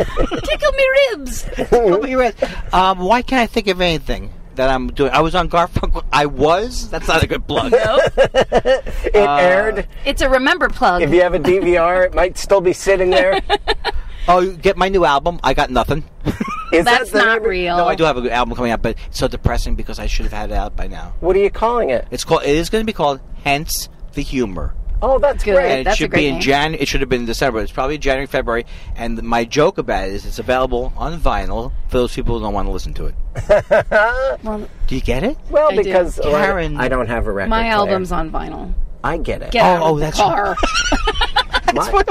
[SPEAKER 3] Tickle me ribs.
[SPEAKER 4] Tickle Me Ribs. Um, why can't I think of anything that I'm doing? I was on Garfunkel. I was. That's not a good plug.
[SPEAKER 2] It
[SPEAKER 4] Uh,
[SPEAKER 2] aired.
[SPEAKER 3] It's a remember plug.
[SPEAKER 2] If you have a DVR, it might still be sitting
[SPEAKER 3] (laughs)
[SPEAKER 2] there.
[SPEAKER 4] Oh, you get my new album. I got nothing.
[SPEAKER 2] Is
[SPEAKER 3] That's
[SPEAKER 2] that the
[SPEAKER 3] not
[SPEAKER 2] name-
[SPEAKER 3] real.
[SPEAKER 4] No, I do have a good album coming out, but it's so depressing because I should have had it out by now.
[SPEAKER 2] What are you calling it?
[SPEAKER 4] It's called. It is going to be called. Hence the humor.
[SPEAKER 2] Oh, that's
[SPEAKER 3] Good.
[SPEAKER 2] great.
[SPEAKER 4] and it
[SPEAKER 3] That's a
[SPEAKER 4] should
[SPEAKER 3] great
[SPEAKER 4] be in
[SPEAKER 3] name.
[SPEAKER 4] Jan. It should have been in December. It's probably January, February. And my joke about it is, it's available on vinyl for those people who don't want to
[SPEAKER 2] (laughs)
[SPEAKER 4] listen to it. do you get it?
[SPEAKER 2] Well,
[SPEAKER 3] I do.
[SPEAKER 2] because well,
[SPEAKER 4] Karen.
[SPEAKER 2] I don't have a record.
[SPEAKER 3] My
[SPEAKER 2] player.
[SPEAKER 3] album's on vinyl.
[SPEAKER 2] I get it.
[SPEAKER 3] Get out
[SPEAKER 4] Oh,
[SPEAKER 3] of
[SPEAKER 4] oh,
[SPEAKER 3] the
[SPEAKER 4] that's- (laughs)
[SPEAKER 3] car.
[SPEAKER 2] My-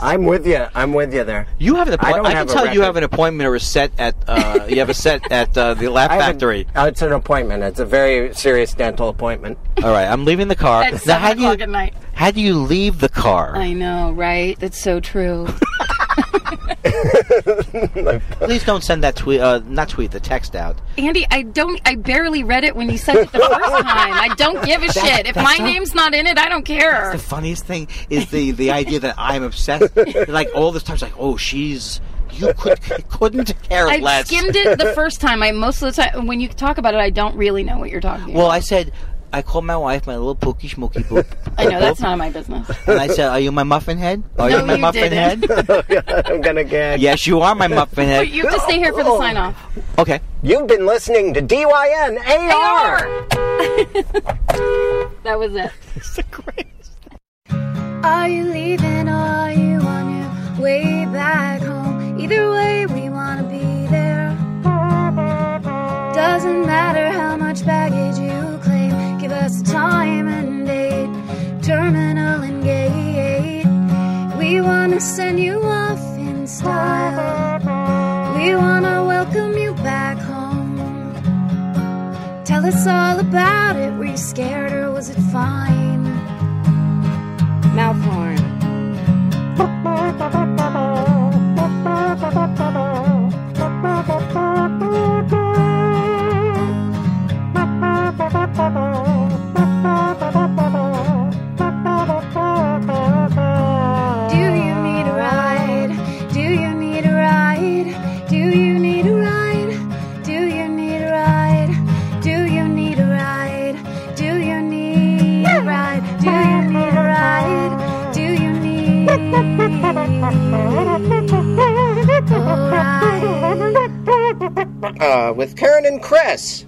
[SPEAKER 2] I'm with you. I'm with you there.
[SPEAKER 4] You have an.
[SPEAKER 2] I
[SPEAKER 4] Appointment.
[SPEAKER 2] don't
[SPEAKER 4] I, can
[SPEAKER 2] have a
[SPEAKER 4] tell you
[SPEAKER 2] record.
[SPEAKER 4] have an appointment or a set at. Uh, you have
[SPEAKER 2] (laughs)
[SPEAKER 4] a set at uh, the Laugh
[SPEAKER 2] I have an-
[SPEAKER 4] Factory.
[SPEAKER 2] uh, it's an appointment. It's a very serious dental appointment. (laughs)
[SPEAKER 4] All right, I'm leaving the car.
[SPEAKER 3] At
[SPEAKER 4] now, how
[SPEAKER 3] seven
[SPEAKER 4] do you
[SPEAKER 3] o'clock at night.
[SPEAKER 4] how do you leave the car?
[SPEAKER 3] I know, right? That's so true.
[SPEAKER 4] Please don't send that tweet. Uh, not tweet the text out.
[SPEAKER 3] Andy, I don't. I barely read it when you said it the first
[SPEAKER 4] (laughs)
[SPEAKER 3] time. I don't give a shit. If my name's not in it, I don't care.
[SPEAKER 4] The funniest thing is the the idea that I'm obsessed. (laughs) like all this time, it's like, oh, she's you could couldn't care
[SPEAKER 3] I
[SPEAKER 4] less.
[SPEAKER 3] skimmed it
[SPEAKER 4] (laughs)
[SPEAKER 3] the first time. I most of the time when you talk about it, I don't really know what you're talking
[SPEAKER 4] well,
[SPEAKER 3] about.
[SPEAKER 4] I said. I called my wife my little pookie schmookie poop.
[SPEAKER 3] I know that's none of my
[SPEAKER 4] (laughs)
[SPEAKER 3] business.
[SPEAKER 4] And I said, Are you my muffin head? Are
[SPEAKER 3] No,
[SPEAKER 4] you my
[SPEAKER 3] you
[SPEAKER 4] muffin
[SPEAKER 3] didn't. (laughs)
[SPEAKER 4] head?
[SPEAKER 2] I'm gonna gag.
[SPEAKER 4] yes, you are my muffin
[SPEAKER 3] But
[SPEAKER 4] head.
[SPEAKER 3] you have to stay here for
[SPEAKER 4] Oh.
[SPEAKER 3] the sign off.
[SPEAKER 4] Okay.
[SPEAKER 2] You've been listening to DYN AR.
[SPEAKER 3] That was it.
[SPEAKER 1] Are you leaving or are you on your way back home? Either way, we wanna be there. Doesn't matter how much baggage you claim, give us a time and date, terminal and gate. We wanna send you off in style. We wanna welcome you back home. Tell us all about it. Were you scared or was it fine? mouth horn. Do you need a ride? Do you need a ride? Do you need a ride? Do you need a ride? Do you need a ride? Do you need a ride? Do you need a ride? Do you need a ride?
[SPEAKER 2] Uh, with Karen and Chris.